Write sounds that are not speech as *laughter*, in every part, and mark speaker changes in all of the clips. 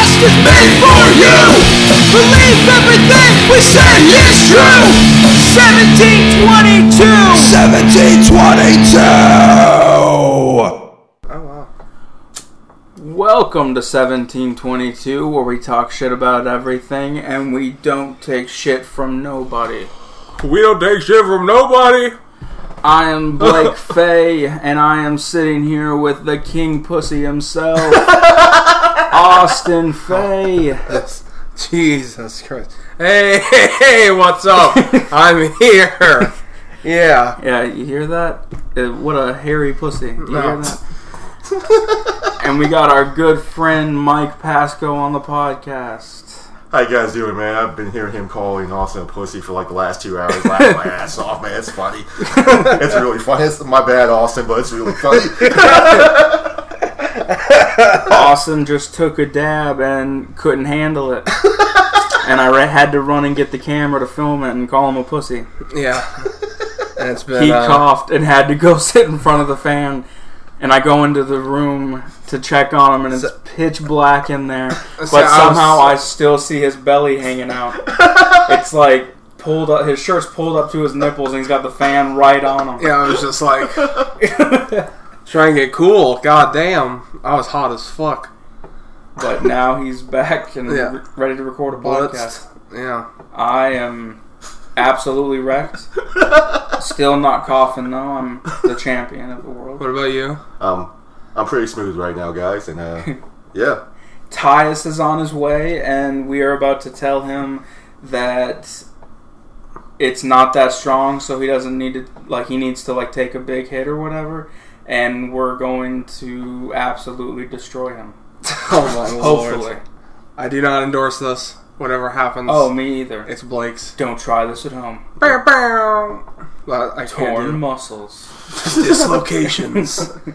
Speaker 1: made for you Believe everything we say is true
Speaker 2: 1722.
Speaker 1: 1722
Speaker 2: Welcome to 1722, where we talk shit about everything and we don't take shit from nobody.
Speaker 3: We don't take shit from nobody.
Speaker 2: I am Blake Fay, and I am sitting here with the King Pussy himself, Austin Fay.
Speaker 3: Yes. Jesus Christ. Hey, hey, hey, what's *laughs* up? I'm here. Yeah.
Speaker 2: Yeah, you hear that? Uh, What a hairy pussy. You hear
Speaker 3: No.
Speaker 2: that? and we got our good friend Mike Pasco on the podcast.
Speaker 4: How you guys doing, man? I've been hearing him calling Austin a pussy for like the last two hours, laughing *laughs* my ass off, man. It's funny. *laughs* it's really funny. It's my bad, Austin, but it's really funny. *laughs*
Speaker 2: Austin just took a dab and couldn't
Speaker 3: *laughs*
Speaker 2: handle it. and I ra- had to run and get the camera to film it and call him a pussy.
Speaker 3: Yeah. And it's been.
Speaker 2: He
Speaker 3: uh,
Speaker 2: coughed and had to go *laughs* sit in front of the fan. And I go into the room to check on him, and it's pitch black in there. But
Speaker 3: So I was-
Speaker 2: somehow I still see his belly hanging out.
Speaker 3: *laughs*
Speaker 2: it's like pulled up. His shirt's pulled up to his nipples, and he's got the fan right on him.
Speaker 3: yeah, I was just like trying to get cool. God damn, I was hot as fuck.
Speaker 2: *laughs* But now he's back and
Speaker 3: Yeah.
Speaker 2: re- ready to record a
Speaker 3: Well,
Speaker 2: podcast.
Speaker 3: it's- yeah.
Speaker 2: I am absolutely wrecked. Still not coughing though. I'm the champion of the world.
Speaker 3: What about you?
Speaker 4: Um, I'm pretty smooth right now, guys, and uh, yeah,
Speaker 2: Tyus is on his way, and we are about to tell him that it's not that strong, so he doesn't need to like he needs to like take a big hit or whatever. And we're going to absolutely destroy him.
Speaker 3: *laughs* Oh my lord.
Speaker 2: Hopefully.
Speaker 3: I do not endorse this. Whatever happens,
Speaker 2: Oh, me either.
Speaker 3: it's Blake's.
Speaker 2: Don't try this at home.
Speaker 3: Bow, bow. Well, I can't
Speaker 2: Torn
Speaker 3: do
Speaker 2: muscles.
Speaker 3: *laughs* dislocations. *laughs*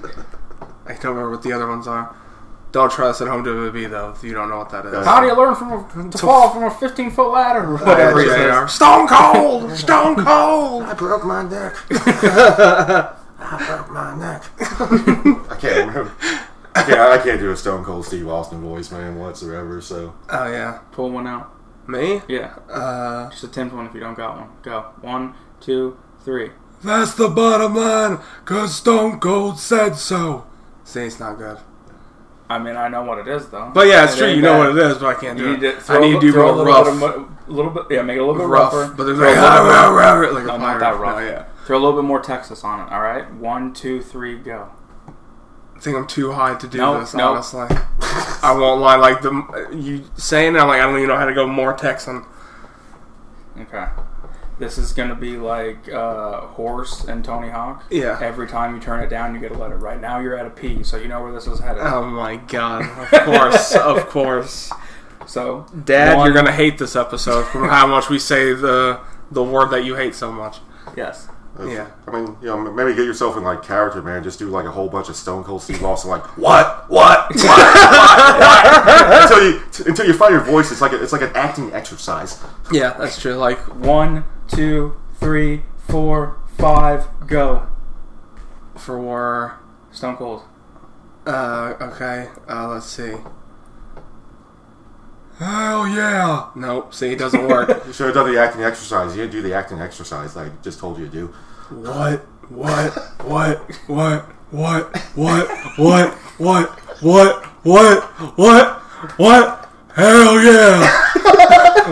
Speaker 3: I don't remember what the other ones are. Don't try this at home WWE though. If you don't know what that is.
Speaker 4: Uh,
Speaker 2: How do you learn from a, to fall from a 15 foot ladder or whatever? it is?
Speaker 3: JR. Stone Cold, Stone Cold. *laughs*
Speaker 4: I broke my neck.
Speaker 3: Oh,
Speaker 4: I broke my neck. *laughs* I can't remember. I can't, I can't do a Stone Cold Steve Austin voice, man, whatsoever. So
Speaker 3: Oh yeah,
Speaker 2: Pull one out.
Speaker 3: me.
Speaker 2: Yeah.
Speaker 3: Uh,
Speaker 2: Just attempt one if you don't got one. Go. One, two, three.
Speaker 3: that's the bottom line, cause Stone Cold said so. See, it's not good.
Speaker 2: I mean, I know what it is though.
Speaker 3: But yeah, it's true. You know what it is, but I can't
Speaker 2: You
Speaker 3: do
Speaker 2: need to
Speaker 3: it.
Speaker 2: throw,
Speaker 3: I need to do
Speaker 2: throw a
Speaker 3: more
Speaker 2: little
Speaker 3: rough,
Speaker 2: bit, of mo- little bit. Yeah, make it a little bit rougher.
Speaker 3: rough. But there's like,
Speaker 2: Throw a little bit-
Speaker 3: like a
Speaker 2: no, not that
Speaker 3: pirate.
Speaker 2: rough.
Speaker 3: No, yeah.
Speaker 2: Throw a little bit more Texas on it. All right. One, two, three, go.
Speaker 3: I think I'm too high to do
Speaker 2: Nope,
Speaker 3: this.
Speaker 2: nope.
Speaker 3: Honestly, I won't lie. Like the you saying, it, I'm like I don't even know how to go more Texan.
Speaker 2: Okay. This is gonna be like uh, horse and Tony Hawk.
Speaker 3: Yeah.
Speaker 2: Every time you turn it down, you get a letter. Right now, you're at a P, so you know where this is headed.
Speaker 3: Oh my god!
Speaker 2: *laughs*
Speaker 3: Of course, of course.
Speaker 2: So,
Speaker 3: Dad,
Speaker 2: one-
Speaker 3: you're gonna hate this episode from how much we say the the word that you hate so much.
Speaker 2: Yes.
Speaker 3: Yeah.
Speaker 4: I mean, you know, maybe get yourself in like character, man. Just do like a whole bunch of Stone Cold Steve Austin, like what, what, what, what, *laughs* what? until you t- until you find your voice. It's like a, it's like an acting exercise.
Speaker 3: Yeah, that's true. Like,
Speaker 2: One, two, three, four, five, go.
Speaker 3: for war.
Speaker 2: Stone Cold.
Speaker 3: Uh, okay. Uh, let's see. Hell yeah! Nope. See, it doesn't work.
Speaker 4: You should have done the acting exercise. You didn't do the acting exercise like I just told you to do.
Speaker 3: what? What? What? What? What? What? What? What? What? What? What? What? Hell yeah!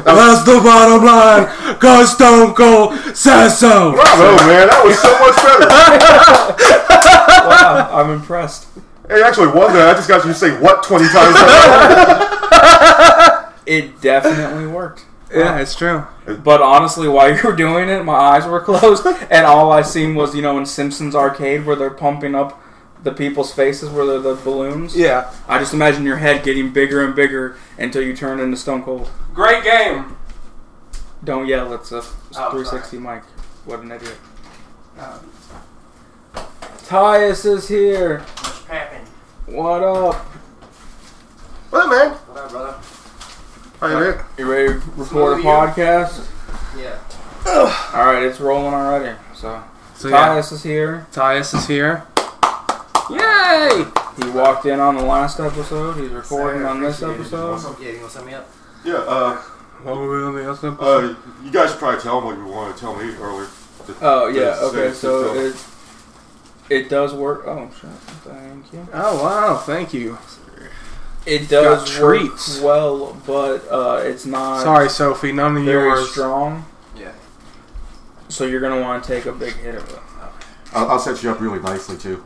Speaker 3: That's the bottom line, cause Stone Cold says so!
Speaker 4: Bravo, man! That was so much better. *laughs*
Speaker 2: Wow, I'm impressed.
Speaker 4: It actually was that. I just got you to say what twenty times. *laughs* in a row.
Speaker 2: It definitely worked. Um,
Speaker 3: Yeah, it's true.
Speaker 2: But honestly, while you were doing it, my eyes were *laughs* closed, and all I seen was, you know, in Simpsons Arcade where they're pumping up the people's faces where they're the balloons.
Speaker 3: Yeah.
Speaker 2: I just imagine your head getting bigger and bigger until you turn into Stone Cold.
Speaker 3: Great game.
Speaker 2: Don't yell, it's a it's
Speaker 3: Oh,
Speaker 2: 360 mic. What an idiot. Tyus is here. What up?
Speaker 4: What, man?
Speaker 5: Alright, brother.
Speaker 4: How you man?
Speaker 2: You ready to record a
Speaker 5: Smoothie.
Speaker 2: podcast?
Speaker 5: Yeah.
Speaker 2: Alright, it's rolling already. So,
Speaker 3: So yeah,
Speaker 2: Tyus is here.
Speaker 3: Tyus is here. Yay!
Speaker 2: He walked in on the last episode. He's recording
Speaker 5: Sir,
Speaker 2: on this
Speaker 5: appreciate it.
Speaker 2: episode.
Speaker 5: Yeah, you gonna set me up?
Speaker 4: Yeah, uh,
Speaker 6: What were we on the last episode?
Speaker 4: uh, you guys should probably tell him what you wanted to tell me earlier.
Speaker 2: Oh yeah.
Speaker 4: Yes,
Speaker 2: Okay.
Speaker 4: yes,
Speaker 2: So it
Speaker 4: yes.
Speaker 2: it does work. Oh shit. Thank you.
Speaker 6: oh wow, thank you.
Speaker 2: It does
Speaker 6: Got
Speaker 2: work
Speaker 6: treats.
Speaker 2: well, but uh, it's not
Speaker 6: Sorry, Sophie, none of
Speaker 2: very
Speaker 6: yours.
Speaker 2: strong.
Speaker 5: Yeah.
Speaker 2: So you're gonna want to take a big hit of it.
Speaker 4: I'll, I'll set you up really nicely too.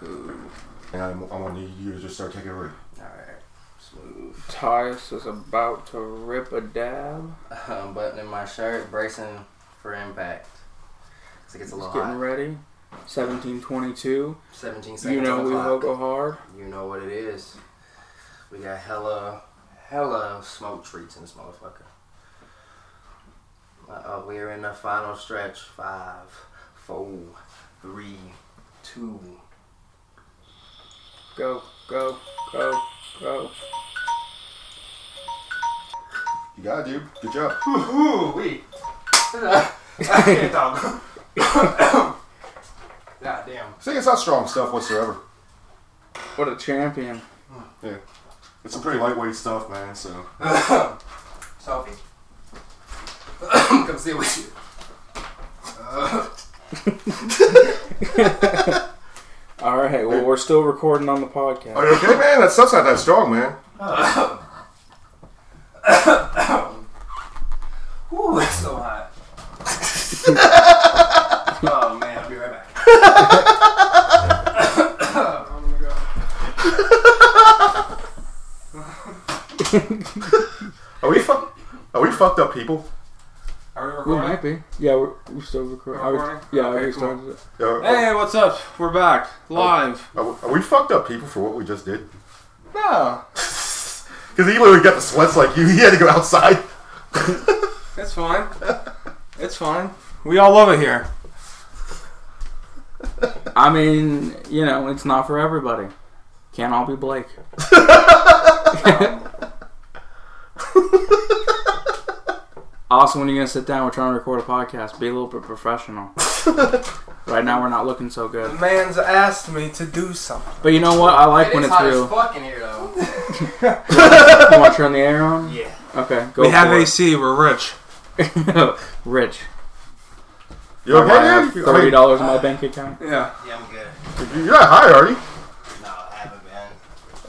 Speaker 5: Cool.
Speaker 4: And I'm, I want you to just start taking a read.
Speaker 5: Alright. Smooth.
Speaker 2: Tyus is about to rip a dab.
Speaker 5: Um, buttoning my shirt, bracing for impact. 'Cause it gets a
Speaker 2: He's
Speaker 5: little
Speaker 2: getting
Speaker 5: hot.
Speaker 2: ready. 1722.
Speaker 5: 17 seconds
Speaker 2: You know
Speaker 5: on the
Speaker 2: we will
Speaker 5: clock.
Speaker 2: go hard.
Speaker 5: You know what it is. We got hella, hella smoke treats in this motherfucker. Uh, we're in the final stretch. Five, four, three, two.
Speaker 2: Go, go, go, go.
Speaker 4: You got it, dude. Good job.
Speaker 5: Ooh,
Speaker 2: *coughs*
Speaker 5: *coughs* we. I can't talk. God damn.
Speaker 4: See, it's not strong stuff whatsoever.
Speaker 2: What a champion.
Speaker 4: Yeah. It's some pretty lightweight stuff, man, so.
Speaker 5: Sophie. Come sit with you. Uh,
Speaker 2: All right. Well, we're still recording on the podcast.
Speaker 4: Are you okay, man? That stuff's not that strong, man.
Speaker 5: Ooh, it's so hot.
Speaker 2: *laughs*
Speaker 5: oh man, I'll be right back. oh my god.
Speaker 4: Are we fuck? Are we fucked up people?
Speaker 6: Are we
Speaker 2: We might be. Yeah, we're, we're still recording. Are we-
Speaker 6: Recording?
Speaker 2: yeah,
Speaker 6: Okay,
Speaker 2: we
Speaker 6: cool.
Speaker 2: started it.
Speaker 4: Uh, Are, are,
Speaker 6: Hey, what's up? We're back live.
Speaker 4: we- are we fucked up people for what we just did?
Speaker 6: No,
Speaker 4: Because he literally got the sweats like you. *laughs* He had to go outside.
Speaker 6: it's *laughs* fine. It's fine. We all love it here.
Speaker 2: I mean, you know, it's not for everybody. Can't all be Blake. also, when you're gonna sit down, we're trying to record a podcast. Be a little bit professional. right now, we're not looking so good.
Speaker 6: Man's asked me to do something.
Speaker 2: But you know what? I like
Speaker 5: It
Speaker 2: when
Speaker 5: is
Speaker 2: it's
Speaker 5: hot as
Speaker 2: real.
Speaker 5: fuck in here
Speaker 2: *laughs*
Speaker 5: though.
Speaker 2: You want to turn the air on?
Speaker 5: Yeah.
Speaker 2: Okay, go
Speaker 6: We
Speaker 2: for
Speaker 6: have
Speaker 2: it.
Speaker 6: AC. We're rich.
Speaker 2: *laughs* Rich,
Speaker 4: You okay,
Speaker 2: I have
Speaker 4: dude? I
Speaker 2: thirty
Speaker 4: mean,
Speaker 2: dollars in my bank account.
Speaker 6: Yeah.
Speaker 5: Yeah, I'm good.
Speaker 4: you're not high, are you?
Speaker 5: No, I haven't been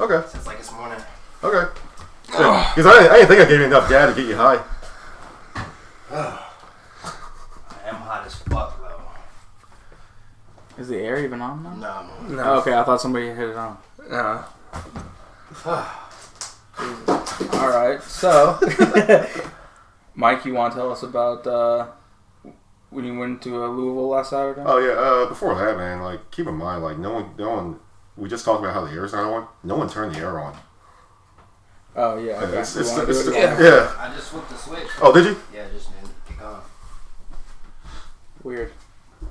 Speaker 4: Okay,
Speaker 5: since like this morning.
Speaker 4: okay. *sighs* Because I, didn't- I didn't think I gave you enough dad to get you high.
Speaker 5: I am hot as fuck though.
Speaker 2: Is the air even on now?
Speaker 5: No, I'm
Speaker 2: Oh,
Speaker 6: No.
Speaker 2: okay, I thought somebody hit it on.
Speaker 6: No.
Speaker 2: All right,
Speaker 4: *laughs*
Speaker 2: so Mike, you want to tell us about uh, when you went to uh, Louisville last Saturday?
Speaker 4: Oh yeah. Uh, before that, man, like keep in mind, like no one, no one. We just talked about how the air's not on. No one turned the air on.
Speaker 2: Oh, yeah, okay.
Speaker 4: It's-
Speaker 2: You
Speaker 4: it's-
Speaker 2: wanna do
Speaker 4: it's-
Speaker 2: it again?
Speaker 4: yeah.
Speaker 5: I just flipped the switch.
Speaker 4: Oh, did you?
Speaker 5: Yeah, just didn't kick on.
Speaker 2: Weird.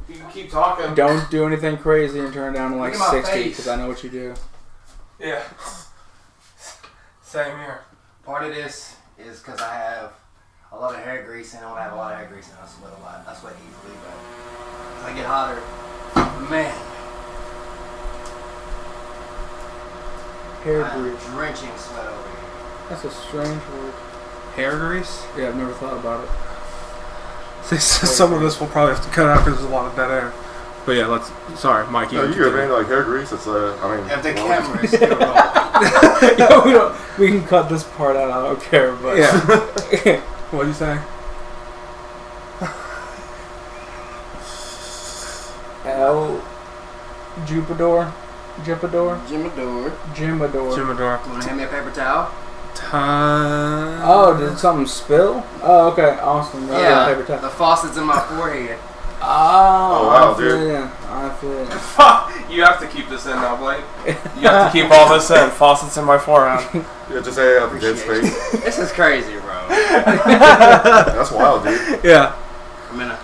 Speaker 5: You can keep talking.
Speaker 2: Don't do anything crazy and turn it down to like
Speaker 5: Look at my
Speaker 2: sixty
Speaker 5: face.
Speaker 2: because I know what you do.
Speaker 6: Yeah. *laughs* Same here.
Speaker 5: Part of this is because I have a lot of hair grease, and when I have a lot of hair grease, and I sweat a lot. I sweat easily, but as I get hotter, man,
Speaker 2: Hair
Speaker 5: I'm
Speaker 2: grease.
Speaker 5: drenching sweat over here.
Speaker 2: That's a strange word.
Speaker 6: Hair grease.
Speaker 2: Yeah, I've never thought about it.
Speaker 4: *laughs*
Speaker 2: *laughs*
Speaker 6: See, so *laughs* some of this we'll probably have to cut out because there's a lot of dead air. But yeah, let's. Sorry, Mike. You
Speaker 4: No,
Speaker 6: can
Speaker 4: you good,
Speaker 6: continue.
Speaker 4: Oh, man? Like hair grease. It's uh, I mean,
Speaker 5: If the
Speaker 4: well,
Speaker 5: camera is *laughs* still rolling,
Speaker 2: Yeah, we don't. We can cut this part out. I don't care. But
Speaker 6: Yeah. *laughs* What'd you say?
Speaker 2: L. Jupiter. Jupiter.
Speaker 5: Jim Adore.
Speaker 2: Jimador.
Speaker 6: Jimador.
Speaker 5: Want to hand me a paper towel?
Speaker 6: Time.
Speaker 2: Oh, did something spill? Oh, okay, Austin. Yeah,
Speaker 5: yeah,
Speaker 2: paper towel.
Speaker 5: the faucet's in my forehead.
Speaker 2: Oh,
Speaker 4: Oh, wow,
Speaker 2: I feel
Speaker 4: dude.
Speaker 2: ya. I feel ya.
Speaker 3: *laughs*
Speaker 6: Fuck! You have to keep this in now, Blake. You have to
Speaker 2: *laughs*
Speaker 6: keep all this in. Faucets in my forehead.
Speaker 4: yeah, just say out the dead
Speaker 5: Appreciate
Speaker 4: space.
Speaker 5: This is crazy, bro.
Speaker 4: That's wild, dude.
Speaker 6: Yeah.
Speaker 5: I'm in a.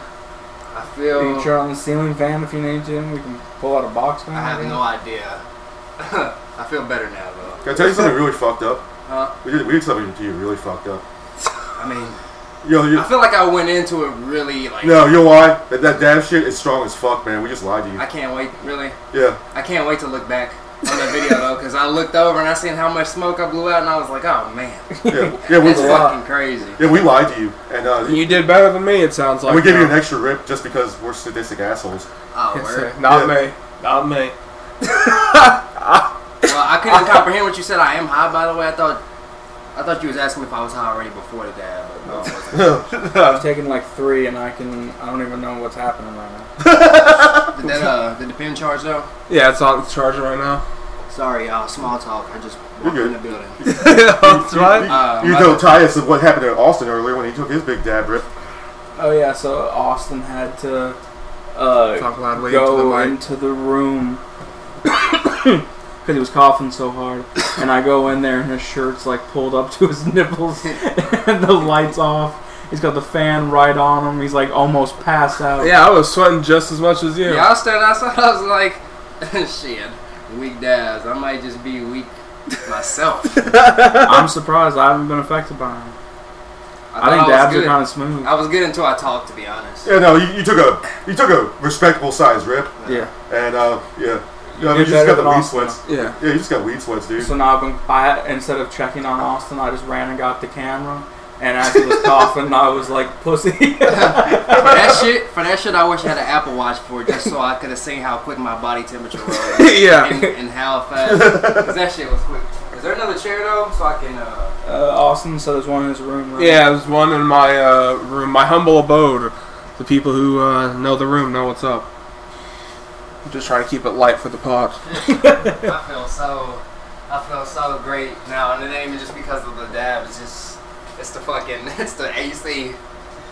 Speaker 5: I
Speaker 2: You can
Speaker 5: feel.
Speaker 2: turn on the ceiling fan if you need to. and We can pull out a box fan.
Speaker 5: I have no idea. *laughs* I feel better now, though.
Speaker 4: Can I tell you something really fucked up?
Speaker 5: Huh?
Speaker 4: We did, we did something to you really fucked up.
Speaker 5: I mean,
Speaker 4: Yo, you,
Speaker 5: I feel like I went into it really like.
Speaker 4: no, you know why? That, that damn shit is strong as fuck, man. We just lied to you.
Speaker 5: I can't wait, really.
Speaker 4: yeah.
Speaker 5: I can't wait to look back. on the video though, because I looked over and I seen how much smoke I blew out, and I was like, oh man,
Speaker 4: Yeah, yeah, we,
Speaker 5: that's fucking crazy.
Speaker 4: yeah, we lied to you, and uh,
Speaker 3: You did better than me. It sounds like
Speaker 4: we give you an
Speaker 3: now.
Speaker 4: extra rip just because we're sadistic assholes.
Speaker 5: Oh, word.
Speaker 3: Not
Speaker 4: Yeah.
Speaker 3: me. Not me.
Speaker 5: Well, I couldn't comprehend what you said. I am high, by the way. I thought, I thought you was asking if I was high already before the dab, but no, I wasn't.
Speaker 2: I've taken like three, and I can. I don't even know what's happening right now.
Speaker 5: Did that uh, did the pin charge though?
Speaker 3: Yeah, it's on the charger right *laughs* now.
Speaker 5: Sorry, y'all. Small talk. I just
Speaker 4: You're
Speaker 5: walked
Speaker 4: good.
Speaker 5: in the building.
Speaker 3: That's
Speaker 4: You,
Speaker 3: right.
Speaker 5: Uh,
Speaker 4: you
Speaker 5: my-
Speaker 4: know, Tyus, of what happened to Austin earlier when he took his big dab rip.
Speaker 2: Oh yeah, so Austin had to uh,
Speaker 3: Talk loudly into the
Speaker 2: go
Speaker 3: mic.
Speaker 2: into the room *coughs* because he was coughing so hard, and I go in there, and his shirt's like pulled up to his *laughs* nipples, and the lights off. He's got the fan right on him. He's like almost passed out.
Speaker 3: yeah, I was sweating just as much as you.
Speaker 5: Y'all standing outside. I was like, *laughs* shit, weak dabs. I might just be weak myself. I,
Speaker 2: *laughs* I'm surprised I haven't been affected by him. I,
Speaker 5: thought
Speaker 2: think
Speaker 5: was
Speaker 2: dabs are
Speaker 5: good.
Speaker 2: kind of smooth.
Speaker 5: I was good until I talked, to be honest.
Speaker 4: Yeah, no, you, you took a you took a respectable size rip,
Speaker 2: yeah.
Speaker 4: and uh, yeah, you, know,
Speaker 2: did
Speaker 4: you
Speaker 2: better
Speaker 4: just got the
Speaker 2: than
Speaker 4: weed
Speaker 2: Austin.
Speaker 4: sweats.
Speaker 3: Yeah.
Speaker 4: Yeah, you just got weed sweats, dude.
Speaker 2: So now I've been I, instead of checking on Austin, I just ran and got the camera. And as he *laughs* was coughing, I was like, "Pussy." *laughs*
Speaker 5: For *laughs* that shit, for that shit, I wish I had an Apple Watch for it, just so I could have seen how quick my body temperature *laughs* rose.
Speaker 3: yeah.
Speaker 5: and, and how fast. Cause that shit was quick. Is there another chair though, so I can? Uh,
Speaker 2: uh, Austin, so there's one in his room. Right?
Speaker 3: Yeah, there's one in my uh, room, my humble abode. The people who uh, know the room know what's up. I'm just trying to keep it light for the pod.
Speaker 5: I feel so, I feel so great now, and it ain't even just because of the dab. It's just, it's the fucking, *laughs* it's the AC.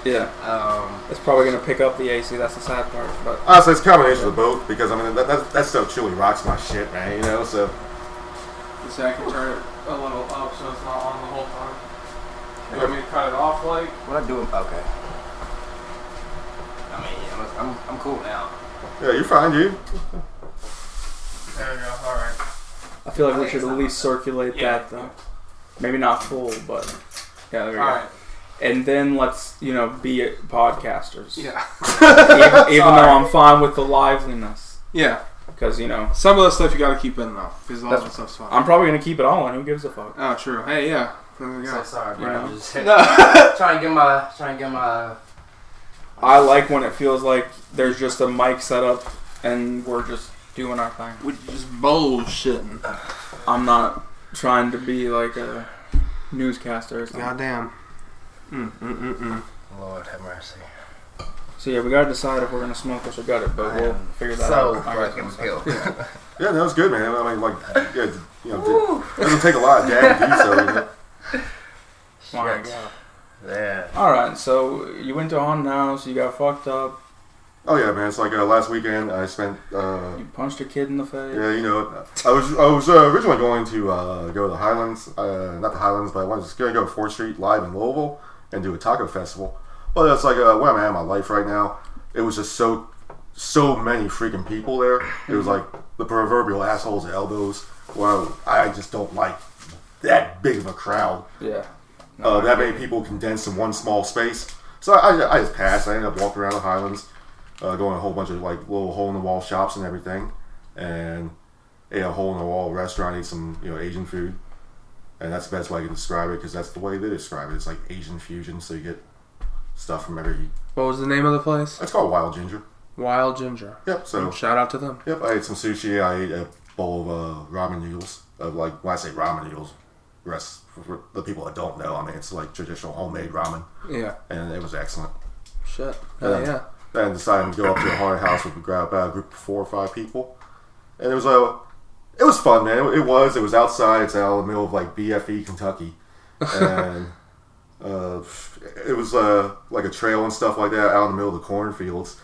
Speaker 2: yeah.
Speaker 5: Um,
Speaker 2: It's probably gonna pick up the AC. That's the sad part. But
Speaker 4: Honestly, Uh, it's a combination of both because I mean that, that, that stuff chili rocks my shit, man. You know, so
Speaker 3: So I can turn it a little up so it's not on the whole time. You want me to cut it off like?
Speaker 5: what I do? Okay. I mean, yeah, I'm, I'm, I'm cool now.
Speaker 4: yeah, you're fine, dude.
Speaker 3: There we go, alright.
Speaker 2: I feel like we should at least circulate that though. Maybe not full, but yeah, there we go.
Speaker 3: Alright,
Speaker 2: And then let's you know be podcasters.
Speaker 3: yeah.
Speaker 2: Even, even though I'm fine with the liveliness,
Speaker 3: *laughs* Yeah,
Speaker 2: because you know
Speaker 3: some of the stuff you gotta keep in though, because a lot of the
Speaker 2: That's-
Speaker 3: stuff's fun.
Speaker 2: I'm probably gonna keep it all, and who gives a fuck?
Speaker 3: oh, true. Hey, yeah. There we
Speaker 5: So
Speaker 3: go.
Speaker 5: sorry, bro.
Speaker 2: You
Speaker 5: I'm
Speaker 2: know.
Speaker 3: *laughs*
Speaker 5: just *laughs*
Speaker 3: No.
Speaker 5: trying to get my, trying to get my.
Speaker 2: I like when it feels like there's just a mic set up and we're just doing our thing.
Speaker 3: We're just bullshitting.
Speaker 2: I'm not trying to be like a newscaster or something.
Speaker 3: Goddamn. Mm, mm, mm, mm.
Speaker 5: Lord have mercy.
Speaker 2: So yeah, we gotta decide if we're gonna smoke this or gut it, but
Speaker 5: I
Speaker 2: we'll
Speaker 5: am
Speaker 2: figure that
Speaker 5: So
Speaker 2: out. I got
Speaker 5: fucking
Speaker 2: some-
Speaker 5: guilty.
Speaker 4: Yeah, no, it's good, man. I mean, like, yeah, you know, it doesn't take a lot of dab to do so. You know?
Speaker 2: My
Speaker 5: Shit.
Speaker 2: God.
Speaker 5: Yeah.
Speaker 2: All right, so you went to haunted house, you got fucked up,
Speaker 4: Oh yeah, man. It's like uh, last weekend I spent. Uh,
Speaker 2: you punched a kid in the face.
Speaker 4: yeah, you know, I was I was uh, originally going to uh, go to the Highlands, uh, not the Highlands, but I was going to go to Fourth Street live in Louisville and do a taco festival. But that's like uh, where I'm at in my life right now. It was just so so many freaking people there. It was like the proverbial assholes at elbows. Well, I just don't like that big of a crowd.
Speaker 2: Yeah.
Speaker 4: uh, that many people condensed in one small space. So I, I, I just passed. I ended up walking around the Highlands, uh, going to a whole bunch of like little hole in the wall shops and everything, and ate a hole in the wall restaurant, ate some you know Asian food, and that's the best way I can describe it because that's the way they describe it. It's like Asian fusion, so you get stuff from every.
Speaker 3: What was the name of the place?
Speaker 4: That's called wild ginger.
Speaker 3: Wild Ginger. Mm,
Speaker 4: Yep. So
Speaker 3: Shout out to them.
Speaker 4: Yep, I ate some sushi. I ate a bowl of uh, ramen noodles. Of like when I say ramen noodles, rest for the people that don't know, I mean it's like traditional homemade ramen,
Speaker 3: Yeah.
Speaker 4: and it was excellent.
Speaker 3: Shit. Hell yeah.
Speaker 4: And decided to go up to a haunted house with grab about a group of four or five people, and it was uh, it was fun, man. It, it was. It was outside. It's out in the middle of like BFE, Kentucky, and *laughs* uh, it was uh, like a trail and stuff like that out in the middle of the cornfields.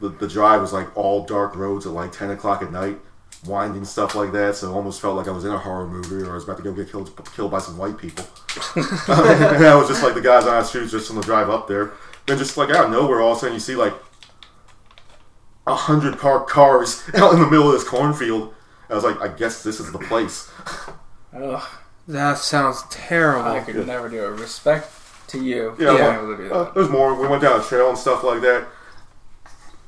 Speaker 4: The, the drive was like all dark roads at like ten o'clock at night, winding stuff like that. So it almost felt like I was in a horror movie or I was about to go get killed killed by some white people. *laughs* and I was just like the guys on our shoes just on the drive up there. Then just like out of nowhere, all of a sudden you see like a hundred parked cars *laughs* out in the middle of this cornfield. I was like, I guess this is the place. *laughs*
Speaker 2: Ugh,
Speaker 3: That sounds
Speaker 2: I
Speaker 3: terrible.
Speaker 2: could never do it. Respect to you.
Speaker 4: Yeah,
Speaker 2: being
Speaker 4: well,
Speaker 2: able to do
Speaker 4: Uh,
Speaker 2: that.
Speaker 4: there's more. We went down a trail and stuff like that.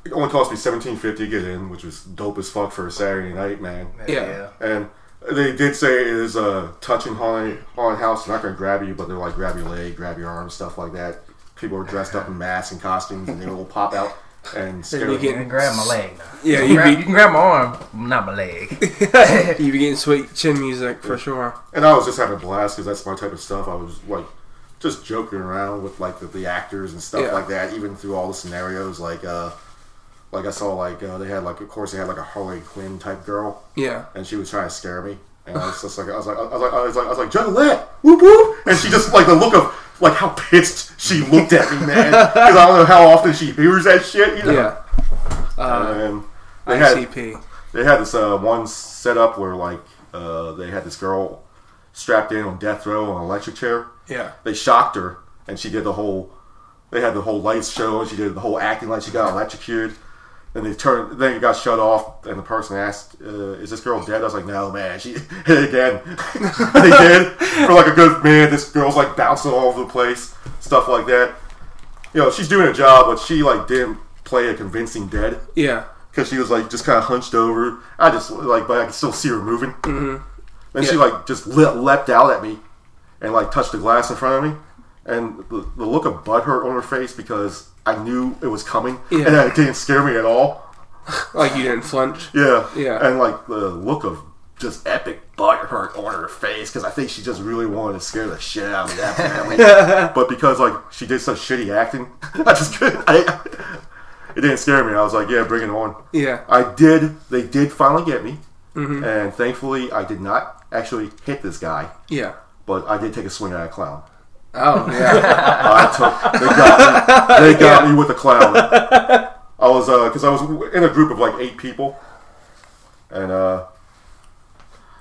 Speaker 4: It only cost me seventeen fifty to get in, which was dope as fuck for a Saturday night, man.
Speaker 3: Yeah.
Speaker 4: And they did say it is uh, touching haunted, haunted house. They're not going to grab you, but they're like grab your leg, grab your arm, stuff like that. People are dressed up in masks and costumes, and they will pop out and scare
Speaker 3: you
Speaker 4: them.
Speaker 5: You can grab my leg. *laughs*
Speaker 3: Yeah,
Speaker 5: You,
Speaker 3: you'd
Speaker 5: grab,
Speaker 3: be *laughs*
Speaker 5: you can grab my arm, not my leg.
Speaker 3: you'd be getting sweet chin music for sure.
Speaker 4: And I was just having a blast because that's my type of stuff. I was like just joking around with like the, the actors and stuff
Speaker 3: Yeah.
Speaker 4: like that, even through all the scenarios. Like, uh, like I saw like uh, they had like of course they had like a Harley Quinn type girl,
Speaker 3: Yeah.
Speaker 4: and she was trying to scare me. And I was just like, I was like, I was like, I was like, I was like, Juggalette, whoop whoop, and she just like the look of like how pissed she looked at
Speaker 3: *laughs*
Speaker 4: me, man, because I don't know how often she hears that shit, you know.
Speaker 3: Yeah. Uh,
Speaker 4: And they had
Speaker 3: ICP.
Speaker 4: they had this uh, one set up where like uh, they had this girl strapped in on death row on an electric chair.
Speaker 3: Yeah.
Speaker 4: They shocked her, and she did the whole. They had the whole lights show, and she did the whole acting like she got electrocuted. Then they turned. Then it got shut off, and the person asked, uh, "Is this girl dead?" I was like, "No, man, she *laughs* hit it again." they did for like a good minute. This girl's like bouncing all over the place, stuff like that. You know, she's doing a job, but she like didn't play a convincing dead
Speaker 3: Yeah.
Speaker 4: because she was like just kind of hunched over. I just like, but I could still see her moving. Mm-hmm. And she
Speaker 3: Yeah.
Speaker 4: like just le- leapt out at me and like touched the glass in front of me. And the, the look of butthurt on her face because I knew it was coming
Speaker 3: Yeah.
Speaker 4: and that it didn't scare me at all.
Speaker 3: Like you didn't flinch.
Speaker 4: Yeah.
Speaker 3: Yeah.
Speaker 4: And like the look of just epic butthurt on her face because I think she just really wanted to scare the shit out of
Speaker 3: *laughs*
Speaker 4: that family. but because like she did such shitty acting, *laughs* I just couldn't. I, it didn't scare me. I was like, yeah, bring it on.
Speaker 3: Yeah.
Speaker 4: I did. They did finally get me, and thankfully, I did not actually hit this guy,
Speaker 3: Yeah.
Speaker 4: but I did take a swing at a clown.
Speaker 3: Oh yeah.
Speaker 4: I took. They got me. They got me with a clown. I was because I was in a group of like eight people, and uh,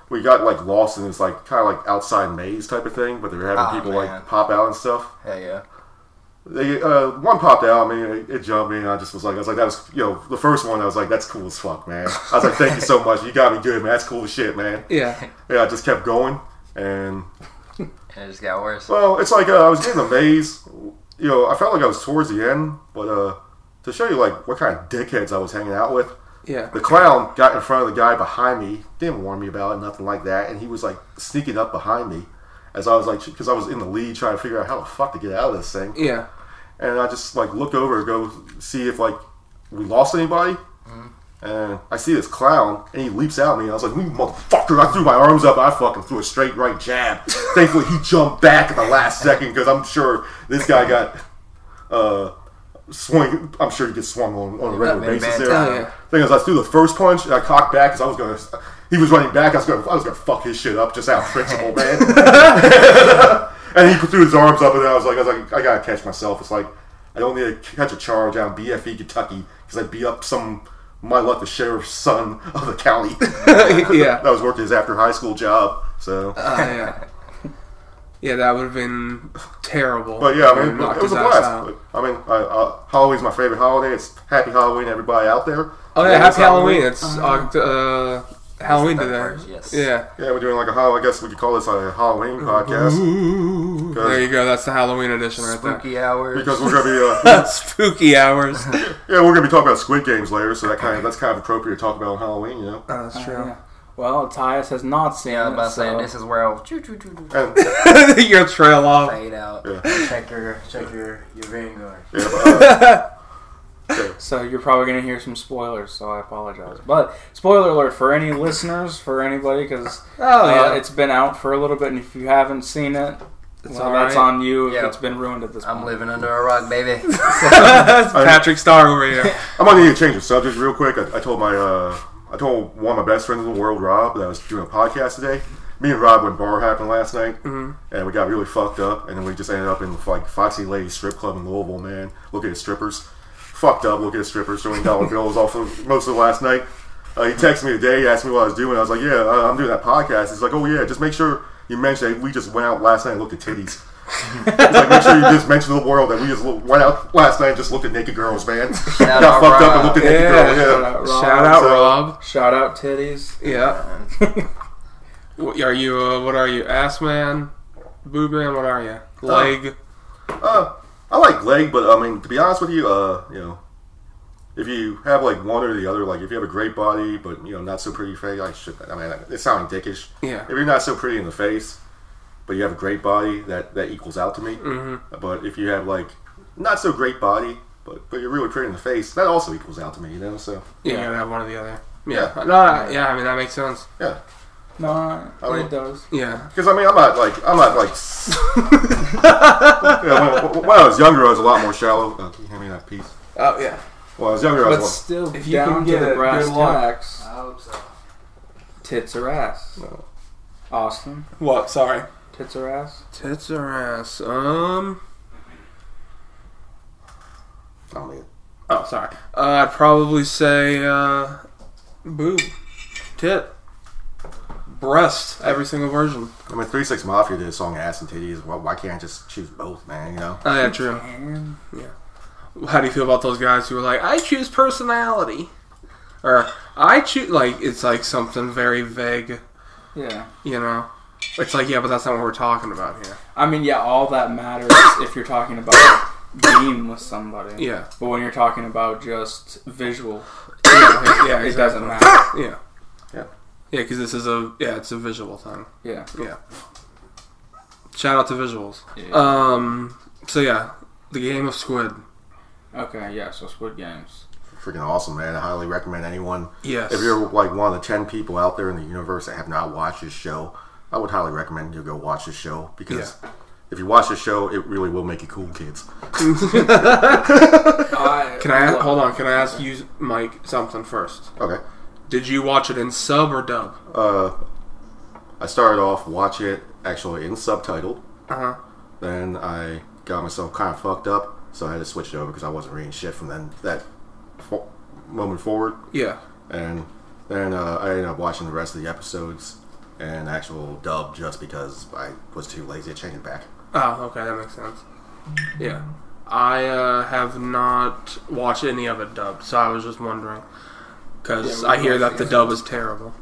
Speaker 4: we got like lost in this like kind of like outside maze type of thing, but they were having
Speaker 5: Aw,
Speaker 4: people
Speaker 5: man.
Speaker 4: like pop out and stuff.
Speaker 5: Hell yeah.
Speaker 4: They, uh, one popped out. I mean, it, it jumped me, and I just was like, I was like, that was, you know, the first one. I was like, that's cool as fuck, man. I was like, thank you so much. You got me good, man. That's cool as shit, man.
Speaker 3: yeah.
Speaker 4: Yeah, I just kept going, and
Speaker 5: And it just got worse.
Speaker 4: well, it's like uh, I was getting a maze. You know, I felt like I was towards the end, but uh, to show you like what kind of dickheads I was hanging out with,
Speaker 3: Yeah.
Speaker 4: the clown got in front of the guy behind me, didn't warn me about it, nothing like that, and he was like sneaking up behind me as I was like, because I was in the lead trying to figure out how the fuck to get out of this thing.
Speaker 3: Yeah.
Speaker 4: and I just like look over, go see if like we lost anybody. And I see this clown, and he leaps out at me. And I was like, "You motherfucker!" I threw my arms up. I fucking threw a straight right jab. Thankfully, he jumped back at the last second because I'm sure this guy got uh, swung. I'm sure he gets swung on, on a regular
Speaker 5: been
Speaker 4: basis.
Speaker 5: bad
Speaker 4: There,
Speaker 5: time.
Speaker 3: Oh, yeah.
Speaker 4: thing is, I threw the first punch, and I cocked back because I was gonna. He was running back. I was gonna. I was gonna fuck his shit up just out of principle, man. And he threw his arms up, and I was like, I was like, I gotta catch myself. It's like I don't need to catch a charge out in BFE E Kentucky because I beat up some my luck the sheriff's son of the county *laughs*
Speaker 3: *laughs* yeah.
Speaker 4: that was working his after high school job. So,
Speaker 3: Oh, yeah. Yeah, that would have been terrible.
Speaker 4: but yeah, I
Speaker 3: Would've
Speaker 4: mean,
Speaker 3: knocked
Speaker 4: it was a
Speaker 3: his ass
Speaker 4: blast.
Speaker 3: out.
Speaker 4: I mean, I, uh, Halloween's my favorite holiday. It's Happy Halloween, to everybody out there.
Speaker 3: Oh yeah,
Speaker 4: Yeah,
Speaker 3: happy
Speaker 4: it's
Speaker 3: Halloween!
Speaker 4: Halloween.
Speaker 3: It's Oct- uh, Halloween
Speaker 5: the
Speaker 3: today.
Speaker 5: first, yes.
Speaker 3: Yeah.
Speaker 4: Yeah, we're doing like a Halloween. I guess we could call this a Halloween
Speaker 3: Mm-hmm.
Speaker 4: podcast
Speaker 3: Ooh, there you go. That's the Halloween edition right there.
Speaker 5: Spooky hours.
Speaker 4: because we're gonna be
Speaker 3: *laughs*
Speaker 4: uh, *laughs*
Speaker 3: Spooky hours. *laughs* Oh,
Speaker 4: yeah we're gonna be talking about Squid Games later. So that kind of that's kind of appropriate to talk about on Halloween, you know.
Speaker 3: that's true.
Speaker 2: Well, Tyus has not seen
Speaker 5: *laughs* yeah, I was about
Speaker 2: it,
Speaker 5: to say,
Speaker 2: so-
Speaker 5: this is where I'll choo choo choo choo
Speaker 4: And,
Speaker 3: *laughs* Your trail *laughs* off.
Speaker 5: fade out.
Speaker 4: Yeah.
Speaker 5: Check your check your your vanguard.
Speaker 4: yeah, but, uh,
Speaker 2: So you're probably going to hear some spoilers, so I apologize. But spoiler alert for any listeners, for anybody, because
Speaker 3: Oh
Speaker 2: uh,
Speaker 3: yeah. *laughs*
Speaker 2: it's been out for a little bit, and if you haven't seen it, well,
Speaker 3: alright.
Speaker 2: that's on you. If
Speaker 5: Yeah.
Speaker 2: it's been ruined at this
Speaker 5: I'm
Speaker 2: point.
Speaker 5: living under a rock,
Speaker 3: *laughs*
Speaker 5: baby.
Speaker 3: That's Patrick Star over *laughs* here.
Speaker 4: I'm gonna need to change the subject real quick. I, I told my uh, I told one of my best friends in the world, Rob, that I was doing a podcast today. Me and Rob went bar hopping last night, and we got really fucked up, and then we just ended up in like Foxy Lady Strip Club in Louisville. Man, look at the strippers, fucked up. Look at the strippers throwing dollar bills off of most of last night. Uh, he texted me today. He asked me what I was doing. I was like, "Yeah, uh, I'm doing that podcast." He's like, "Oh yeah, just make sure you mention that we just went out last night and looked at titties." He's like, "Make sure you just mention to the world that we just lo- went out last night and just looked at naked girls, man."
Speaker 5: out
Speaker 4: got fucked up and
Speaker 5: Rob.
Speaker 4: looked at
Speaker 3: Yeah.
Speaker 4: naked girls.
Speaker 2: Shout
Speaker 4: Yeah.
Speaker 3: Shout
Speaker 2: out, Rob.
Speaker 3: out
Speaker 4: So-
Speaker 3: Rob.
Speaker 2: Shout out titties.
Speaker 3: *laughs* Yeah. What- Are you? Uh, what are you? Ass man, boob man. What are you? Leg.
Speaker 4: Uh, I like leg, but I mean, to be honest with you, uh, you uh, know, if you have like one or the other, like if you have a great body but you know not so pretty face, like shit. I mean, it's sounding dickish.
Speaker 3: Yeah.
Speaker 4: If you're not so pretty in the face, but you have a great body, that that equals out to me. Mm-hmm. But if you have like not so great body, but but you're really pretty in the face, that also equals out to me. You know, so
Speaker 3: Yeah, you gotta have one or the other.
Speaker 4: Yeah.
Speaker 3: Yeah. No, no, yeah, I mean, that makes sense.
Speaker 4: yeah.
Speaker 2: No, I-
Speaker 4: I would-
Speaker 2: it does.
Speaker 3: Yeah.
Speaker 4: Because I mean, I'm not like I'm not like. *laughs* s- yeah, when, when I was younger, I was a lot more shallow. Uh, can you hand me that piece?
Speaker 3: *laughs* Oh, yeah.
Speaker 4: When I was younger, I
Speaker 2: But
Speaker 4: was.
Speaker 2: still,
Speaker 3: if you
Speaker 2: down
Speaker 3: can
Speaker 2: to
Speaker 3: get
Speaker 2: the
Speaker 3: it,
Speaker 2: brass
Speaker 3: good luck.
Speaker 2: tacks,
Speaker 5: I hope so.
Speaker 2: tits or ass.
Speaker 4: No.
Speaker 2: Austin,
Speaker 3: What? Sorry.
Speaker 2: tits or ass.
Speaker 3: Tits or ass? Um.
Speaker 4: I mean,
Speaker 3: Oh, sorry. Uh, I'd probably say uh, boob, tit, breast. Every single version.
Speaker 4: I mean, Three Six Mafia did a song "Ass and Titties." Why, why can't I just choose both, man? You know.
Speaker 3: Oh yeah, true.
Speaker 2: And
Speaker 3: How do you feel about those guys who are like, I choose personality, or I choose like it's like something very vague,
Speaker 2: yeah,
Speaker 3: you know? It's like yeah, but that's not what we're talking about here.
Speaker 2: I mean, yeah, all that matters if you're talking about being with somebody.
Speaker 3: Yeah.
Speaker 2: But when you're talking about just visual,
Speaker 3: yeah, yeah,
Speaker 2: it
Speaker 3: exactly.
Speaker 2: doesn't matter.
Speaker 3: Yeah.
Speaker 4: Yeah.
Speaker 3: Yeah, because this is a yeah, it's a visual thing.
Speaker 2: Yeah.
Speaker 3: Yeah. Shout out to visuals.
Speaker 2: Yeah.
Speaker 3: Um. So yeah, the game of squid.
Speaker 2: Okay. Yeah. So Squid Games.
Speaker 4: Freaking awesome, man! I highly recommend anyone.
Speaker 3: Yes.
Speaker 4: If you're like one of the ten people out there in the universe that have not watched this show, I would highly recommend you go watch this show because if you watch this show, it really will make you cool, kids.
Speaker 3: can I hold on? Can I ask you, Mike, something first?
Speaker 4: Okay.
Speaker 3: Did you watch it in sub or dub?
Speaker 4: Uh, I started off watch it actually in subtitled.
Speaker 3: Uh huh.
Speaker 4: Then I got myself kind of fucked up, so I had to switch it over because I wasn't reading shit from then that fo- moment forward.
Speaker 3: Yeah.
Speaker 4: And then uh, I ended up watching the rest of the episodes and actual dub just because I was too lazy to change it back.
Speaker 3: Oh, okay, that makes sense. Yeah. I uh, have not watched any of it dubbed, so I was just wondering because
Speaker 2: Yeah, we
Speaker 3: I hear
Speaker 2: watched
Speaker 3: that the
Speaker 2: the-
Speaker 3: dub is terrible.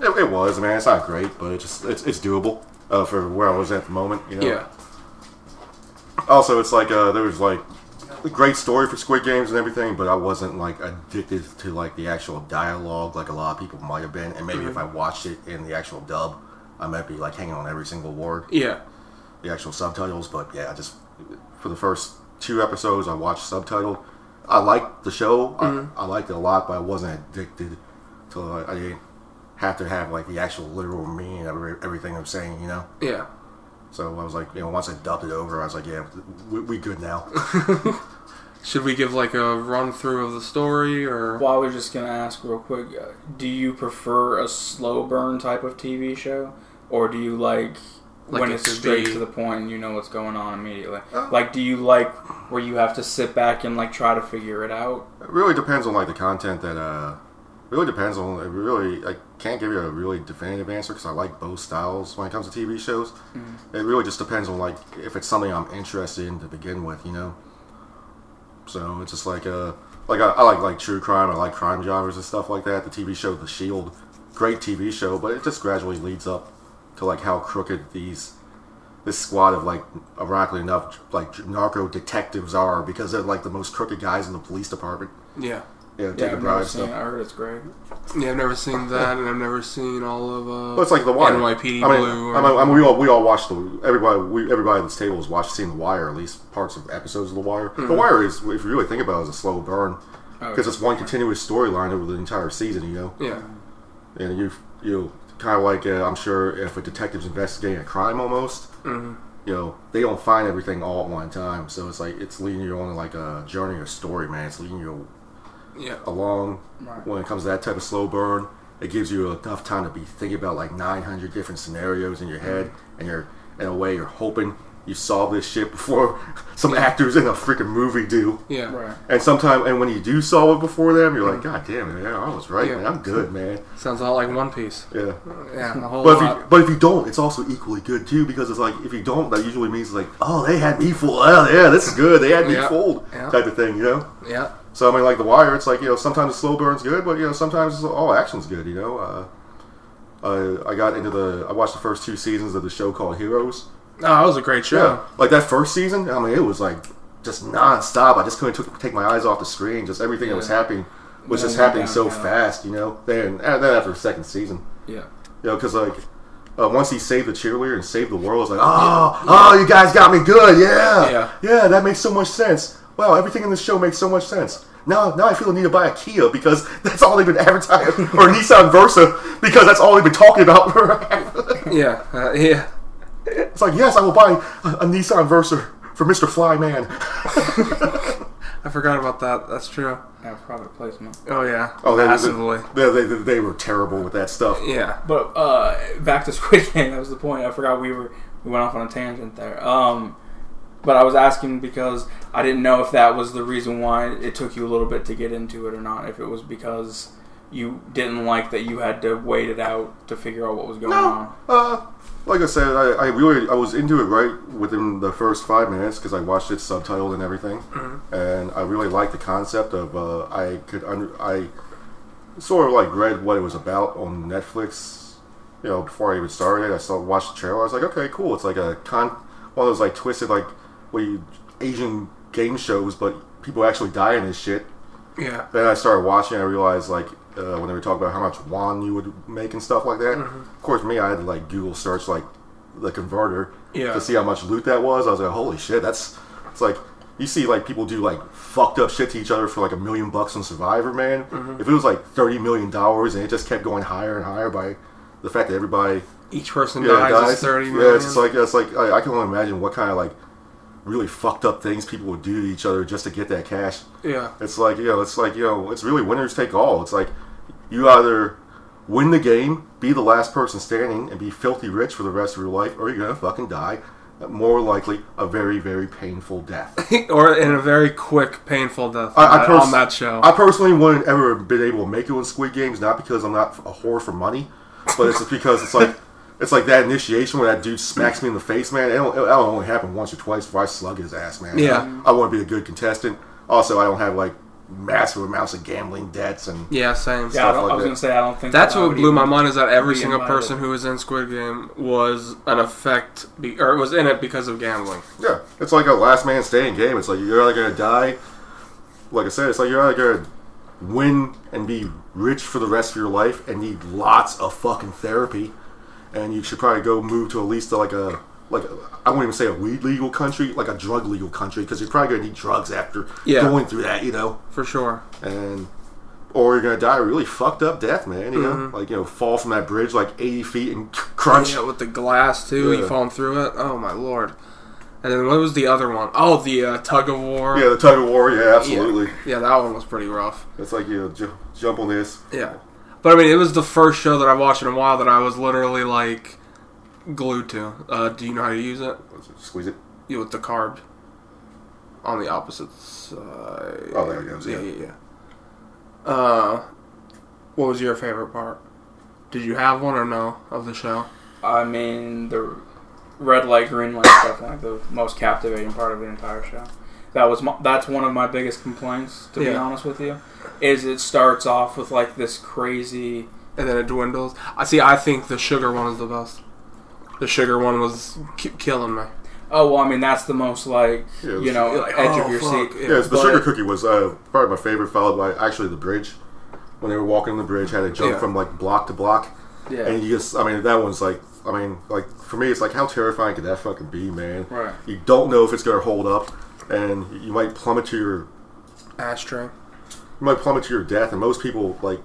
Speaker 4: It, it was, man. It's not great, but it's just it's, it's doable uh, for where I was at the moment. You know.
Speaker 3: Yeah.
Speaker 4: Also, it's like uh, there was like a great story for Squid Games and everything, but I wasn't like addicted to like the actual dialogue like a lot of people might have been. And maybe if I watched it in the actual dub, I might be like hanging on every single word,
Speaker 3: Yeah.
Speaker 4: the actual subtitles. But yeah, I just for the first two episodes, I watched subtitled. I liked the show. I, I liked it a lot, but I wasn't addicted to. Like, I didn't have to have like the actual literal meaning of every- everything I'm saying, you know.
Speaker 3: Yeah.
Speaker 4: So I was like, you know, once I dubbed it over, I was like, yeah, we, we good now.
Speaker 3: Should we give like a run through of the story or?
Speaker 2: Well, I was just gonna ask real quick. uh, Do you prefer a slow burn type of TV show, or do you like,
Speaker 3: Like
Speaker 2: when
Speaker 3: it
Speaker 2: it's
Speaker 3: could
Speaker 2: straight
Speaker 3: be-
Speaker 2: to the point and you know what's going on immediately?
Speaker 4: Uh.
Speaker 2: Like, do you like where you have to sit back and like try to figure it out?
Speaker 4: It really depends on like the content that uh really depends on it really I can't give you a really definitive answer because I like both styles when it comes to TV shows. It really just depends on like if it's something I'm interested in to begin with, you know. So it's just like uh like I, I like like true crime, I like crime genres and stuff like that. The TV show The Shield, great TV show, but it just gradually leads up to like how crooked these this squad of like ironically enough like narco detectives are because they're like the most crooked guys in the police department.
Speaker 3: Yeah.
Speaker 4: Yeah, take
Speaker 2: yeah,
Speaker 4: a
Speaker 2: I've
Speaker 4: bribe
Speaker 2: never seen it.
Speaker 4: stuff.
Speaker 2: I heard it's great.
Speaker 3: Yeah, I've never seen that, and I've never seen all of. Uh,
Speaker 4: Well, it's like the wire.
Speaker 3: NYPD
Speaker 4: I mean,
Speaker 3: Blue. Or,
Speaker 4: I mean, I mean, we all we all watched the everybody we everybody at this table has watched seen the wire at least parts of episodes of the wire. The wire is, if you really think about, it, is a slow burn
Speaker 2: Oh,
Speaker 4: because it's one continuous storyline over the entire season. You know,
Speaker 3: yeah,
Speaker 4: and you you kind of like uh, I'm sure if a detective's investigating a crime almost, you know, they don't find everything all at one time. So it's like it's leading you on like a journey or story, man. It's leading you
Speaker 3: yeah,
Speaker 4: along
Speaker 2: Right.
Speaker 4: when it comes to that type of slow burn. It gives you enough time to be thinking about like 900 different scenarios in
Speaker 3: Mm-hmm.
Speaker 4: your head, and you're in a way you're hoping you solve this shit before *laughs* some actors in a freaking movie do.
Speaker 3: yeah.
Speaker 2: right.
Speaker 4: And sometimes, and when you do solve it before them, you're like, God damn it, man, I was right,
Speaker 3: Mm-hmm. Yeah.
Speaker 4: man, I'm good, man.
Speaker 3: Sounds a lot like One Piece.
Speaker 4: Yeah.
Speaker 3: Yeah, a whole
Speaker 4: But if
Speaker 3: lot.
Speaker 4: you but if you don't, it's also equally good too because it's like if you don't, that usually means like, oh, they had me fooled. Oh, yeah, this is good. They had me
Speaker 3: Yeah.
Speaker 4: fooled,
Speaker 3: Yeah.
Speaker 4: type of thing, you know.
Speaker 3: yeah,
Speaker 4: So I mean, like the Wire, it's like you know sometimes the slow burn's good, but you know sometimes all action's good. You know, uh, I I got into the I watched the first two seasons of the show called Heroes.
Speaker 3: no, Oh, that was a great show.
Speaker 4: like that first season, I mean, it was like just nonstop. I just couldn't took, take my eyes off the screen. Just everything that was happening was just happening so
Speaker 2: Yeah.
Speaker 4: fast, you know. Then and then after the second season,
Speaker 3: Yeah.
Speaker 4: you know, because like uh, once he saved the cheerleader and saved the world, it's like, oh, oh, you guys got me good, yeah,
Speaker 3: Yeah.
Speaker 4: that makes so much sense. Wow, everything in this show makes so much sense. Now, now I feel the need to buy a Kia because *laughs* that's all they've been advertising, or a Nissan Versa because that's all they've been talking about.
Speaker 3: Yeah. Uh, *laughs* yeah.
Speaker 4: *laughs* it's like, yes, I will buy a, a Nissan Versa for Mister Flyman. *laughs*
Speaker 3: I forgot about that. That's true.
Speaker 2: Yeah, product placement.
Speaker 3: Oh yeah.
Speaker 4: Oh, they,
Speaker 3: massively.
Speaker 4: They, they, they were terrible with that stuff.
Speaker 3: yeah.
Speaker 2: But uh, back to *laughs* Squid Game. That was the point. I forgot we were we went off on a tangent there. Um, but I was asking because I didn't know if that was the reason why it took you a little bit to get into it or not. If it was because you didn't like that you had to wait it out to figure out what was going on.
Speaker 4: Uh, like I said, I, I really I was into it right within the first five minutes because I watched it subtitled and everything,
Speaker 2: Mm-hmm.
Speaker 4: and I really liked the concept of uh, I could under I sort of like read what it was about on Netflix. You know, before I even started, I saw watched the trailer. I was like, okay, cool. It's like a con one of those like twisted like what you, Asian game shows, but people actually die in this shit.
Speaker 3: Yeah.
Speaker 4: Then I started watching. I realized like uh, when they were talking about how much won you would make and stuff like that.
Speaker 3: Mm-hmm.
Speaker 4: Of course, me, I had to like Google search like the converter
Speaker 3: Yeah.
Speaker 4: to see how much loot that was. I was like, holy shit, that's it's like you see like people do like fucked up shit to each other for like a million bucks on Survivor, man.
Speaker 3: Mm-hmm.
Speaker 4: If it was like thirty million dollars and it just kept going higher and higher by the fact that everybody
Speaker 3: Each person
Speaker 4: yeah,
Speaker 3: dies,
Speaker 4: guys,
Speaker 3: is thirty
Speaker 4: yeah,
Speaker 3: million.
Speaker 4: it's like it's like I, I can only imagine what kind of like really fucked up things people would do to each other just to get that cash.
Speaker 3: yeah. *laughs*
Speaker 4: It's like you know, it's like you know, it's really winners take all. It's like you either win the game, be the last person standing, and be filthy rich for the rest of your life, or you're gonna fucking die. More likely, a very very painful death.
Speaker 3: or in a very quick, painful death
Speaker 4: I- I
Speaker 3: on-
Speaker 4: pers-
Speaker 3: on that show.
Speaker 4: I personally wouldn't ever have been able to make it in Squid Games, not because I'm not a whore for money, but it's just because it's like. It's like that initiation when that dude smacks me in the face, man. It'll, it'll only happen once or twice before I slug his ass, man.
Speaker 3: Yeah.
Speaker 4: I, I want to be a good contestant. Also, I don't have like massive amounts of gambling debts and
Speaker 3: yeah. Same.
Speaker 2: Yeah, I, don't,
Speaker 4: like
Speaker 2: I was
Speaker 4: that.
Speaker 2: gonna say I don't think
Speaker 3: That's
Speaker 2: that I
Speaker 3: what
Speaker 2: would
Speaker 3: blew my
Speaker 2: even-
Speaker 3: mind is that every
Speaker 2: be
Speaker 3: single
Speaker 2: invited.
Speaker 3: person who was in Squid Game was an effect, be, or was in it because of gambling.
Speaker 4: Yeah, it's like a last man standing game. It's like you're either gonna die. Like I said, it's like you're either gonna win and be rich for the rest of your life and need lots of fucking therapy, and you should probably go move to at least like a like a, I won't even say a weed legal country, like a drug legal country, because you're probably gonna need drugs after
Speaker 3: Yeah.
Speaker 4: going through that, you know,
Speaker 3: For sure.
Speaker 4: and or you're gonna die a really fucked up death, man. You know, like you know, fall from that bridge like 80 feet and *laughs* crunch.
Speaker 3: Mm-hmm. Yeah, with the glass too. You
Speaker 4: Yeah.
Speaker 3: falling through it. Oh my lord. And then what was the other one? Oh, the uh, tug of war.
Speaker 4: Yeah, the tug of war. Yeah, absolutely.
Speaker 3: Yeah, that one was pretty rough.
Speaker 4: It's like you know, ju- jump on this,
Speaker 3: Yeah. But I mean, it was the first show that I watched in a while that I was literally like glued to. Uh, do you know how to use it?
Speaker 4: squeeze it.
Speaker 3: Yeah, with the carb on the opposite side.
Speaker 4: Oh, there it goes,
Speaker 3: Yeah,
Speaker 4: yeah.
Speaker 3: yeah, yeah. Uh, what was your favorite part? Did you have one or no of the show?
Speaker 2: I mean, the red light, green light stuff, like the most captivating part of the entire show. That was my, that's one of my biggest complaints, to be
Speaker 3: Yeah.
Speaker 2: honest with you, is it starts off with like this crazy.
Speaker 3: And then it dwindles. I see. I think the sugar one is the best. The sugar one was ki- killing me.
Speaker 2: Oh well, I mean that's the most like
Speaker 4: Yeah,
Speaker 2: you know
Speaker 3: Like,
Speaker 2: edge
Speaker 3: oh,
Speaker 2: of your
Speaker 3: fuck,
Speaker 2: seat.
Speaker 4: Yeah, it's the
Speaker 2: But-
Speaker 4: sugar cookie was uh, probably my favorite, followed by actually the bridge. When they were walking the bridge, had to jump
Speaker 3: Yeah.
Speaker 4: from like block to block,
Speaker 2: Yeah,
Speaker 4: and you just—I mean, that one's like, I mean, like for me, it's like how terrifying could that fucking be, man?
Speaker 2: Right.
Speaker 4: You don't know if it's gonna hold up, and you might plummet to your
Speaker 3: Ashtray.
Speaker 4: you might plummet to your death, and most people like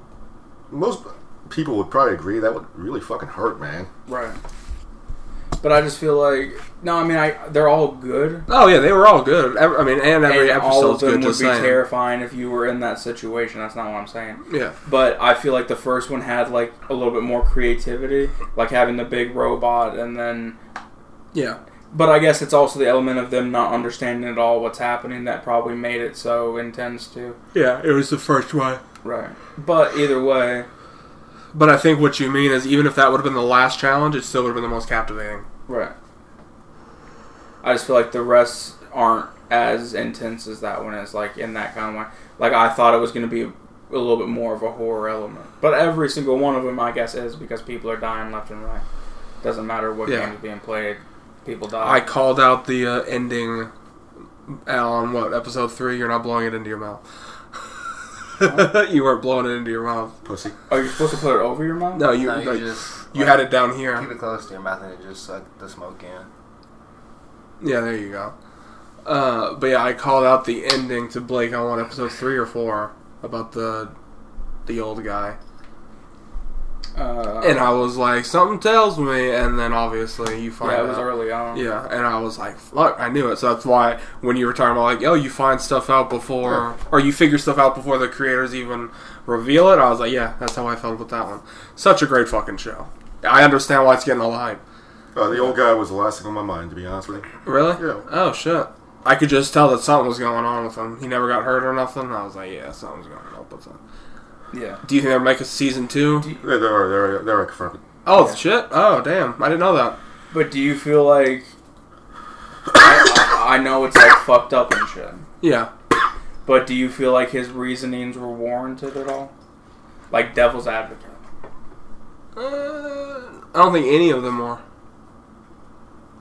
Speaker 4: most people would probably agree that would really fucking hurt, man.
Speaker 2: right. But I just feel like no, I mean I they're all good.
Speaker 3: Oh yeah, they were all good. Ev- I mean, and every
Speaker 2: and all
Speaker 3: episode's
Speaker 2: of them
Speaker 3: good.
Speaker 2: would be
Speaker 3: Just saying.
Speaker 2: terrifying if you were in that situation. That's not what I'm saying.
Speaker 3: yeah,
Speaker 2: but I feel like the first one had like a little bit more creativity, like having the big robot, and then.
Speaker 3: yeah,
Speaker 2: But I guess it's also the element of them not understanding at all what's happening that probably made it so intense too.
Speaker 3: yeah. It was the first one.
Speaker 2: Right. But either way,
Speaker 3: But I think what you mean is, even if that would have been the last challenge, it still would have been the most captivating.
Speaker 2: right. I just feel like the rest aren't as intense as that one is, like in that kind of way. Like I thought it was going to be a little bit more of a horror element, but every single one of them, I guess, is because people are dying left and right. Doesn't matter what
Speaker 3: Yeah.
Speaker 2: game's being played, people
Speaker 3: I
Speaker 2: die.
Speaker 3: called out the uh, ending Al on what episode three? You're not blowing it into your mouth. *laughs* you weren't blowing it into your mouth.
Speaker 4: Pussy.
Speaker 2: Are you supposed to put it over your mouth?
Speaker 3: No, you
Speaker 5: No, you
Speaker 3: like,
Speaker 5: just
Speaker 3: you had it down here.
Speaker 5: keep it close to your mouth and it just suck the smoke in.
Speaker 3: Yeah, there you go. Uh, but yeah, I called out the ending to Blake on one episode three or four about the the old guy,
Speaker 2: Uh,
Speaker 3: and I was like, something tells me, and then obviously you find
Speaker 2: yeah, it
Speaker 3: out.
Speaker 2: was early on.
Speaker 3: Yeah, and I was like, fuck, I knew it. So that's why when you were talking about like, oh, you find stuff out before, or you figure stuff out before the creators even reveal it. I was like, yeah, that's how I felt with that one. Such a great fucking show. I understand why it's getting all the hype.
Speaker 4: Uh, the old guy was the last thing on my mind, to be honest with you.
Speaker 3: Really?
Speaker 4: Yeah.
Speaker 3: Oh shit. I could just tell that something was going on with him. He never got hurt or nothing. I was like, yeah, something's going on with him.
Speaker 2: Yeah.
Speaker 3: Do you think they'll make a season two?
Speaker 4: They're, they're, they're, they're confirmed.
Speaker 3: oh shit! Oh damn! I didn't know that.
Speaker 2: But do you feel like *coughs* I, I I know it's like fucked up and shit,
Speaker 3: Yeah.
Speaker 2: but do you feel like his reasonings were warranted at all? Like devil's advocate.
Speaker 3: Uh, I don't think any of them are.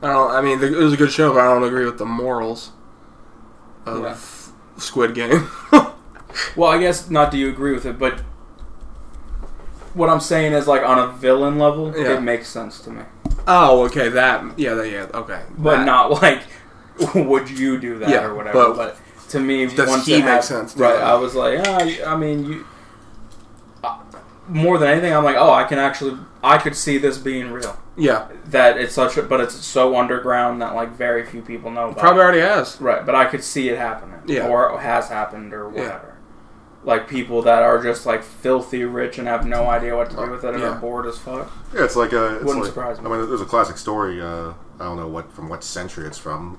Speaker 3: I don't. I mean, it was a good show, but I don't agree with the morals of Squid Game. *laughs*
Speaker 2: Well, I guess not. Do you agree with it? But what I'm saying is like on a villain level,
Speaker 3: Yeah.
Speaker 2: it makes sense to me.
Speaker 3: oh, okay. That. Yeah. That, yeah. Okay.
Speaker 2: But
Speaker 3: That-
Speaker 2: not like *laughs* would you do that
Speaker 3: Yeah,
Speaker 2: or whatever.
Speaker 3: but-
Speaker 2: But, to me,
Speaker 3: Does
Speaker 2: once
Speaker 3: he
Speaker 2: it
Speaker 3: make
Speaker 2: hap-
Speaker 3: sense to
Speaker 2: Right.
Speaker 3: you?
Speaker 2: I was like, ah, y- I mean, you. I- More than anything, I'm like, oh, I can actually, I could see this being real.
Speaker 3: Yeah.
Speaker 2: that it's such a but it's so underground that like very few people know about
Speaker 3: Probably
Speaker 2: it.
Speaker 3: already has.
Speaker 2: right but i could see it happening
Speaker 3: Yeah.
Speaker 2: or has happened or
Speaker 3: Yeah.
Speaker 2: whatever like people that are just like filthy rich and have no idea what to do with it and
Speaker 3: Yeah.
Speaker 2: are bored as fuck
Speaker 4: Yeah, it's like a. It's
Speaker 2: Wouldn't
Speaker 4: like,
Speaker 2: surprise me.
Speaker 4: I mean, there's a classic story. Uh, I don't know what from what century it's from,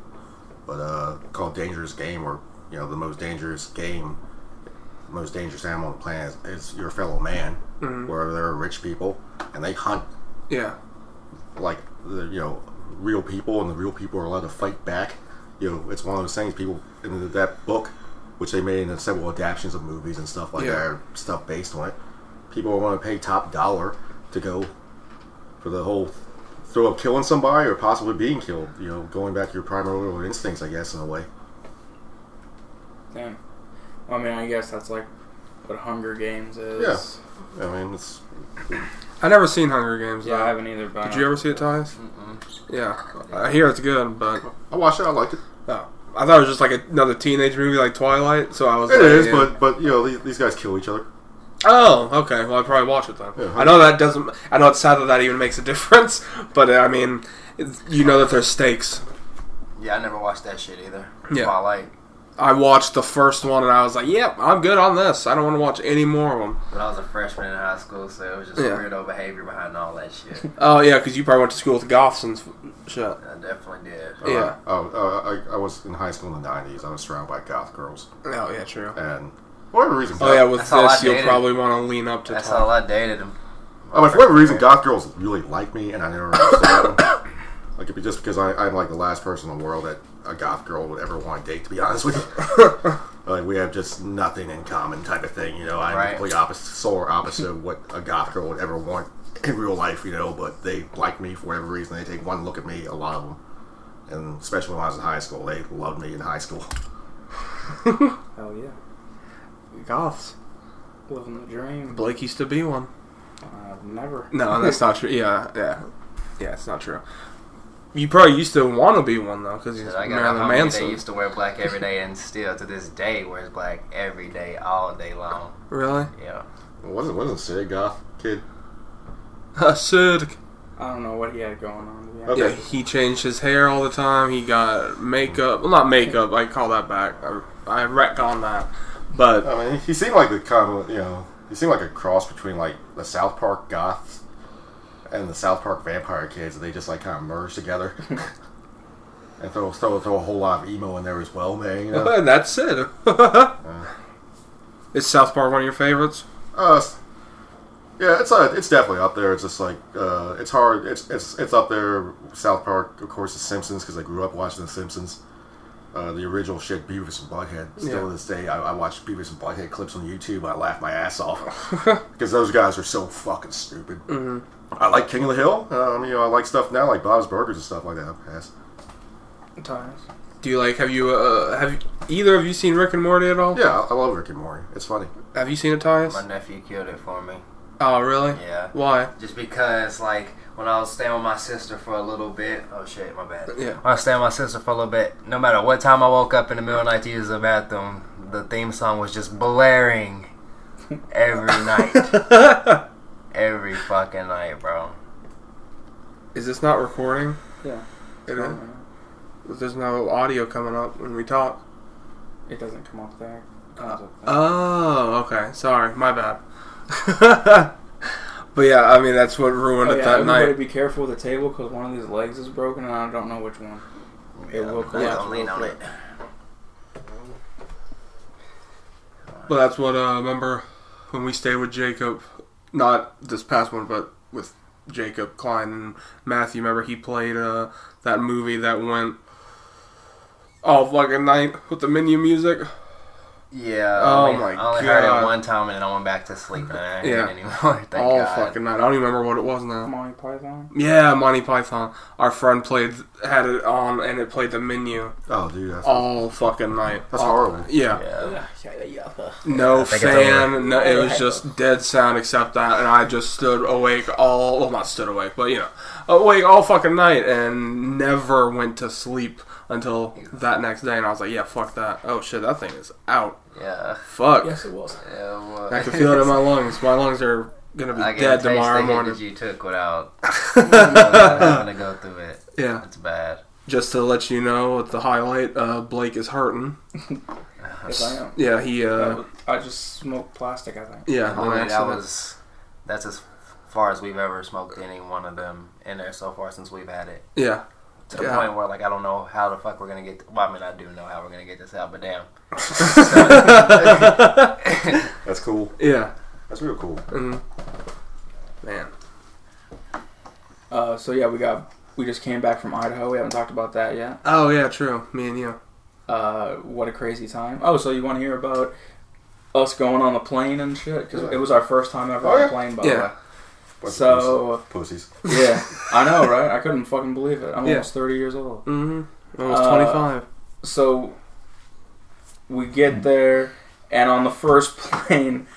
Speaker 4: but uh, called "Dangerous Game," or you know, the most dangerous game, the most dangerous animal on the planet is, is your fellow man.
Speaker 2: Mm-hmm.
Speaker 4: Where there are rich people and they hunt
Speaker 3: Yeah.
Speaker 4: like the you know real people, and the real people are allowed to fight back. You know, it's one of those things. People in that book, which they made into several adaptations of movies and stuff like
Speaker 3: Yeah.
Speaker 4: that, or stuff based on it. People want to pay top dollar to go for the whole throw up killing somebody or possibly being killed. You know, going back to your primordial instincts, I guess, in a way.
Speaker 2: damn i mean i guess that's like what hunger games is
Speaker 4: Yeah. I mean, it's
Speaker 3: I never seen Hunger Games.
Speaker 2: yeah i
Speaker 3: though.
Speaker 2: haven't Mm-hmm. either but I
Speaker 3: Did
Speaker 2: know.
Speaker 3: you ever see it, Tyus? Yeah. I hear it's good, but
Speaker 4: I watched it, I liked it.
Speaker 3: oh. I thought it was just like another teenage movie, like Twilight. So I was.
Speaker 4: It
Speaker 3: like,
Speaker 4: is,
Speaker 3: yeah.
Speaker 4: but but you know, these, these guys kill each other.
Speaker 3: Oh, okay. Well, I'd probably watch it then.
Speaker 4: Yeah.
Speaker 3: I know that doesn't. I know it's sad that that even makes a *laughs* difference, but uh, I mean, it's- you know that there's stakes.
Speaker 5: Yeah, I never watched that shit either.
Speaker 3: Yeah.
Speaker 5: Twilight.
Speaker 3: I watched the first one and I was like, "Yep, I'm good on this. I don't want to watch any more of them."
Speaker 5: But I was a freshman in high school, so it was just
Speaker 3: Yeah.
Speaker 5: weirdo behavior behind all that shit.
Speaker 3: Oh yeah, because you probably went to school with goths and f- shit.
Speaker 5: I definitely did.
Speaker 3: Yeah.
Speaker 4: Oh, uh, I, I was in high school in the '90s. I was surrounded by goth girls,
Speaker 3: Oh yeah, true.
Speaker 4: and for whatever reason,
Speaker 3: Oh yeah, with
Speaker 5: That's all I
Speaker 3: this you'll
Speaker 5: dated.
Speaker 3: probably want to lean up to.
Speaker 5: That's
Speaker 3: Tom.
Speaker 5: all I dated him.
Speaker 4: I mean, for whatever reason, goth girls really like me, and I never understood them. *coughs* Like, it'd be just because I, I'm like the last person in the world that a goth girl would ever want to date, to be honest with you. like, we have just nothing in common, type of thing. You know, I'm
Speaker 5: Right.
Speaker 4: completely opposite, solar opposite of what a goth girl would ever want in real life. You know, but they like me for whatever reason. They take one look at me, a lot of them, and especially when I was in high school, they loved me in high school.
Speaker 2: hell yeah
Speaker 3: goths.
Speaker 2: living the dream
Speaker 3: Blake used to be one.
Speaker 2: i've never
Speaker 3: No, that's not true. Yeah, yeah, yeah. It's not true. You probably used to want to be one though, because he's
Speaker 5: Cause I got a
Speaker 3: Marilyn
Speaker 5: homie that
Speaker 3: Manson.
Speaker 5: used to wear black
Speaker 3: *laughs*
Speaker 5: every day, and still to this day wears black every day, all day long.
Speaker 3: Really? *laughs*
Speaker 5: Yeah.
Speaker 4: Wasn't wasn't Sid a goth kid?
Speaker 3: Sid.
Speaker 2: i don't know what he had going on to be honest.
Speaker 4: Okay.
Speaker 3: Yeah, he changed his hair all the time. He got makeup. Well, not makeup. I call that back. I, I retcon that. But
Speaker 5: Uh,
Speaker 4: I mean, he seemed like the kind of you know, he seemed like a cross between like the South Park goths and the South Park vampire kids. They just like kind of merged together and throw, throw throw a whole lot of emo in there as well, man. You know,
Speaker 3: that's it. *laughs* Is South Park one of your favorites?
Speaker 4: uh, s- yeah, it's uh, it's definitely up there. It's just like uh, it's hard. It's it's it's up there. South Park, of course, The Simpsons because I grew up watching The Simpsons. Uh, the original shit, Beavis and Butthead. Still
Speaker 3: Yeah.
Speaker 4: to this day, I, I watch Beavis and Butthead clips on YouTube. I laugh my ass off because those guys are so fucking stupid. I like King of the Hill. Um, you know, I like stuff now like Bob's Burgers and stuff like that. Pass.
Speaker 2: times
Speaker 3: Do you like? Have you? Uh, have either of you seen Rick and Morty at all?
Speaker 4: Yeah, I love Rick and Morty. It's funny.
Speaker 3: Have you seen it, Tyus?
Speaker 5: My nephew killed it for me.
Speaker 3: Oh, really?
Speaker 5: Yeah.
Speaker 3: Why?
Speaker 5: Just because, like, when I was staying with my sister for a little bit. Oh shit, my bad.
Speaker 3: Yeah.
Speaker 5: When I was staying with my sister for a little bit, no matter what time I woke up in the middle of the night to use the bathroom, the theme song was just
Speaker 3: *laughs*
Speaker 5: blaring every night. every fucking night, bro.
Speaker 3: Is this not recording?
Speaker 2: Yeah.
Speaker 3: It is. There's no audio coming up when we talk.
Speaker 2: It doesn't come up there. It comes
Speaker 3: Uh,
Speaker 2: up there.
Speaker 3: Oh, okay. Sorry, my bad. but yeah, I mean that's what ruined
Speaker 2: Oh,
Speaker 3: it
Speaker 2: yeah,
Speaker 3: that
Speaker 2: everybody
Speaker 3: night.
Speaker 2: be careful with the table because one of these legs is broken and I don't know which one. It will
Speaker 5: Yeah,
Speaker 2: collapse
Speaker 5: don't lean
Speaker 2: real
Speaker 5: on
Speaker 2: quick.
Speaker 5: it.
Speaker 3: But that's what uh, remember when we stayed with Jacob, not this past one, but with Jacob Klein and Matthew. Remember he played uh, that movie that went all fucking night with the menu music.
Speaker 5: Yeah.
Speaker 3: Oh
Speaker 5: I only,
Speaker 3: my
Speaker 5: I only heard
Speaker 3: God.
Speaker 5: it one time and then I went back to sleep and I didn't hear
Speaker 3: Yeah.
Speaker 5: it anymore. *laughs* Thank
Speaker 3: all
Speaker 5: God.
Speaker 3: fucking night. I don't even remember what it was now.
Speaker 2: Monty Python.
Speaker 3: Yeah, Monty Python. Our friend played had it on and it played the menu
Speaker 4: Oh, dude, that's,
Speaker 3: all fucking night.
Speaker 4: that's
Speaker 3: All-
Speaker 4: horrible.
Speaker 3: Yeah.
Speaker 5: Yeah.
Speaker 3: No
Speaker 5: think it's
Speaker 3: fan. No, it was just dead sound except that, and I just stood awake all well, not stood awake, but you know, awake all fucking night and never went to sleep until that next day. And I was like, yeah, fuck that. Oh shit, that thing is out.
Speaker 5: Yeah.
Speaker 3: Fuck.
Speaker 2: Yes, it was.
Speaker 5: Yeah, well,
Speaker 3: I can feel
Speaker 5: *laughs*
Speaker 3: it in my lungs. My lungs are gonna be
Speaker 5: I can
Speaker 3: dead
Speaker 5: taste the
Speaker 3: tomorrow
Speaker 5: hit
Speaker 3: morning.
Speaker 5: that you
Speaker 3: *laughs*
Speaker 5: took without, *laughs* without having to go through it.
Speaker 3: Yeah.
Speaker 5: It's bad.
Speaker 3: Just to let you know, at the highlight, uh, Blake is hurting.
Speaker 2: Yes, I am.
Speaker 3: Yeah, he.
Speaker 2: That
Speaker 3: Uh,
Speaker 2: was- I just smoked plastic, I think.
Speaker 3: yeah,
Speaker 5: I
Speaker 3: on
Speaker 5: mean, that
Speaker 3: accident.
Speaker 5: was that's as far as we've ever smoked any one of them in there so far since we've had it.
Speaker 3: yeah.
Speaker 5: To the
Speaker 3: Yeah.
Speaker 5: point where like I don't know how the fuck we're gonna get. Well, I mean, I do know how we're gonna get this out, but damn.
Speaker 4: That's cool.
Speaker 3: Yeah.
Speaker 4: That's real cool.
Speaker 3: Mhm. Man.
Speaker 2: Uh, so yeah, we got we just came back from Idaho. We haven't talked about that yet.
Speaker 3: Oh yeah, true. Me and you.
Speaker 2: Uh, what a crazy time! Oh, so you want to hear about us going on the plane and shit? Because it was our first time ever
Speaker 4: Oh,
Speaker 2: on
Speaker 4: yeah.
Speaker 2: a plane, by the way.
Speaker 3: Yeah.
Speaker 4: Bunch of
Speaker 2: So
Speaker 4: pussies. Pussies.
Speaker 2: yeah, I know, right? I couldn't fucking believe it. I'm
Speaker 3: Yeah.
Speaker 2: almost 30 years old.
Speaker 3: Mm-hmm. Almost
Speaker 2: Uh,
Speaker 3: twenty five.
Speaker 2: so we get there and on the first *laughs* plane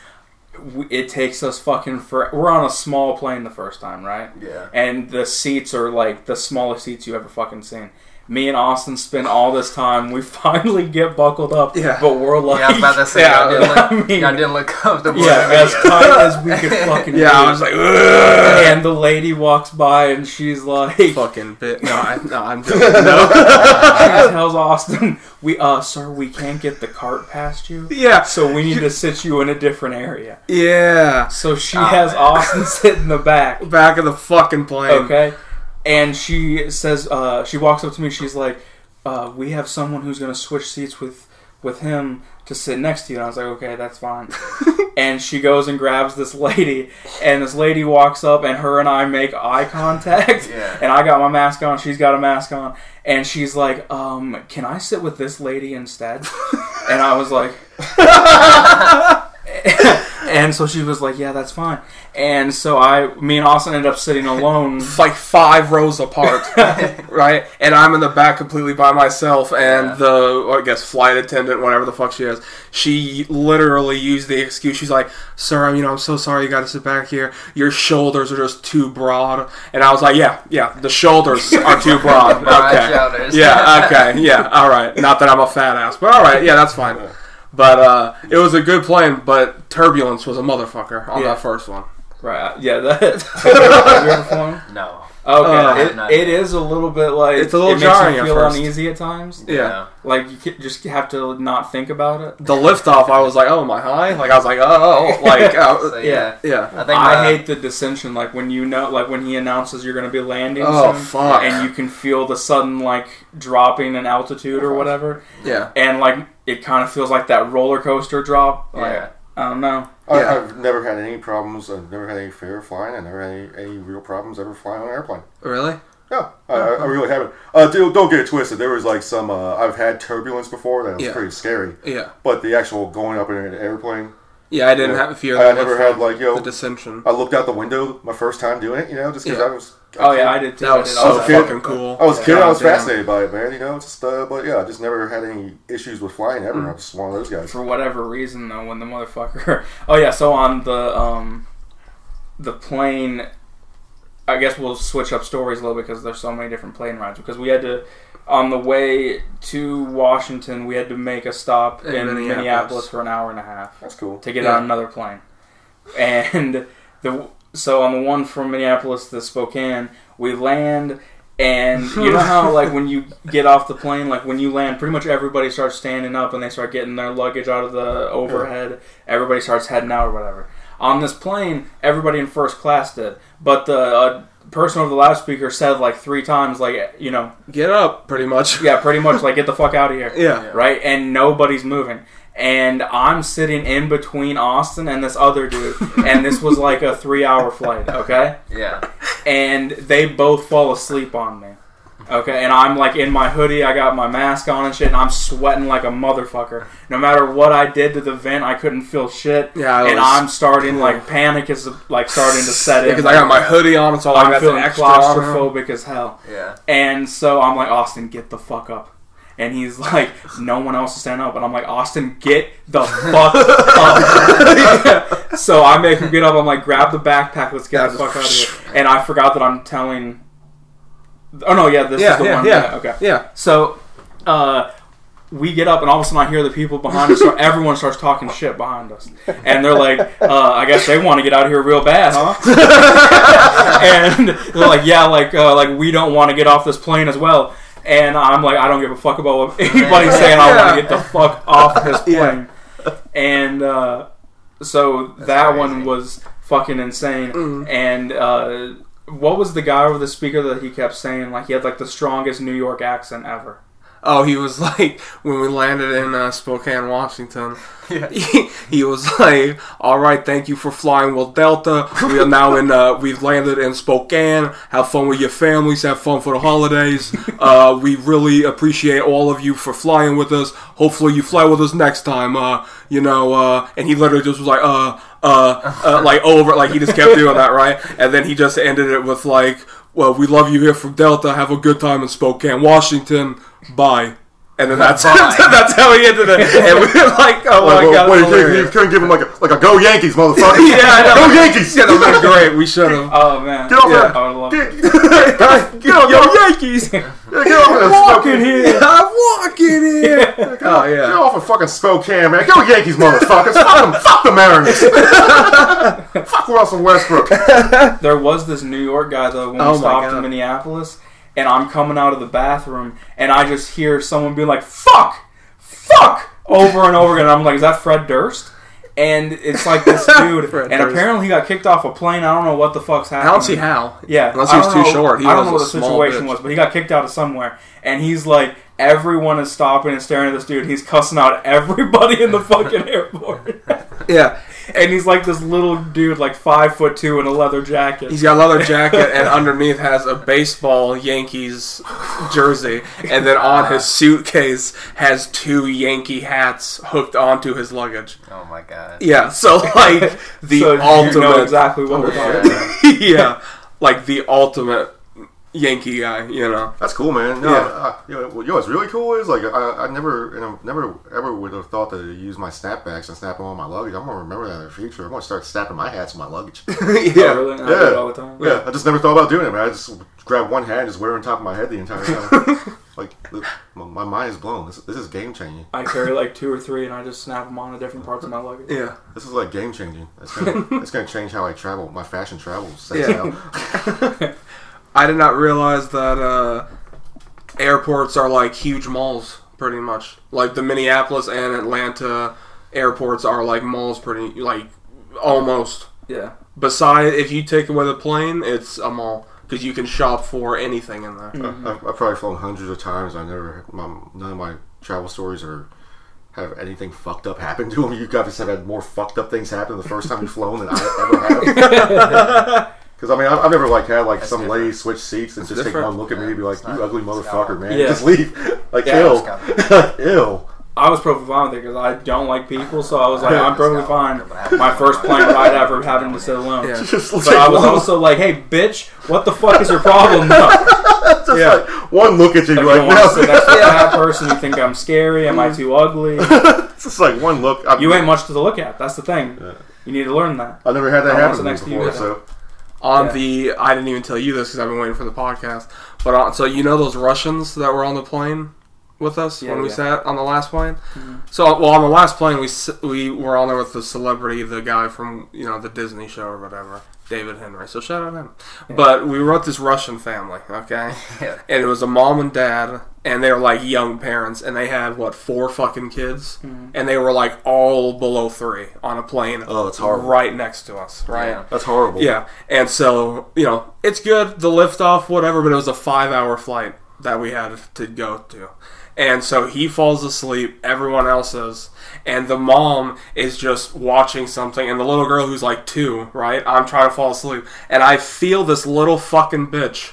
Speaker 2: we, it takes us fucking for we're on a small plane the first time right
Speaker 5: Yeah.
Speaker 2: and the seats are like the smallest seats you ever fucking seen me and austin spend all this time we *laughs* finally get buckled up
Speaker 3: Yeah.
Speaker 2: but we're like
Speaker 5: Yeah, I was about to say
Speaker 3: Yeah,
Speaker 5: y'all, didn't look,
Speaker 2: I mean-
Speaker 5: y'all didn't look *laughs* comfortable.
Speaker 2: *laughs* yeah, as tight as we could
Speaker 5: *laughs*
Speaker 2: fucking
Speaker 3: Yeah,
Speaker 2: be.
Speaker 3: I was like, "Ugh."
Speaker 2: *laughs* and the lady walks by and she's like
Speaker 3: *laughs* fucking bit. No, I, no, I'm joking. *laughs* No.
Speaker 2: *laughs* she tells austin we uh sir we can't get the cart past you
Speaker 3: yeah.
Speaker 2: So we need to sit you in a different area.
Speaker 3: Yeah.
Speaker 2: So she
Speaker 5: Ah,
Speaker 2: has
Speaker 5: man.
Speaker 2: Austin *laughs* sit in the back.
Speaker 3: Back of the fucking plane.
Speaker 2: Okay. Um, And she says, uh, she walks up to me. She's like, uh, "We have someone who's going to switch seats with with him to sit next to you." And I was like, "Okay, that's fine." and she goes and grabs this lady, and this lady walks up, and her and I make eye contact.
Speaker 5: Yeah.
Speaker 2: And I got my mask on. She's got a mask on, and she's like, um, "Can I sit with this lady instead?" and I was like. *laughs* And so she was like, "Yeah, that's fine." And so I, me and Austin end up sitting alone
Speaker 3: It's like five rows
Speaker 5: *laughs*
Speaker 3: apart, right? And I'm in the back completely by myself, and
Speaker 5: Yeah.
Speaker 3: the well, I guess flight attendant, whatever the fuck she is, she literally used the excuse. She's like, "Sir, I'm- you know, I'm so sorry. You got to sit back here. Your shoulders are just too broad." And I was like, "Yeah, yeah, the shoulders are
Speaker 5: *laughs*
Speaker 3: too broad.
Speaker 5: Broad
Speaker 3: okay,
Speaker 5: shoulders.
Speaker 3: yeah, okay, yeah, all right. Not that I'm a fat ass, but all right, yeah, that's fine." But uh, it was a good plane, but turbulence was a motherfucker on
Speaker 2: Yeah.
Speaker 3: that first one.
Speaker 2: Right. uh, Yeah. That. you ever flown?
Speaker 5: No.
Speaker 3: Uh,
Speaker 2: *laughs* Okay.
Speaker 5: not-
Speaker 2: it, it is a little bit like
Speaker 3: It's a little
Speaker 2: it
Speaker 3: jarring
Speaker 2: Makes
Speaker 3: at
Speaker 2: you feel
Speaker 3: first.
Speaker 2: uneasy at times.
Speaker 3: yeah.
Speaker 2: Like you ca- just have to not think about it.
Speaker 3: the liftoff, I was like, oh, am I high? Like, I was like, oh,
Speaker 2: *laughs*
Speaker 3: like,
Speaker 5: No. So,
Speaker 3: uh,
Speaker 5: yeah.
Speaker 2: yeah.
Speaker 3: yeah.
Speaker 5: I think
Speaker 2: I
Speaker 5: my-
Speaker 2: hate the dissension, like when you know, like when he announces you're going to be landing,
Speaker 3: Oh,
Speaker 2: soon,
Speaker 3: fuck.
Speaker 2: and you can feel the sudden like dropping in altitude or whatever,
Speaker 3: Yeah.
Speaker 2: and like it kind of feels like that roller coaster drop. Like,
Speaker 5: Yeah.
Speaker 2: I don't know.
Speaker 4: I,
Speaker 3: Yeah.
Speaker 4: I've never had any problems. I've never had any fear of flying. I never had any, any real problems ever flying on an airplane.
Speaker 3: Really?
Speaker 4: Yeah, I,
Speaker 3: Oh,
Speaker 4: I I really haven't. Uh, dude, don't get it twisted. There was like some. Uh, I've had turbulence before. That was
Speaker 3: Yeah.
Speaker 4: pretty scary.
Speaker 3: Yeah.
Speaker 4: But the actual going up in an airplane,
Speaker 3: Yeah, I didn't
Speaker 4: Yeah.
Speaker 3: have a fear
Speaker 4: I
Speaker 3: of the
Speaker 4: never
Speaker 3: liftoff,
Speaker 4: had, Oh, like, yo-
Speaker 3: the dissension.
Speaker 4: I looked out the window my first time doing it. You know, just because
Speaker 3: Yeah.
Speaker 4: I was
Speaker 2: Oh yeah, I did too.
Speaker 3: That was
Speaker 2: I did
Speaker 3: so
Speaker 2: all
Speaker 4: kid.
Speaker 3: fucking cool.
Speaker 4: I was a kid. I was
Speaker 3: God damn.
Speaker 4: fascinated by it, man. You know, just uh, but yeah, I just never had any issues with flying ever.
Speaker 3: Mm.
Speaker 4: I'm just one of those guys.
Speaker 2: for whatever reason though when the motherfucker *laughs* oh yeah so on the um the plane i guess we'll switch up stories a little bit because there's so many different plane rides because we had to on the way to washington we had to make a stop in,
Speaker 3: In
Speaker 2: minneapolis.
Speaker 3: Minneapolis.
Speaker 2: for an hour and a half
Speaker 4: That's cool.
Speaker 2: to get
Speaker 3: Yeah.
Speaker 2: on another plane and *laughs* the so on the one from minneapolis to spokane we land and you know how like when you get off the plane, like when you land, pretty much everybody starts standing up and they start getting their luggage out of the overhead. Everybody starts heading out or whatever. On this plane, everybody in first class did, but the uh, person over the loudspeaker said like three times, like you know,
Speaker 3: Get up, pretty much.
Speaker 2: yeah, pretty much like get the fuck out of here
Speaker 3: *laughs* Yeah.
Speaker 2: right? And nobody's moving. And I'm sitting in between Austin and this other
Speaker 3: *laughs*
Speaker 2: dude, and this was like a three hour flight, okay?
Speaker 5: Yeah.
Speaker 2: And they both fall asleep on me, okay? And I'm like in my hoodie, I got my mask on and shit, and I'm sweating like a motherfucker. No matter what I did to the vent, I couldn't feel shit.
Speaker 3: Yeah, I
Speaker 2: and
Speaker 3: was-
Speaker 2: I'm starting
Speaker 3: *sighs*
Speaker 2: like panic is like starting to set in
Speaker 3: Because I got my hoodie on, so I
Speaker 2: I'm
Speaker 3: got
Speaker 2: feeling
Speaker 3: feeling extra on.
Speaker 2: claustrophobic as hell.
Speaker 5: Yeah.
Speaker 2: And so I'm like, Austin, get the fuck up. And he's *laughs* like, no one else is standing up. And I'm like, Austin, get the fuck up. *laughs* So I make him get up. I'm like, grab the backpack. Let's get the fuck out of here. And I forgot that I'm telling. Oh, no, yeah, this is
Speaker 3: Yeah,
Speaker 2: the
Speaker 3: yeah,
Speaker 2: one.
Speaker 3: yeah.
Speaker 2: Okay.
Speaker 3: Yeah. *laughs*
Speaker 2: So uh, we get up, and all of a sudden I hear the people behind us. *laughs* Start, everyone starts talking shit behind us. And they're like, uh, I guess they want to get out of here real bad, huh? *laughs*
Speaker 3: *laughs*
Speaker 2: and they're like, yeah, like uh, like we don't want to get off this plane as well. And I'm like, I don't give a fuck about what anybody's saying. I want to get the fuck off this plane. And uh, so that one
Speaker 5: crazy.
Speaker 2: was fucking insane.
Speaker 4: Mm-hmm.
Speaker 2: And uh, what was the guy over the speaker that he kept saying? Like he had like the strongest New York accent ever.
Speaker 3: Oh, he was like when we landed in uh, Spokane, Washington.
Speaker 5: Yeah.
Speaker 3: *laughs* He, he was like, "All right, thank you for flying with Delta. We are now in. Uh, *laughs* we've landed in Spokane. Have fun with your families. Have fun for the holidays. Uh, we really appreciate all of you for flying with us. Hopefully, you fly with us next time. Uh, you know." Uh, and he literally just was like, "Uh, uh, uh," like over. Like he just kept doing that, right? And then he just ended it with like, "Well, we love you here from Delta. Have a good time in Spokane, Washington. Bye." And then that's *laughs* that's how he ended it. And we were like, oh my
Speaker 4: Like, well,
Speaker 3: god,
Speaker 4: wait,
Speaker 3: it's
Speaker 4: you, couldn't- you
Speaker 3: hilarious.
Speaker 4: couldn't give him like a like a go Yankees,
Speaker 3: *laughs*
Speaker 4: motherfucker.
Speaker 3: Yeah, I know.
Speaker 4: go Yankees.
Speaker 3: Yeah,
Speaker 4: *laughs*
Speaker 3: that was great. We should have.
Speaker 2: Oh man,
Speaker 4: Get off
Speaker 3: Yeah.
Speaker 4: that.
Speaker 2: I would love it.
Speaker 4: Get, get,
Speaker 3: *laughs*
Speaker 4: off
Speaker 3: Yo,
Speaker 4: that-
Speaker 3: Yankees!
Speaker 4: get off that
Speaker 2: Fucking
Speaker 4: Spokane.
Speaker 2: here.
Speaker 3: I'm walking in. oh
Speaker 4: Get
Speaker 3: yeah.
Speaker 4: off of fucking Spokane, man. Go Yankees, motherfuckers. fuck them. Fuck the Mariners. *laughs* fuck Russell Westbrook.
Speaker 2: There was this New York guy though when
Speaker 3: Oh,
Speaker 2: we
Speaker 3: my
Speaker 2: stopped in
Speaker 3: God.
Speaker 2: Minneapolis, and I'm coming out of the bathroom, and I just hear someone being like, "Fuck, fuck," over and over again. I'm like, "Is that Fred Durst?" And it's
Speaker 3: *laughs*
Speaker 2: like this dude,
Speaker 3: Fred
Speaker 2: and
Speaker 3: Durst.
Speaker 2: apparently he got kicked off a plane. I don't know what the fuck's happening.
Speaker 3: I don't see how.
Speaker 2: Yeah,
Speaker 3: unless
Speaker 2: I
Speaker 3: he was
Speaker 2: don't
Speaker 3: too
Speaker 2: know-
Speaker 3: short. He
Speaker 2: I don't
Speaker 3: was
Speaker 2: know
Speaker 3: a
Speaker 2: what the
Speaker 3: small
Speaker 2: situation
Speaker 3: bitch.
Speaker 2: was, but he got kicked out of somewhere, and he's like, everyone is stopping and staring at this dude. He's cussing out everybody in
Speaker 3: *laughs*
Speaker 2: the fucking airport, *laughs*
Speaker 3: Yeah,
Speaker 2: and he's like this little dude, like five foot two, in a leather jacket.
Speaker 3: he's got a leather jacket and underneath has a baseball Yankees jersey, and then on his suitcase has two Yankee hats hooked onto his luggage.
Speaker 5: *laughs* Oh my god.
Speaker 3: Yeah, so *laughs* like the
Speaker 2: so
Speaker 3: ultimate.
Speaker 2: you know exactly what we're talking about.
Speaker 5: Yeah.
Speaker 3: *laughs* yeah, like the ultimate Yankee guy. You know.
Speaker 4: That's cool, man. No,
Speaker 3: Yeah.
Speaker 4: I- you, know, well, you know what's really cool is like I, I never, you know, never ever would have thought to use my snapbacks and snap them on my luggage. I'm gonna remember that in the future. I'm gonna start snapping my hats on my luggage.
Speaker 2: Oh,
Speaker 3: *laughs* yeah.
Speaker 2: really? I do it all the time.
Speaker 4: yeah, I just never thought about doing it, man. I just grab one hat and just wear it on top of my head the entire *laughs* time. like th- my, my mind is blown. This, this is game changing.
Speaker 2: I carry like two or three, and I just snap them on to different parts of my luggage.
Speaker 3: Yeah.
Speaker 4: This is like game changing. It's gonna,
Speaker 2: *laughs*
Speaker 4: it's gonna change how I travel. My fashion travel sets
Speaker 3: Yeah.
Speaker 4: out.
Speaker 3: I did not realize that uh, airports are like huge malls, pretty much. Like the Minneapolis and Atlanta airports are like malls, pretty like almost.
Speaker 2: Yeah.
Speaker 3: Besides, if you take away the plane, it's a mall because you can shop for anything in there.
Speaker 4: I've, I've probably flown hundreds of times. I never, my, none of my travel stories are have anything fucked up happen to them. You guys have had more fucked up things happen the first time you've flown than I ever have.
Speaker 2: *laughs*
Speaker 4: Because I mean, I've, I've never like had like some lady switch seats and just take
Speaker 3: different.
Speaker 4: one look at me
Speaker 5: Yeah,
Speaker 4: and be like,
Speaker 5: it's
Speaker 4: "You
Speaker 5: not-
Speaker 4: ugly
Speaker 5: it's
Speaker 4: *laughs*
Speaker 5: not-
Speaker 4: motherfucker, man,
Speaker 2: Yeah.
Speaker 4: just leave." Like,
Speaker 5: Yeah,
Speaker 4: ill,
Speaker 5: it's
Speaker 4: ill.
Speaker 2: I was perfectly fine with it because I don't like people, so I was like, I'm perfectly fine.
Speaker 5: fine.
Speaker 2: My first plane ride ever having to sit alone.
Speaker 3: Yeah.
Speaker 4: Just
Speaker 2: But I was
Speaker 4: one-
Speaker 2: also like, hey, bitch, what the fuck is your
Speaker 3: *laughs*
Speaker 2: problem? Like,
Speaker 4: *laughs* just
Speaker 3: yeah.
Speaker 4: like, one look at you, you're
Speaker 2: you don't
Speaker 4: like,
Speaker 2: want to sit
Speaker 4: no.
Speaker 2: next to that person. You think I'm scary? Am I too ugly?
Speaker 4: it's *laughs* just like one look. I've,
Speaker 2: You ain't much to look at. That's the thing. You need to learn that.
Speaker 4: I've never had that
Speaker 2: I don't want
Speaker 4: happen to me
Speaker 2: to sit next to you
Speaker 4: before, so.
Speaker 3: on
Speaker 2: Yeah.
Speaker 3: the I didn't even tell you this because I've been waiting for the podcast. But on, so you know those Russians that were on the plane with us
Speaker 2: Yeah,
Speaker 3: when we
Speaker 2: yeah.
Speaker 3: sat on the last plane. So well, on the last plane we s- we were on there with the celebrity, the guy from you know the Disney show or whatever, David Henry. So shout out him. But we were with this Russian family, okay,
Speaker 5: Yeah.
Speaker 3: and it was a mom and dad. And they were like young parents, and they had what four fucking kids, and they were like all below three on a plane.
Speaker 4: Oh, it's horrible.
Speaker 3: Right next to us, right?
Speaker 5: Yeah.
Speaker 4: That's horrible.
Speaker 3: Yeah, and so you know it's good the liftoff, whatever, but it was a five-hour flight that we had to go to, and so he falls asleep. Everyone else is, and the mom is just watching something, and the little girl who's like two, right? I'm trying to fall asleep, and I feel this little fucking bitch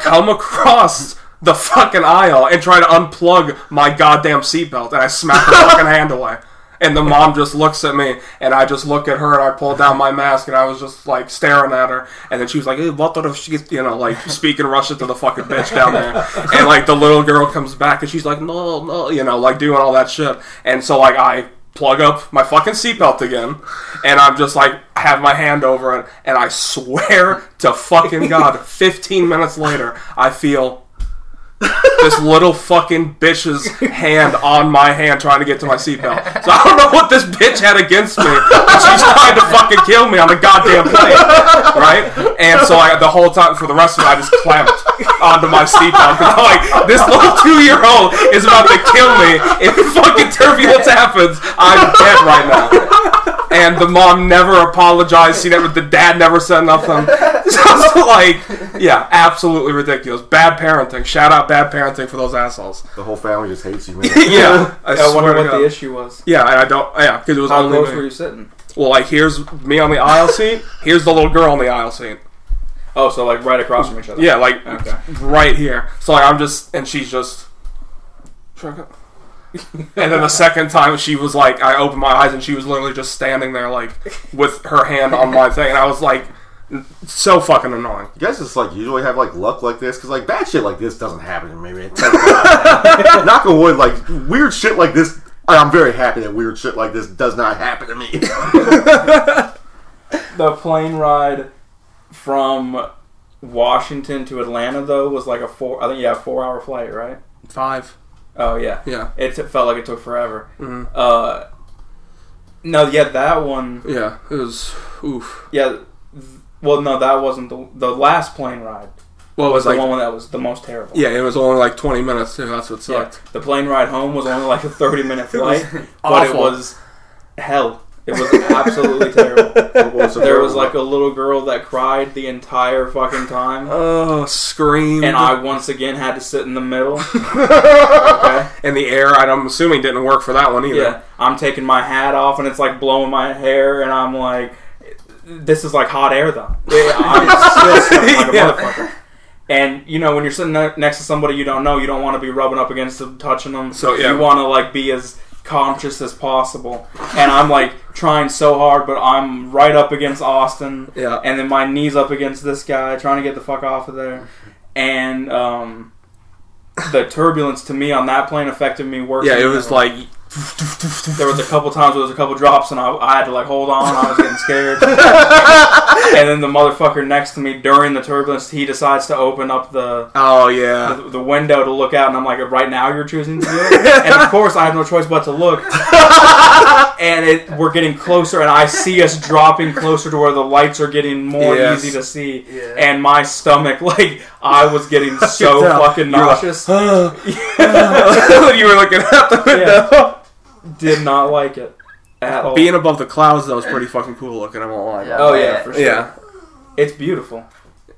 Speaker 3: come across. The fucking aisle and try to unplug my goddamn seatbelt, and I smack the fucking hand away. And the mom just looks at me, and I just look at her, and I pull down my mask, and I was just like staring at her. And then she was like, hey, "What the she?" You know, like speaking Russian to the fucking bitch down there. And like the little girl comes back, and she's like, "No, no," you know, like doing all that shit. And so like I plug up my fucking seatbelt again, and I'm just like have my hand over it, and I swear *laughs* to fucking god, 15 minutes later, I feel this little fucking bitch's hand on my hand trying to get to my seatbelt. So I don't know what this bitch had against me. but She's trying to fucking kill me on the goddamn plane, right? And so I, the whole time, for the rest of it, I just clamped onto my seatbelt. 'Cause I'm like, this little two-year-old is about to kill me. If fucking turbulence happens, I'm dead right now. And the mom never apologized. She never, the dad never said nothing. *laughs* So it's like, yeah, absolutely ridiculous. Bad parenting. Shout out bad parenting for those assholes.
Speaker 4: The whole family just hates
Speaker 2: *laughs*
Speaker 4: you, man.
Speaker 3: Yeah, I,
Speaker 2: I wonder
Speaker 3: swear to
Speaker 2: what the
Speaker 3: God.
Speaker 2: issue was.
Speaker 3: Yeah, and I don't. Yeah, because it was
Speaker 2: How
Speaker 3: only
Speaker 2: close
Speaker 3: me.
Speaker 2: were you sitting?
Speaker 3: Well, like here's me on the aisle seat. Here's the little girl on the aisle seat.
Speaker 2: Oh, so like right across from each other.
Speaker 3: Yeah, like
Speaker 2: Okay.
Speaker 3: right here. So like I'm just, and she's just. Shrug up. *laughs* and then the second time she was like, I opened my eyes and she was literally just standing there like with her hand on my thing, and I was like, so fucking annoying.
Speaker 4: You guys just like usually have like luck like this because like bad shit like this doesn't happen to me, man.
Speaker 2: *laughs*
Speaker 4: Knock on wood, like weird shit like this. I- I'm very happy that weird shit like this does not happen to me.
Speaker 2: *laughs* The plane ride from Washington to Atlanta though was like a four. I think yeah, four hour flight, right?
Speaker 3: Five.
Speaker 2: Oh yeah.
Speaker 3: Yeah.
Speaker 2: It t- felt like it took forever.
Speaker 3: Mm-hmm.
Speaker 2: Uh, no, yeah, that one.
Speaker 3: Yeah. It was oof.
Speaker 2: Yeah. th- Well, no, that wasn't the the last plane ride.
Speaker 3: Well, it was
Speaker 2: The
Speaker 3: like
Speaker 2: one that was the most terrible.
Speaker 3: yeah, it was only like 20 minutes too. That's what
Speaker 2: Yeah,
Speaker 3: sucked.
Speaker 2: the plane ride home was only like a thirty minute flight, but it
Speaker 3: awful.
Speaker 2: was hell. It was absolutely terrible.
Speaker 4: What was the
Speaker 2: There
Speaker 4: third
Speaker 2: was
Speaker 4: one?
Speaker 2: like a little girl that cried the entire fucking time,
Speaker 3: Oh, scream.
Speaker 2: and I once again had to sit in
Speaker 3: *laughs*
Speaker 2: the middle. Okay,
Speaker 3: and the air. I'm assuming didn't work for that one either.
Speaker 2: yeah, I'm taking my hat off, and it's like blowing my hair, and I'm like, this is like hot
Speaker 3: *laughs*
Speaker 2: air though. Yeah, I'm still sweating like a
Speaker 3: Yeah.
Speaker 2: motherfucker. And you know when you're sitting ne- next to somebody you don't know, you don't want to be rubbing up against them, touching them.
Speaker 3: So, yeah.
Speaker 2: you want to like be as conscious as possible. And I'm like trying so hard, but I'm right up against Austin.
Speaker 3: Yeah.
Speaker 2: And then my knees up against this guy, trying to get the fuck off of there. And um, the turbulence to me on that plane affected me worse.
Speaker 3: Yeah,
Speaker 2: than
Speaker 3: it was
Speaker 2: ever.
Speaker 3: like
Speaker 2: there was a couple times where there was a couple drops, and I, I had to like hold on. I was
Speaker 3: *laughs*
Speaker 2: getting scared. and then the motherfucker next to me during the turbulence, he decides to open up the
Speaker 3: oh
Speaker 2: *laughs*
Speaker 3: yeah.
Speaker 2: the window to look out, and I'm like, right now you're choosing to do
Speaker 3: *laughs*
Speaker 2: it, and of course I have no choice but to look. and it, we're getting closer, and I see us dropping closer to where the lights are getting more
Speaker 3: Yes.
Speaker 2: easy to see, and my stomach, *laughs* like I was
Speaker 3: *laughs*
Speaker 2: getting so
Speaker 3: tell.
Speaker 2: fucking
Speaker 3: You're like,
Speaker 2: nauseous.
Speaker 3: you were looking out the window.
Speaker 2: Did not like it at all.
Speaker 3: Being above the clouds though was pretty fucking cool looking. I won't lie.
Speaker 5: Yeah.
Speaker 2: oh yeah, for sure.
Speaker 3: Yeah.
Speaker 2: It's beautiful,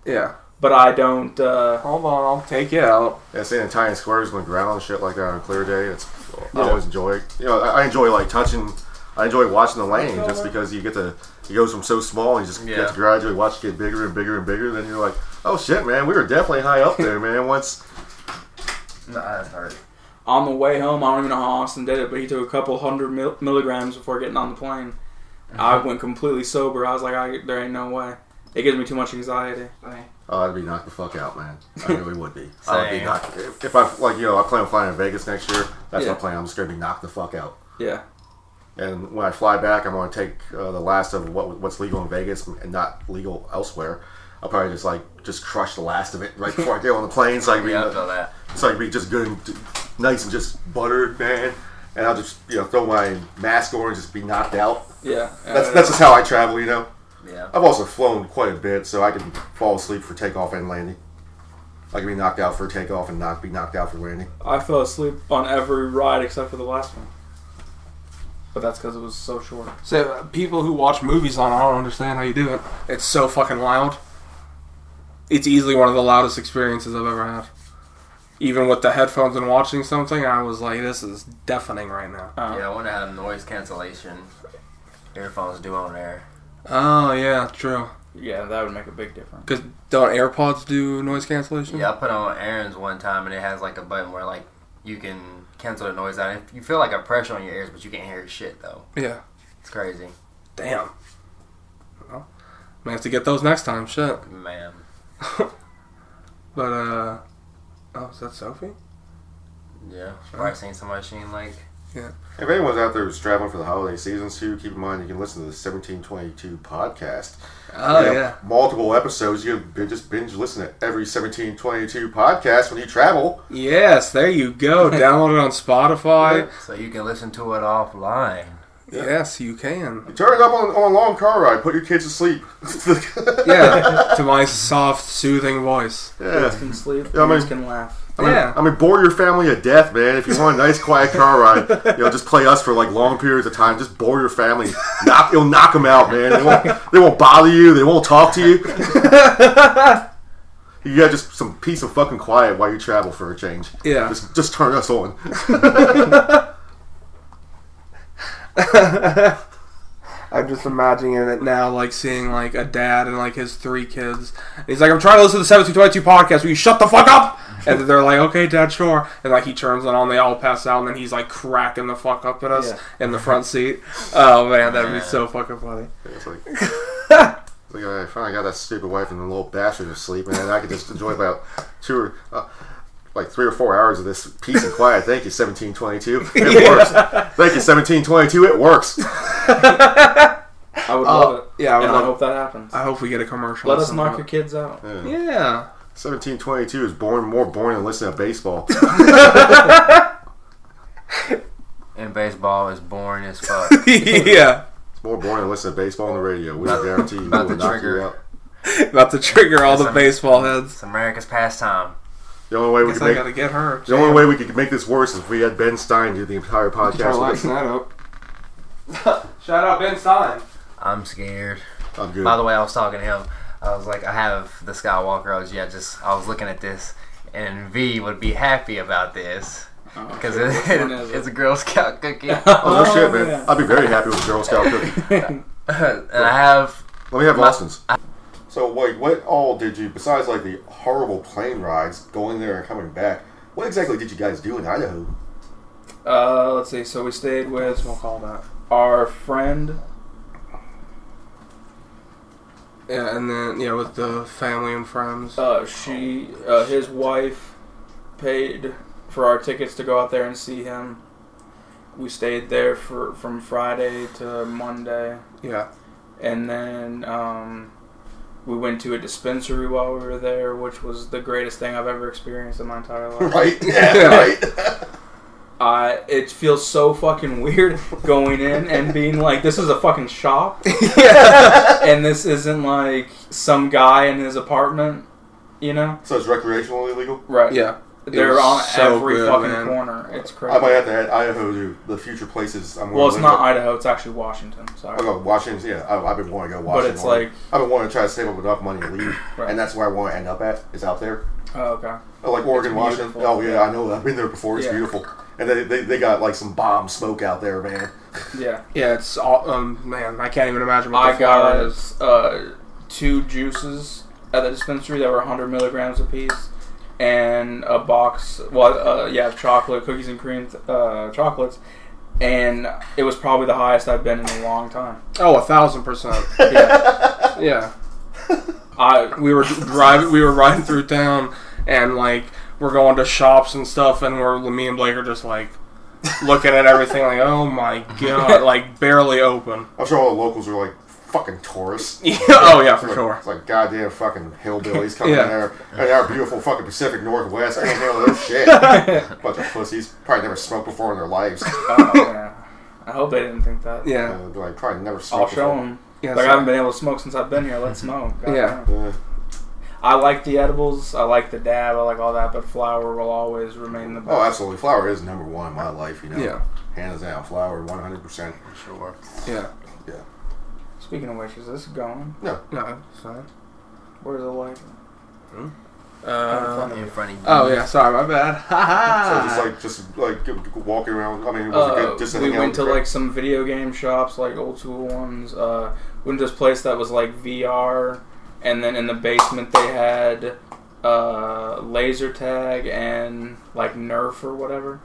Speaker 3: Yeah.
Speaker 2: but I don't. Uh,
Speaker 3: Hold on, I'll take you out.
Speaker 4: Yeah, seeing Italian squares on the ground and shit like that on a clear day, it's I always enjoy it. You know, I, I enjoy like touching, I enjoy watching the lane just because you get to, it goes from so small and you just
Speaker 5: Yeah.
Speaker 4: get to gradually watch it get bigger and bigger and bigger. Then you're
Speaker 5: *laughs*
Speaker 4: like, oh shit, man, we were definitely high up there, man. Once
Speaker 5: Nah, that's hard.
Speaker 2: on the way home, I don't even know how Austin did it, but he took a couple hundred mil- milligrams before getting on the plane. I
Speaker 3: Uh-huh.
Speaker 2: went completely sober. I was like, I, there ain't no way. It gives me too much anxiety.
Speaker 4: Oh, I'd be knocked the fuck out, man. I really would be. I would be
Speaker 5: Same.
Speaker 4: knocked. If, if I like, you know, I plan on flying to Vegas next year. That's
Speaker 2: Yeah.
Speaker 4: my plan. I'm just gonna be knocked the fuck out.
Speaker 2: Yeah.
Speaker 4: And when I fly back, I'm going to take uh, the last of what, what's legal in Vegas and not legal elsewhere. I'll probably just like just crush the last of it right before I get on the plane, so I can be,
Speaker 5: *laughs* Yeah, I feel that.
Speaker 4: so I can be just good, and nice and just buttered, man. And I'll just you know throw my mask on and just be knocked out.
Speaker 2: Yeah.
Speaker 4: That's
Speaker 2: Uh,
Speaker 4: that's just how I travel, you know.
Speaker 5: Yeah.
Speaker 2: Oh.
Speaker 4: I've also flown quite a bit, so I can fall asleep for takeoff and landing. I can be knocked out for takeoff and not be knocked out for landing.
Speaker 2: I fell asleep on every ride except for the last one. But that's because it was so short.
Speaker 3: So uh, people who watch movies on, I don't understand how you do it. It's so fucking loud. It's easily one of the loudest experiences I've ever had. Even with the headphones and watching something, I was like, "This is deafening right now."
Speaker 2: Uh,
Speaker 5: Yeah, I wonder how noise cancellation earphones do on there.
Speaker 3: Oh yeah, true.
Speaker 2: Yeah, that would make a big difference.
Speaker 3: Because don't AirPods do noise cancellation?
Speaker 5: Yeah, I put on Aaron's one time and it has like a button where like you can cancel the noise out. You feel like a pressure on your ears, but you can't hear shit though.
Speaker 3: Yeah.
Speaker 5: It's crazy,
Speaker 3: Damn. Well, may have to get those next time. Shit. *laughs*
Speaker 5: man.
Speaker 3: But uh, oh, is that Sophie?
Speaker 5: Yeah, probably seen some machine like
Speaker 4: If anyone's out there who's traveling for the holiday season too, keep in mind you can listen to the 1722 podcast.
Speaker 3: Oh
Speaker 4: We have multiple episodes. You can bin- just binge listen to every 1722 podcast when you travel.
Speaker 3: Yes, there you go. Download it on Spotify.
Speaker 5: so you can listen to it offline.
Speaker 3: Yes, you can.
Speaker 4: Turn it up on, on a long car ride. Put your kids to sleep. *laughs*
Speaker 3: Yeah, *laughs* to my soft, soothing voice.
Speaker 4: yeah.
Speaker 2: Can sleep,
Speaker 4: Yeah, I
Speaker 2: kids
Speaker 4: mean-
Speaker 2: can laugh.
Speaker 4: I mean,
Speaker 3: Yeah.
Speaker 4: I mean, bore your family to death, man. If you want a nice, quiet car ride, you know, just play us for like long periods of time. Just bore your family. Knock, you'll knock them out, man. They won't, they won't bother you. They won't talk
Speaker 3: *laughs*
Speaker 4: to you. you got just some peace of fucking quiet while you travel for a change.
Speaker 3: Yeah.
Speaker 4: Just, just turn us on.
Speaker 3: I'm just imagining it now, like seeing like a dad and like his three kids. And he's like, "I'm trying to listen to the 7222 podcast. Will you shut the fuck up?" And they're like, "Okay, dad, sure." And like he turns it on, they all pass out, and then he's like cracking the fuck up at us in the front seat. Oh man, that'd be so fucking funny.
Speaker 4: It's like, it's like I finally got that stupid wife and the little bastard to sleep, and then I could just enjoy about two or uh, like three or four hours of this peace and quiet. Thank you, seventeen twenty-two.
Speaker 3: *laughs*
Speaker 4: It works. Thank you, seventeen twenty-two. It works.
Speaker 2: I would
Speaker 4: uh,
Speaker 2: love it.
Speaker 3: yeah, I would
Speaker 2: and
Speaker 3: love-
Speaker 2: I hope that happens.
Speaker 3: I hope we get a commercial.
Speaker 2: Let us knock
Speaker 3: somehow.
Speaker 2: your kids out.
Speaker 3: Yeah. *laughs*
Speaker 4: Seventeen twenty-two is born more born than listening to baseball.
Speaker 5: And baseball is boring as
Speaker 2: *laughs*
Speaker 5: fuck.
Speaker 3: yeah.
Speaker 4: It's more born than listening to baseball on the radio. We guarantee you, we will
Speaker 5: the
Speaker 4: knock
Speaker 5: trigger.
Speaker 4: you out.
Speaker 3: About to trigger all the
Speaker 5: Guess I'm-
Speaker 3: baseball heads.
Speaker 5: it's America's pastime.
Speaker 4: The only way we
Speaker 3: Guess
Speaker 4: can
Speaker 3: I
Speaker 4: make
Speaker 3: gotta get her.
Speaker 4: the only way we could make this worse is if we had Ben Stein do the entire podcast. with us.
Speaker 3: that up. Shout out Ben Stein.
Speaker 5: I'm scared.
Speaker 4: I'm good.
Speaker 5: By the way, I was talking to him. I was like, I have the Skywalker OG. I just, I was looking at this, and V would be happy about this because
Speaker 2: Oh, which one is it?
Speaker 5: *laughs* it's a Girl
Speaker 2: *laughs*
Speaker 5: Scout cookie. *laughs* and
Speaker 4: oh, no shit, man!
Speaker 2: yeah.
Speaker 4: I'd be very happy with a Girl Scout cookie.
Speaker 5: I have
Speaker 4: Let me have Austin's. So, like, what all did you, besides like the horrible plane rides, going there and coming back? What exactly did you guys do in Idaho? *laughs*
Speaker 2: Uh, let's see. So we stayed with
Speaker 3: We'll call that.
Speaker 2: our friend.
Speaker 3: Yeah, and then yeah, with the family and friends.
Speaker 2: Uh, she, uh, his wife, paid for our tickets to go out there and see him. We stayed there for from Friday to Monday,
Speaker 3: yeah. *laughs*
Speaker 2: and then um, we went to a dispensary while we were there, which was the greatest thing I've ever experienced in my entire life.
Speaker 4: Right? Yeah, right.
Speaker 2: I it feels so fucking weird going in and being like, this is a fucking shop,
Speaker 4: *laughs*
Speaker 2: and this isn't like some guy in his apartment, you know?
Speaker 4: so it's recreationally illegal?
Speaker 2: Right.
Speaker 3: Yeah.
Speaker 2: They're
Speaker 3: was
Speaker 2: on
Speaker 3: so
Speaker 2: every
Speaker 3: good,
Speaker 2: fucking
Speaker 3: man.
Speaker 2: corner. It's crazy.
Speaker 4: I might have to add Idaho to the future places I'm
Speaker 2: well, it's
Speaker 4: to
Speaker 2: not
Speaker 4: Idaho.
Speaker 2: Idaho. It's actually Washington. Sorry.
Speaker 4: I go Washington. Yeah, I, I've been wanting to go to Washington.
Speaker 2: it's
Speaker 4: already.
Speaker 2: like-
Speaker 4: I've been wanting to try to save up enough money to leave,
Speaker 2: *clears throat* Right.
Speaker 4: and that's where I want to end up at. Is out there,
Speaker 2: Oh, okay.
Speaker 4: Oh, like Oregon, Washington.
Speaker 2: beautiful.
Speaker 4: Oh yeah, I know. I've been there before. It's
Speaker 2: Yeah.
Speaker 4: beautiful, and they, they they got like some bomb smoke out there, man.
Speaker 2: Yeah.
Speaker 3: Yeah, it's all um man, I can't even imagine what the
Speaker 2: I got
Speaker 3: flower is.
Speaker 2: uh, two juices at the dispensary that were 100 milligrams apiece, and a box. Well, uh, yeah, chocolate cookies and cream uh, chocolates, and it was probably the highest I've been in a
Speaker 3: *laughs*
Speaker 2: long time.
Speaker 3: Oh, a thousand percent.
Speaker 2: Yeah,
Speaker 4: *laughs*
Speaker 3: Yeah.
Speaker 2: I
Speaker 3: we were driving we were riding through town and like we're going to shops and stuff and we're me and blake are just like looking at everything like oh my god like barely open
Speaker 4: I'm sure all the locals are like fucking tourists.
Speaker 3: Yeah, *laughs* oh yeah for
Speaker 4: It's like-
Speaker 3: sure
Speaker 4: It's like goddamn fucking hillbillies coming
Speaker 3: Yeah.
Speaker 4: in there. And our beautiful fucking Pacific Northwest. I don't know this shit.
Speaker 2: *laughs*
Speaker 4: Bunch of pussies. Probably never smoked before in their lives.
Speaker 2: oh, *laughs* yeah. I hope they didn't think that.
Speaker 3: yeah
Speaker 4: Uh, like, probably never smoked
Speaker 2: I'll show
Speaker 4: before.
Speaker 2: them.
Speaker 3: yeah,
Speaker 2: Like I
Speaker 3: so-
Speaker 2: haven't been able to smoke since I've been here.
Speaker 3: *laughs*
Speaker 2: Let's smoke. God
Speaker 3: Yeah.
Speaker 2: damn.
Speaker 4: Yeah.
Speaker 2: I like the edibles. I like the dab. I like all that. But flour will always remain the best.
Speaker 4: Oh, absolutely. Flour is number one in my life, you know.
Speaker 3: Yeah.
Speaker 4: Hands down, flour 100%.
Speaker 5: Sure.
Speaker 3: yeah
Speaker 2: Speaking of which, is this going?
Speaker 3: no it's fine
Speaker 2: Where's the light?
Speaker 3: uh,
Speaker 5: In front of you.
Speaker 3: oh yeah sorry my bad *laughs*
Speaker 4: So
Speaker 3: Ha, ha.
Speaker 4: just like, just like g- g- walking around. I mean, it was a
Speaker 2: Uh,
Speaker 4: good, just
Speaker 2: we
Speaker 4: hang out
Speaker 2: went
Speaker 4: with
Speaker 2: to
Speaker 4: the
Speaker 2: like some video game shops, like old school ones. Uh, went to this place that was like VR, and then in the basement they had uh, laser tag and like Nerf or whatever.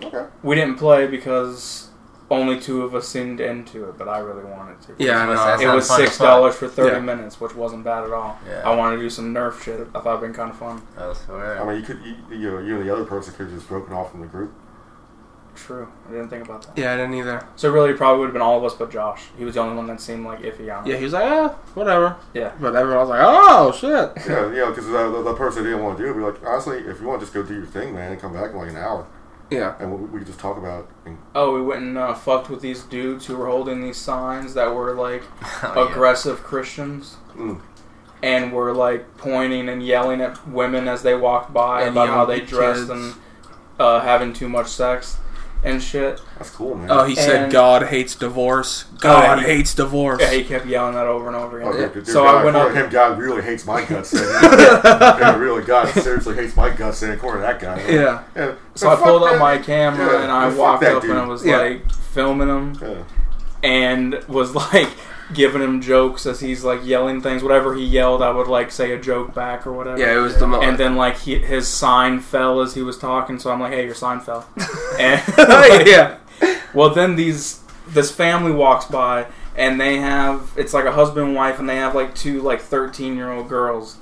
Speaker 4: crowd. Okay.
Speaker 2: We didn't play because only two of us seemed into it, but I really wanted to.
Speaker 3: yeah I
Speaker 5: That's
Speaker 3: know.
Speaker 2: Uh, It
Speaker 5: not
Speaker 2: was
Speaker 5: fun as
Speaker 2: six dollars for thirty
Speaker 3: Yeah.
Speaker 2: minutes, which wasn't bad at all.
Speaker 5: Yeah.
Speaker 2: I wanted to do some Nerf shit. I thought it'd been kind of fun.
Speaker 5: That was
Speaker 4: I
Speaker 5: hilarious.
Speaker 4: mean, you could, you, you, know, you and the other person could have just broken off from the group.
Speaker 2: True, I didn't think about that.
Speaker 3: yeah i didn't either
Speaker 2: So really, it probably would have been all of us but Josh. He was the only one that seemed like iffy on it.
Speaker 3: yeah he was like yeah whatever
Speaker 2: Yeah.
Speaker 3: but everyone was like oh shit
Speaker 4: Yeah, you know, because the, the, the person didn't want to do it. Be like, honestly, if you want, just go do your thing, man, and come back in like an hour,
Speaker 3: yeah
Speaker 4: and we, we could just talk about. It. And,
Speaker 2: Oh, we went and uh, fucked with these dudes who were holding these signs that were like
Speaker 5: *laughs* Oh, yeah. *laughs*
Speaker 2: aggressive Christians.
Speaker 4: Mm.
Speaker 2: And were like pointing and yelling at women as they walked by
Speaker 3: And
Speaker 2: about how
Speaker 3: young
Speaker 2: they dressed
Speaker 3: kids.
Speaker 2: and uh, having too much sex and shit.
Speaker 4: that's cool, man.
Speaker 3: oh he said
Speaker 2: And-
Speaker 3: god hates divorce god
Speaker 2: he-
Speaker 3: hates divorce
Speaker 2: Yeah, he kept yelling that over and over
Speaker 4: Oh,
Speaker 2: again.
Speaker 4: yeah, dude,
Speaker 2: So
Speaker 4: God,
Speaker 2: I went
Speaker 4: according
Speaker 2: up.
Speaker 4: to him. God really hates my guts. Then.
Speaker 2: *laughs*
Speaker 4: yeah, really, God seriously hates my guts. Then according to that guy.
Speaker 3: *laughs* yeah
Speaker 4: Yeah,
Speaker 2: So I
Speaker 4: fuck
Speaker 2: pulled up
Speaker 4: that.
Speaker 2: my camera
Speaker 4: Yeah,
Speaker 2: and I
Speaker 4: fuck
Speaker 2: walked
Speaker 4: that
Speaker 2: up
Speaker 4: dude.
Speaker 2: and I was
Speaker 3: Yeah.
Speaker 2: like filming him.
Speaker 4: Yeah.
Speaker 2: and was *laughs* like giving him jokes as he's like yelling things. Whatever he yelled, I would like say a joke back or whatever.
Speaker 3: yeah it was the
Speaker 5: Oh,
Speaker 3: most *laughs*
Speaker 2: And then like he, his sign fell as he was talking, so I'm like, "Hey, your sign fell."
Speaker 5: *laughs*
Speaker 2: and
Speaker 3: *laughs* yeah
Speaker 2: well, then these this family walks by and they have it's like a husband and wife, and they have like two like 13 year old girls,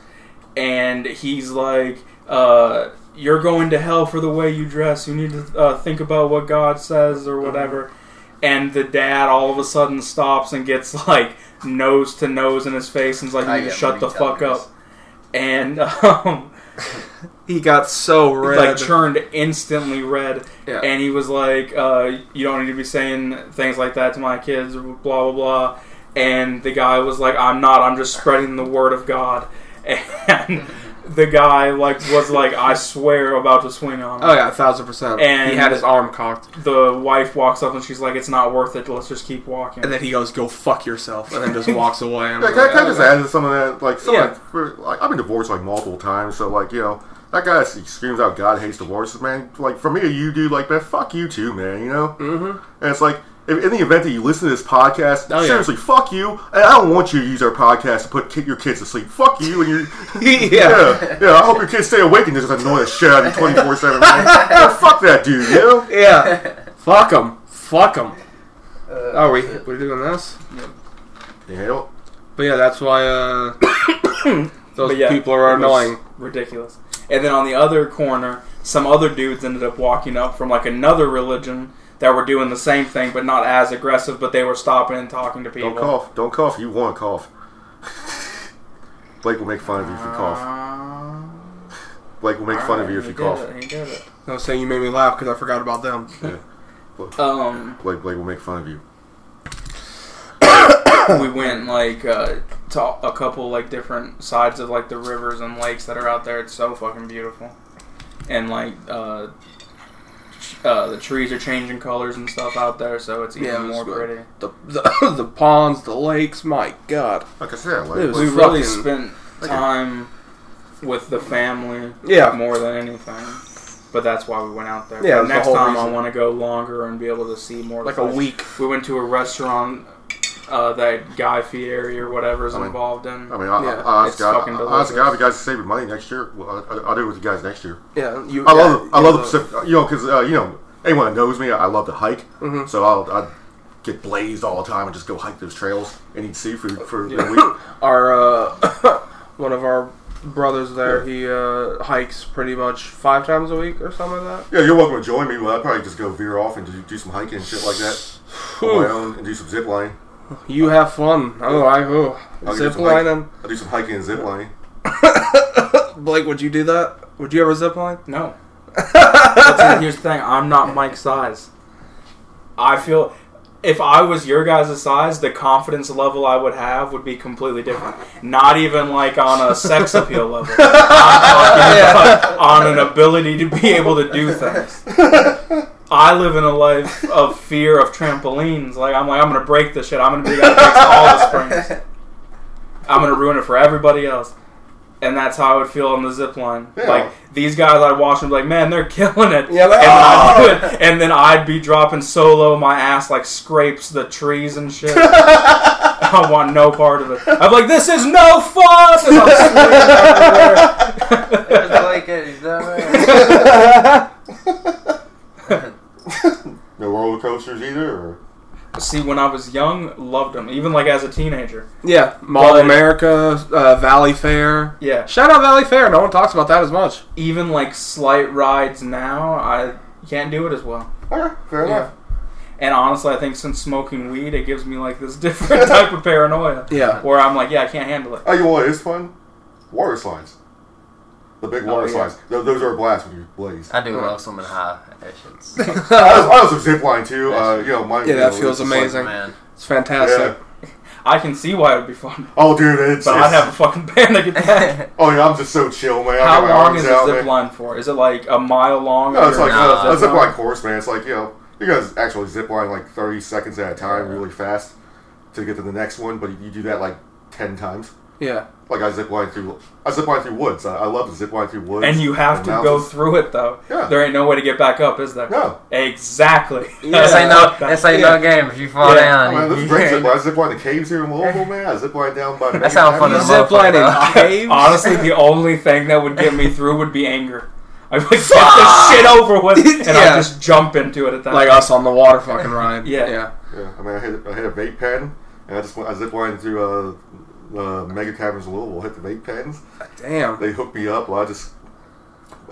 Speaker 2: and he's like, uh, "You're going to hell for the way you dress. You need to uh, think about what God says
Speaker 5: Mm-hmm.
Speaker 2: or whatever." And the dad all of a sudden stops and gets like nose to nose in his face and's like,
Speaker 5: I
Speaker 2: "You need to
Speaker 5: get
Speaker 2: shut
Speaker 5: what
Speaker 2: the
Speaker 5: you're telling
Speaker 2: fuck
Speaker 5: us.
Speaker 2: up." And *laughs* um,
Speaker 3: He got so red.
Speaker 2: like turned instantly red,
Speaker 3: Yeah.
Speaker 2: and he was like, uh, "You don't need to be saying things like that to my kids," blah blah blah. And the guy was like, "I'm not. I'm just spreading the word of God." *laughs* And the guy like was like, "I swear, about to swing on." Him.
Speaker 3: oh yeah, a thousand percent.
Speaker 2: And-
Speaker 3: he had his arm cocked,
Speaker 2: The wife walks up and she's like, "It's not worth it. Let's just keep walking."
Speaker 3: and then he goes, "Go fuck yourself," and then *laughs* just walks away. And
Speaker 4: Yeah,
Speaker 3: I'm
Speaker 4: can, I-
Speaker 3: like, "Oh,
Speaker 4: can I just
Speaker 3: "Okay."
Speaker 4: add to some of that? Like, some
Speaker 3: Yeah.
Speaker 4: of that, for, like, I've been divorced like multiple times, so like, you know, that guy s- screams out God hates divorces, man. Like, for me or you, dude, like, man, fuck you too, man. You know.
Speaker 3: *laughs*
Speaker 4: Mm-hmm. And it's like, if, in the event that you listen to this podcast,
Speaker 3: Oh, yeah.
Speaker 4: seriously, fuck you. And I don't want you to use our podcast to put ki- your kids to sleep. Fuck you and your.
Speaker 3: yeah.
Speaker 4: Yeah, yeah. I hope your kids stay awake and just annoy the shit out of you twenty four seven. Fuck that dude, you know.
Speaker 3: *laughs* yeah, Fuck him, fuck him.
Speaker 4: Uh,
Speaker 3: Are we we doing this?
Speaker 4: Yeah, you know,
Speaker 3: But yeah, that's why
Speaker 2: *coughs*
Speaker 3: uh, those
Speaker 2: But yeah,
Speaker 3: people are
Speaker 2: it was
Speaker 3: annoying.
Speaker 2: Ridiculous. And then on the other corner, some other dudes ended up walking up from like another religion that were doing the same thing, but not as aggressive. But they were stopping and talking to people.
Speaker 4: don't cough. Don't cough. You want to cough. Blake will make fun of you if you cough. Blake will make fun of you if you cough.
Speaker 3: I was saying you made me laugh because I forgot about them.
Speaker 2: Um,
Speaker 4: Blake, Blake will make fun of you.
Speaker 2: we went like uh, to a couple like different sides of like the rivers and lakes that are out there. It's so fucking beautiful, and like uh, uh, the trees are changing colors and stuff out there, so it's even
Speaker 3: Yeah, it was
Speaker 2: more
Speaker 3: good.
Speaker 2: pretty.
Speaker 3: The *coughs* the, the ponds, the lakes. My God.
Speaker 4: Like I said,
Speaker 3: It
Speaker 4: like,
Speaker 3: was-
Speaker 2: we really
Speaker 3: fucking-
Speaker 2: spent time with the family
Speaker 3: Yeah.
Speaker 2: more than anything. But that's why we went out there.
Speaker 3: Yeah, it was the
Speaker 2: next
Speaker 3: whole
Speaker 2: time I
Speaker 3: reason.
Speaker 2: want to go longer and be able to see more.
Speaker 3: Like a
Speaker 2: places.
Speaker 3: week.
Speaker 2: We went to a restaurant uh, that Guy Fieri or whatever is
Speaker 4: I mean-
Speaker 2: involved in.
Speaker 4: I mean, I,
Speaker 3: Yeah,
Speaker 4: I, I,
Speaker 2: it's
Speaker 4: honest to God,
Speaker 2: fucking
Speaker 4: I, honest to God,
Speaker 2: delicious.
Speaker 4: if you guys are saving money next year. Well, I, I, I'll do it with you guys next year.
Speaker 3: Yeah, you.
Speaker 4: I
Speaker 3: yeah,
Speaker 4: love, the, I
Speaker 3: you
Speaker 4: love the
Speaker 3: know,
Speaker 4: Pacific, you know, because uh, you know anyone that knows me, I love to hike.
Speaker 3: Mm-hmm.
Speaker 4: So I'll I get blazed all the time and just go hike those trails and eat seafood for a week. *laughs*
Speaker 3: our uh, *coughs* one of our brothers there. He uh, hikes pretty much five times a week or something like
Speaker 4: Yeah, you're welcome to join me. Well, I'd probably just go veer off and do, do some hiking and shit like that on my
Speaker 3: that.
Speaker 4: own and do some zip lining.
Speaker 3: Oh, You have fun. Oh, I oh.
Speaker 4: I'll do
Speaker 3: Zip
Speaker 4: some hiking.
Speaker 3: lining.
Speaker 4: I'll do some hiking and zip lining.
Speaker 3: *coughs* Blake, would you do that? Would you ever zip *laughs*
Speaker 2: *laughs*
Speaker 3: line?
Speaker 2: No. That's it. Here's the thing. I'm not Mike's size. I feel if I was your guys' size, the confidence level I would have would be completely different. Not even like on a sex appeal
Speaker 3: *laughs*
Speaker 2: level. I'm talking about on an ability to be able to do things. I live in a life of fear of trampolines. Like I'm like I'm gonna break this shit. I'm gonna be that breaks all the springs. I'm gonna ruin it for everybody else. And that's how I would feel on the zip line.
Speaker 4: Yeah.
Speaker 2: Like these guys, I'd watch them be like, man, they're killing it.
Speaker 3: Yeah, like,
Speaker 2: and, then I'd do it. and then I'd be dropping solo. My ass like scrapes the trees and shit. I want no part of it. I'm like, this is no fun. And I'm
Speaker 5: *laughs* There's Blake at his dumbass.
Speaker 2: *laughs*
Speaker 4: No roller coasters either. Or?
Speaker 2: See, when I was young, loved them. Even like as a teenager.
Speaker 3: Yeah, Mall
Speaker 2: But-
Speaker 3: of America, uh, Valley Fair.
Speaker 2: Yeah.
Speaker 3: Shout out Valley Fair. No one talks about that as much.
Speaker 2: Even like slight rides now, I can't do it as well.
Speaker 4: Okay, fair enough.
Speaker 2: And honestly, I think since smoking weed, it gives me like this *laughs* different type of paranoia.
Speaker 3: *laughs* Yeah.
Speaker 2: Where I'm like, yeah, I can't handle it.
Speaker 4: Oh, you know what is fun? Water slides. The
Speaker 3: Oh,
Speaker 4: big water
Speaker 2: yeah.
Speaker 4: slides. Tho- Those are a blast when you're
Speaker 3: *laughs*
Speaker 4: blazed.
Speaker 5: I do love swimming high. That
Speaker 2: *laughs*
Speaker 5: shit's
Speaker 4: I was, I was a zip line too. Uh, you know, mine,
Speaker 3: Yeah,
Speaker 4: you
Speaker 3: that
Speaker 4: know,
Speaker 3: feels
Speaker 4: it's just like-
Speaker 3: amazing.
Speaker 2: *laughs*
Speaker 5: man. *laughs*
Speaker 3: It's fantastic.
Speaker 2: I can see why it would be fun, *laughs*
Speaker 4: oh, dude, it's.
Speaker 2: but
Speaker 4: it's-
Speaker 2: I'd have a fucking
Speaker 4: *laughs*
Speaker 2: panic attack.
Speaker 4: oh yeah, I'm just so chill, man. I got
Speaker 2: How
Speaker 4: my
Speaker 2: long
Speaker 4: arms
Speaker 2: is
Speaker 4: out,
Speaker 2: a zip
Speaker 4: man.
Speaker 2: line for? Is it like a mile long?
Speaker 4: No, it's
Speaker 2: or-
Speaker 4: like
Speaker 5: Nah,
Speaker 4: a, a
Speaker 5: that's
Speaker 4: zip
Speaker 2: not-
Speaker 4: line course, man. It's like you know, you guys actually zip line like 30 seconds at a time, really fast, to get to the next one. But you do that like 10 times.
Speaker 3: Yeah.
Speaker 4: Like I zip line through, I zip line through woods. I, I love to zip line through woods.
Speaker 2: and you have to go
Speaker 4: mountains.
Speaker 2: through it though.
Speaker 4: Yeah.
Speaker 2: There ain't no way to get back up, is there?
Speaker 4: No.
Speaker 2: Exactly.
Speaker 5: This
Speaker 2: *laughs*
Speaker 5: ain't no, this ain't
Speaker 3: Yeah.
Speaker 5: no game. If you fall
Speaker 2: Yeah.
Speaker 4: Oh, man,
Speaker 5: down, *laughs*
Speaker 4: this is
Speaker 5: you-
Speaker 4: great zip line. I zip line to caves here in Louisville, man. I zip line down by. the
Speaker 5: That sound fun
Speaker 3: You
Speaker 5: Yeah.
Speaker 4: Manhattan.
Speaker 5: as
Speaker 3: zip line in
Speaker 5: Motherfucker.
Speaker 3: caves.
Speaker 2: Honestly, the only thing that would get me through would be anger. I'd be like, get this shit over with, and
Speaker 3: Yeah.
Speaker 2: I'd just jump into it at that.
Speaker 3: like us on the water fucking ride.
Speaker 2: Yeah.
Speaker 3: Yeah.
Speaker 4: Yeah, I mean, I hit, I hit a vape pen, and I just went, I zip line through uh, uh, mega caverns in Louisville. Hit the vape pens.
Speaker 3: Damn.
Speaker 4: they hooked me up. Well, I just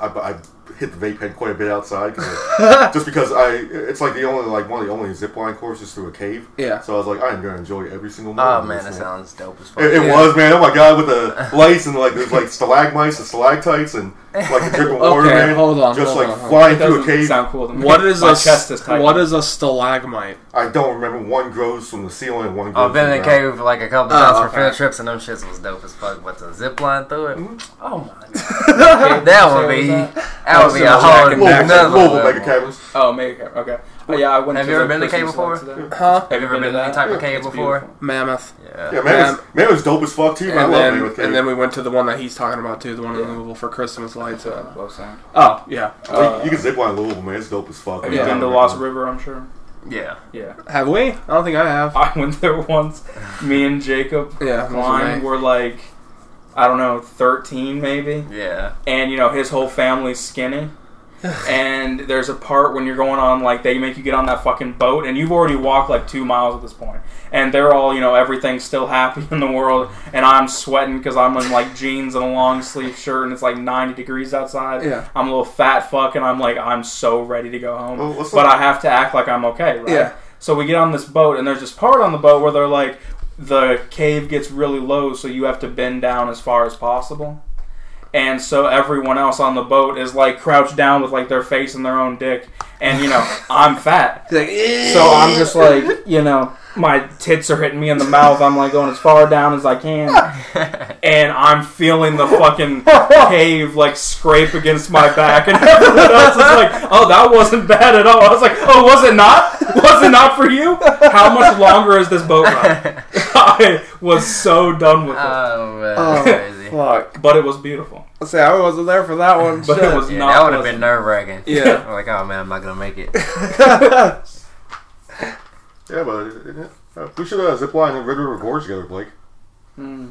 Speaker 4: I, I hit the vape pen quite a bit
Speaker 3: *laughs*
Speaker 4: outside, 'cause I- just because I it's like the only like one of the only zip line courses through a cave.
Speaker 3: Yeah. Ah,
Speaker 4: So I was like, I am gonna enjoy every single.
Speaker 5: oh
Speaker 4: moment of
Speaker 5: man, that
Speaker 4: this one.
Speaker 5: sounds dope as fuck.
Speaker 4: It, it
Speaker 3: Yeah.
Speaker 4: was man. Oh my god, with
Speaker 3: *laughs*
Speaker 4: the lights and like there's like stalagmites and stalactites and like
Speaker 3: *laughs*
Speaker 4: the dripping water,
Speaker 3: Okay,
Speaker 4: man.
Speaker 3: hold on,
Speaker 4: just
Speaker 3: hold
Speaker 4: like
Speaker 3: on, hold on.
Speaker 2: It
Speaker 4: flying through a
Speaker 2: doesn't
Speaker 4: cave.
Speaker 2: sound cool to me.
Speaker 3: What is
Speaker 2: My
Speaker 3: a
Speaker 2: chest is tight.
Speaker 3: what is a stalagmite?
Speaker 4: I don't remember. One grows from the ceiling, and one grows.
Speaker 5: I've been
Speaker 4: from
Speaker 5: in the
Speaker 4: the ground.
Speaker 5: cave like a couple
Speaker 3: Oh,
Speaker 5: times for
Speaker 3: okay.
Speaker 5: field trips, and them shits was dope as fuck. But to zip line through it, oh my *laughs* god, that would be
Speaker 2: Where was
Speaker 5: that, would be a
Speaker 3: That's
Speaker 5: whole
Speaker 3: a
Speaker 5: another
Speaker 3: back-
Speaker 4: Louisville, Louisville
Speaker 5: level.
Speaker 4: mega caverns.
Speaker 2: Oh, maybe okay. Oh, yeah, I went.
Speaker 5: Have
Speaker 2: to
Speaker 5: you ever
Speaker 2: the
Speaker 5: been to cave
Speaker 2: Christmas one
Speaker 5: before?
Speaker 2: today.
Speaker 3: Huh?
Speaker 2: Have
Speaker 5: you ever been to
Speaker 2: that?
Speaker 5: any type of cave
Speaker 2: It's
Speaker 5: before?
Speaker 2: beautiful.
Speaker 3: Mammoth.
Speaker 5: Yeah,
Speaker 4: Yeah, man,
Speaker 3: Um,
Speaker 4: it was, man, it was dope as fuck too. man. I
Speaker 3: And
Speaker 4: love mega
Speaker 3: then
Speaker 4: caves.
Speaker 3: and then we went to the one that he's talking about too, the one in Louisville for Christmas lights.
Speaker 2: Uh,
Speaker 3: Uh,
Speaker 2: well said. Uh,
Speaker 3: oh yeah.
Speaker 4: Well, you, you can zip line Louisville, man. It's dope as fuck.
Speaker 2: Have
Speaker 4: Yeah.
Speaker 2: you been to Lost River? I'm sure.
Speaker 5: yeah.
Speaker 2: Yeah,
Speaker 3: Have we? I don't think I have.
Speaker 2: I went there once. Me and Jacob
Speaker 3: Yeah,
Speaker 2: Klein
Speaker 3: mine.
Speaker 2: were like, I don't know, 13 maybe,
Speaker 5: Yeah.
Speaker 2: and you know his whole family's skinny. and there's a part when you're going on like they make you get on that fucking boat, and you've already walked like two miles at this point, and they're all you know everything's still happy *laughs* in the world, and I'm sweating because I'm in like jeans and a long sleeve shirt, and it's like 90 degrees outside.
Speaker 3: Yeah.
Speaker 2: I'm a little fat fuck, and I'm like I'm so ready to go home,
Speaker 4: Well, let's
Speaker 2: but
Speaker 4: not-
Speaker 2: I have to act like I'm okay, right?
Speaker 3: Yeah.
Speaker 2: So we get on this boat, and there's this part on the boat where they're like, the cave gets really low, so you have to bend down as far as possible. And so everyone else on the boat is like crouched down with like their face in their own dick. And you know, I'm fat. So I'm just *laughs* like, you know, my tits are hitting me in the mouth. I'm like going as far down as I can. And I'm feeling the fucking cave like scrape against my back. And *laughs* everyone else is like, oh, that wasn't bad at all. I was like, oh, was it not? Was it not for you? How much longer is this boat ride? *laughs* I was so done with it.
Speaker 5: *laughs* Oh man,
Speaker 3: Oh,
Speaker 5: that's crazy.
Speaker 3: Fuck.
Speaker 2: But it was beautiful.
Speaker 3: See, I wasn't there for that one.
Speaker 2: But it was
Speaker 5: Yeah,
Speaker 2: not.
Speaker 5: that would have
Speaker 2: pleasant.
Speaker 5: *laughs* been nerve wracking.
Speaker 3: Yeah. *laughs*
Speaker 5: like, oh man, I'm not gonna make it.
Speaker 4: Yeah, but uh, we should uh, zip line and Red River Gorge together, Blake.
Speaker 2: Hmm.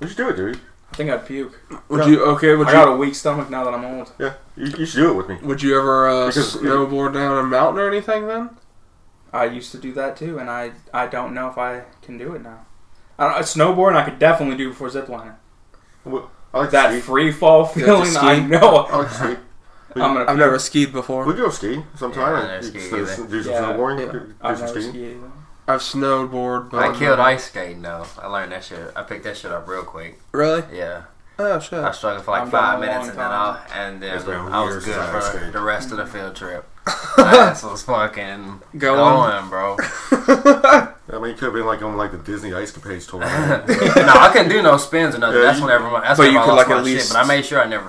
Speaker 4: We should do it, dude.
Speaker 2: I think I'd puke.
Speaker 3: Would you okay? Would
Speaker 2: I got
Speaker 3: you
Speaker 2: a weak stomach now that I'm old.
Speaker 4: Yeah, you, you should do it with me.
Speaker 3: would you ever uh,
Speaker 4: Because-
Speaker 3: snowboard down a mountain or anything? Then
Speaker 2: I used to do that too, and I I don't know if I can do it now. I don't, snowboarding I could definitely do before ziplining.
Speaker 4: I like
Speaker 2: That
Speaker 4: to ski.
Speaker 2: free fall feeling,
Speaker 3: ski?
Speaker 2: I know.
Speaker 4: I like to ski. We,
Speaker 2: Oh, I'm gonna.
Speaker 3: I've never skied before.
Speaker 4: we go skiing sometime.
Speaker 5: Yeah, I don't
Speaker 4: and
Speaker 5: ski
Speaker 4: s- s-
Speaker 5: either.
Speaker 4: do some
Speaker 2: Yeah.
Speaker 4: snowboarding.
Speaker 3: Yeah.
Speaker 4: do- Do,
Speaker 2: I've
Speaker 4: some
Speaker 2: never
Speaker 4: skiing.
Speaker 2: skied. either.
Speaker 3: I've snowboarded, but
Speaker 5: I killed ice skating though. I learned that shit. I picked that shit up real quick.
Speaker 3: Really?
Speaker 5: Yeah,
Speaker 3: Oh shit!
Speaker 5: I struggled for like
Speaker 2: I'm down
Speaker 5: five
Speaker 2: a
Speaker 5: minutes
Speaker 2: long
Speaker 5: and then I
Speaker 2: time.
Speaker 5: and then
Speaker 4: It's been
Speaker 5: I was
Speaker 4: years
Speaker 5: good
Speaker 4: since I
Speaker 5: for
Speaker 4: ice skated.
Speaker 5: the rest of the
Speaker 2: *laughs*
Speaker 5: field trip. That's was fucking
Speaker 3: Go on.
Speaker 5: going, bro. *laughs*
Speaker 4: I mean, you could have been like on like the Disney Ice
Speaker 2: *laughs*
Speaker 4: Capades tour.
Speaker 5: no,
Speaker 4: yeah.
Speaker 5: I couldn't do no spins or nothing.
Speaker 4: Yeah,
Speaker 5: that's
Speaker 4: you-
Speaker 5: whenever my, that's
Speaker 3: but
Speaker 5: whenever
Speaker 3: you
Speaker 5: I
Speaker 3: could,
Speaker 5: lost
Speaker 3: like,
Speaker 5: my
Speaker 3: at least-
Speaker 5: shit. But I made sure I never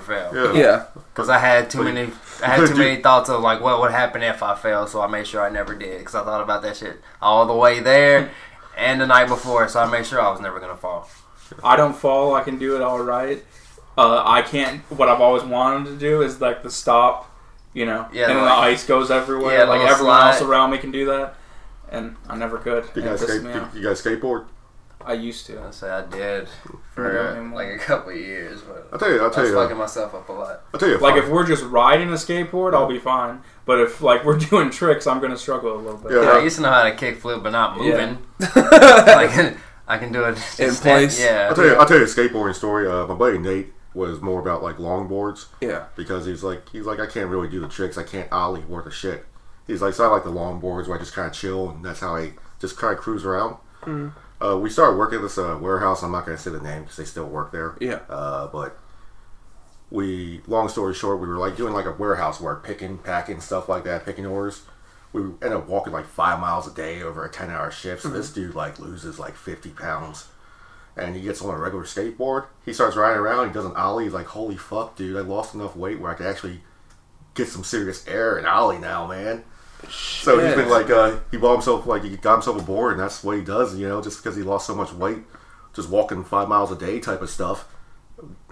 Speaker 3: *laughs*
Speaker 5: failed
Speaker 3: yeah,
Speaker 5: because I had too
Speaker 4: But you-
Speaker 5: many I had
Speaker 4: could
Speaker 5: too
Speaker 4: do-
Speaker 5: many thoughts of like what would happen if I failed. So I made sure I never did because I thought about that shit all the
Speaker 2: *laughs*
Speaker 5: way there and the night before. So I made sure I was never gonna fall.
Speaker 2: I don't fall. I can do it all right. Uh, I can't. What I've always wanted to do is like the stop, you know,
Speaker 5: Yeah,
Speaker 2: and then
Speaker 5: like-
Speaker 2: the ice goes everywhere.
Speaker 5: yeah,
Speaker 2: like
Speaker 5: little
Speaker 2: everyone else
Speaker 5: slide.
Speaker 2: around me can do that, and I never could.
Speaker 4: You
Speaker 2: and
Speaker 4: guys,
Speaker 2: it pissed
Speaker 4: skate,
Speaker 2: me
Speaker 4: you,
Speaker 2: off.
Speaker 4: you guys skateboard?
Speaker 2: I used to.
Speaker 5: I say I did
Speaker 2: I don't
Speaker 5: for
Speaker 2: anymore.
Speaker 5: like a couple of years,
Speaker 4: I'll
Speaker 5: but
Speaker 4: tell you. I'll
Speaker 5: I
Speaker 4: tell
Speaker 5: was
Speaker 4: you.
Speaker 5: fucking myself up a lot.
Speaker 4: I'll tell you.
Speaker 2: Like if we're just riding a skateboard, I'll be fine. But if like we're *laughs* doing tricks, I'm gonna struggle a little bit.
Speaker 4: Yeah.
Speaker 5: Yeah, I used to know how to kick flip, but not moving.
Speaker 3: *laughs*
Speaker 5: like I can do it just
Speaker 3: In
Speaker 5: stand-
Speaker 3: place.
Speaker 5: Yeah.
Speaker 4: I'll tell you. I'll tell you a skateboarding story. Uh, my buddy Nate was more about like longboards.
Speaker 3: yeah.
Speaker 4: because he's like he's like I can't really do the tricks. I can't ollie worth a shit. He's like so I like the longboards where I just kind of chill and that's how I just kind of cruise around. Uh, we started working at this uh, warehouse. I'm not going to say the name because they still work there.
Speaker 3: Yeah.
Speaker 4: Uh, but we, long story short, we were like doing like a warehouse work, picking, packing, stuff like that, picking orders. We ended up walking like five miles a day over a 10 hour shift. So this dude like loses like 50 pounds and he gets on a regular skateboard. He starts riding around. He does an ollie. He's like, "Holy fuck, dude! I lost enough weight where I could actually get some serious air and ollie now, man." So he's been like, uh, he bought himself like he got himself a board, and that's what he does, you know, just because he lost so much weight, just walking five miles a day type of stuff,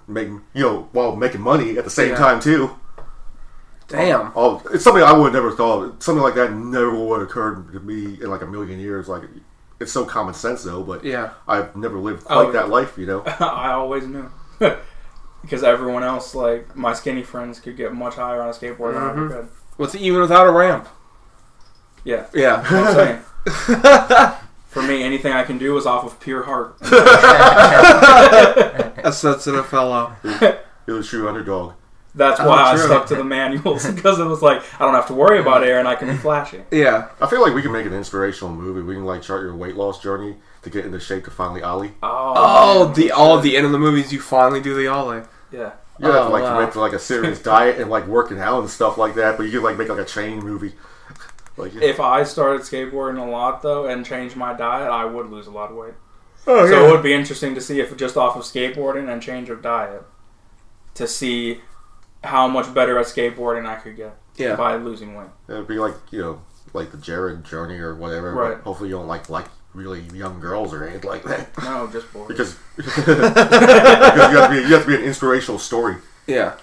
Speaker 4: making you know while making money at the same
Speaker 3: Yeah.
Speaker 4: time too.
Speaker 3: Damn.
Speaker 4: Oh, it's something I would have never thought. Something like that never would have occurred to me in like a million years. Like, it's so common sense though, but
Speaker 3: Yeah.
Speaker 4: I've never lived
Speaker 2: Oh,
Speaker 4: quite
Speaker 2: yeah.
Speaker 4: that life, you know.
Speaker 2: *laughs* I always knew. *laughs* Because everyone else, like my skinny friends, could get much higher on a skateboard than I
Speaker 5: Mm-hmm.
Speaker 2: ever could.
Speaker 3: With even without a ramp.
Speaker 2: Yeah,
Speaker 3: Yeah. *laughs*
Speaker 2: that's what I'm saying. For me, anything I can do is off of pure heart.
Speaker 3: A sensitive fellow.
Speaker 4: It was true underdog.
Speaker 2: That's why I
Speaker 3: Oh, true.
Speaker 2: stuck to the manuals *laughs* because it was like I don't have to worry about air and I can be flashy.
Speaker 3: Yeah.
Speaker 4: I feel like we can make an inspirational movie. We can like chart your weight loss journey to get into shape to finally ollie.
Speaker 3: Oh,
Speaker 2: man,
Speaker 3: the all at the end of the movies, you finally do the ollie.
Speaker 2: yeah.
Speaker 4: You don't have
Speaker 3: Oh,
Speaker 4: to like
Speaker 3: wow.
Speaker 4: commit to like a serious diet and like working out and stuff like that. But you can like make like a chain movie. *laughs* like
Speaker 2: If I started skateboarding a lot though and changed my diet, I would lose a lot of weight.
Speaker 3: Oh
Speaker 2: So it would be interesting to see if just off of skateboarding and change of diet to see how much better at skateboarding I could get
Speaker 3: Yeah.
Speaker 2: by losing weight.
Speaker 4: it'd be like you know like the Jared journey or whatever. but
Speaker 2: Right.
Speaker 4: hopefully you don't like like really young girls or anything like
Speaker 2: *laughs*
Speaker 4: that
Speaker 2: No, just bored.
Speaker 4: because *laughs* because you have to be you have to be an inspirational story.
Speaker 3: Yeah.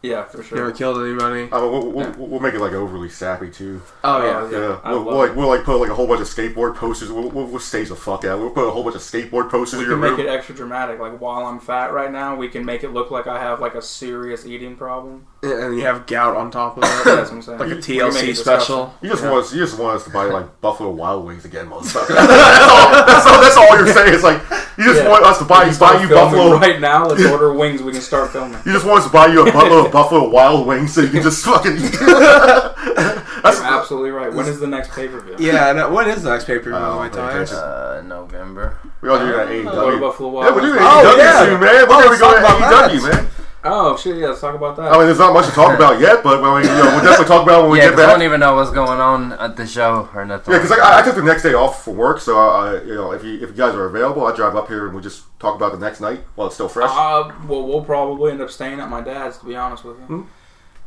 Speaker 2: Yeah, for sure.
Speaker 3: Never killed anybody.
Speaker 4: I mean, we'll, we'll, we'll make it like overly sappy too.
Speaker 3: Oh yeah.
Speaker 4: Yeah,
Speaker 2: I
Speaker 4: we'll,
Speaker 2: love
Speaker 4: we'll, like, we'll like put like a whole bunch of skateboard posters. We'll, we'll, we'll stage the fuck out. We'll put a whole bunch of skateboard posters
Speaker 2: we
Speaker 4: in your
Speaker 2: can make
Speaker 4: room.
Speaker 2: it extra dramatic. Like while I'm fat right now, we can make it look like I have like a serious
Speaker 3: *laughs*
Speaker 2: eating problem.
Speaker 3: And you have gout on top of
Speaker 2: That's *coughs*
Speaker 3: it.
Speaker 2: what I'm saying.
Speaker 3: like a
Speaker 2: We can make
Speaker 3: TLC
Speaker 2: it
Speaker 3: special.
Speaker 4: You just want us, you just want us to buy
Speaker 2: *laughs*
Speaker 4: like Buffalo Wild Wings again, motherfucker. *laughs* that's, all, that's, all, that's all you're saying. It's like you just
Speaker 2: Yeah.
Speaker 4: want us to buy
Speaker 2: disgusting.
Speaker 4: you
Speaker 2: Start
Speaker 4: buy you
Speaker 2: filming
Speaker 4: *laughs* Buffalo.
Speaker 2: right now. Let's order wings. We can start filming.
Speaker 4: You just want us to buy you a
Speaker 2: *laughs*
Speaker 4: buttload of Buffalo Wild Wings so you can just fucking eat. *laughs*
Speaker 2: You're absolutely right. When is the next pay per view?
Speaker 3: Yeah. and, uh, When is the next paper?
Speaker 4: Oh,
Speaker 3: by the
Speaker 4: my
Speaker 3: way, Ty?
Speaker 4: goodness.
Speaker 5: Uh, November.
Speaker 4: we all do that AEW.
Speaker 2: What about Oh, Buffalo
Speaker 4: yeah,
Speaker 2: Wild
Speaker 4: we're doing
Speaker 2: Wings?
Speaker 4: AEW
Speaker 3: yeah.
Speaker 4: soon, E man. We're
Speaker 3: Oh,
Speaker 4: gonna be going to
Speaker 3: let's talk
Speaker 4: AEW,
Speaker 3: about
Speaker 4: man.
Speaker 2: Oh shit! Yeah, let's talk about that.
Speaker 4: I mean, there's not much to talk about yet, but I mean, you know, we'll definitely talk about it when we
Speaker 5: Yeah,
Speaker 4: get
Speaker 5: 'cause I
Speaker 4: back.
Speaker 5: don't even know what's going on at the show or nothing.
Speaker 4: Yeah, because like, I, I took the next day off for work, so I, I, you know, if you if you guys are available, I drive up here and we just talk about the next night while it's still fresh.
Speaker 2: Uh, well, we'll probably end up staying at my dad's, to be honest with you,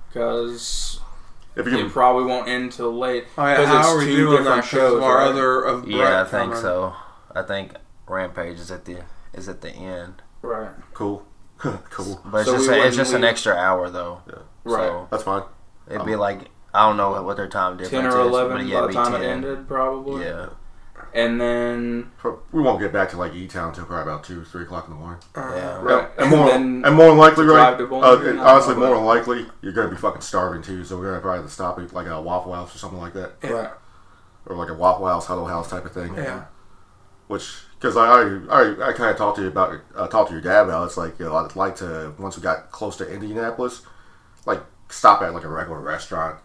Speaker 2: because
Speaker 4: if you Hmm? can,
Speaker 2: it probably won't end till late.
Speaker 3: Oh, yeah.
Speaker 2: 'Cause
Speaker 3: How are we doing that? Shows of our
Speaker 2: right?
Speaker 3: other of
Speaker 5: yeah,
Speaker 3: Brett
Speaker 5: I think
Speaker 3: coming.
Speaker 5: so. I think Rampage is at the is at the end,
Speaker 2: Right.
Speaker 4: cool, *laughs* cool,
Speaker 5: but it's
Speaker 2: So
Speaker 5: just
Speaker 2: we
Speaker 5: a, it's
Speaker 2: wouldn't
Speaker 5: just an
Speaker 2: leave-
Speaker 5: extra hour though.
Speaker 2: Right.
Speaker 5: So
Speaker 4: that's fine.
Speaker 5: it'd be like I don't know what, what their time
Speaker 2: ten
Speaker 5: difference
Speaker 2: or
Speaker 5: is,
Speaker 2: eleven
Speaker 5: but yeah,
Speaker 2: by
Speaker 5: be
Speaker 2: the time
Speaker 5: 10.
Speaker 2: it ended, probably.
Speaker 5: Yeah,
Speaker 2: And then
Speaker 4: We won't get back to like E Town until probably about two, three o'clock in the morning.
Speaker 5: yeah.
Speaker 2: right,
Speaker 4: And
Speaker 2: and
Speaker 4: more,
Speaker 2: then
Speaker 4: and more than likely, right?
Speaker 2: drive to Bowling
Speaker 4: Uh,
Speaker 2: Green, I don't
Speaker 4: honestly,
Speaker 2: know,
Speaker 4: more
Speaker 2: but-
Speaker 4: than likely, you're going to be fucking starving too. So we're going to probably have to stop at like a Waffle House or something like that,
Speaker 2: right.
Speaker 4: or like a Waffle House Huddle House type of thing.
Speaker 3: Yeah.
Speaker 4: Which, because I, I, I kind of talked to you about, uh, talked to your dad about. it. It's like you know, I'd like to once we got close to Indianapolis, like stop at like a regular restaurant,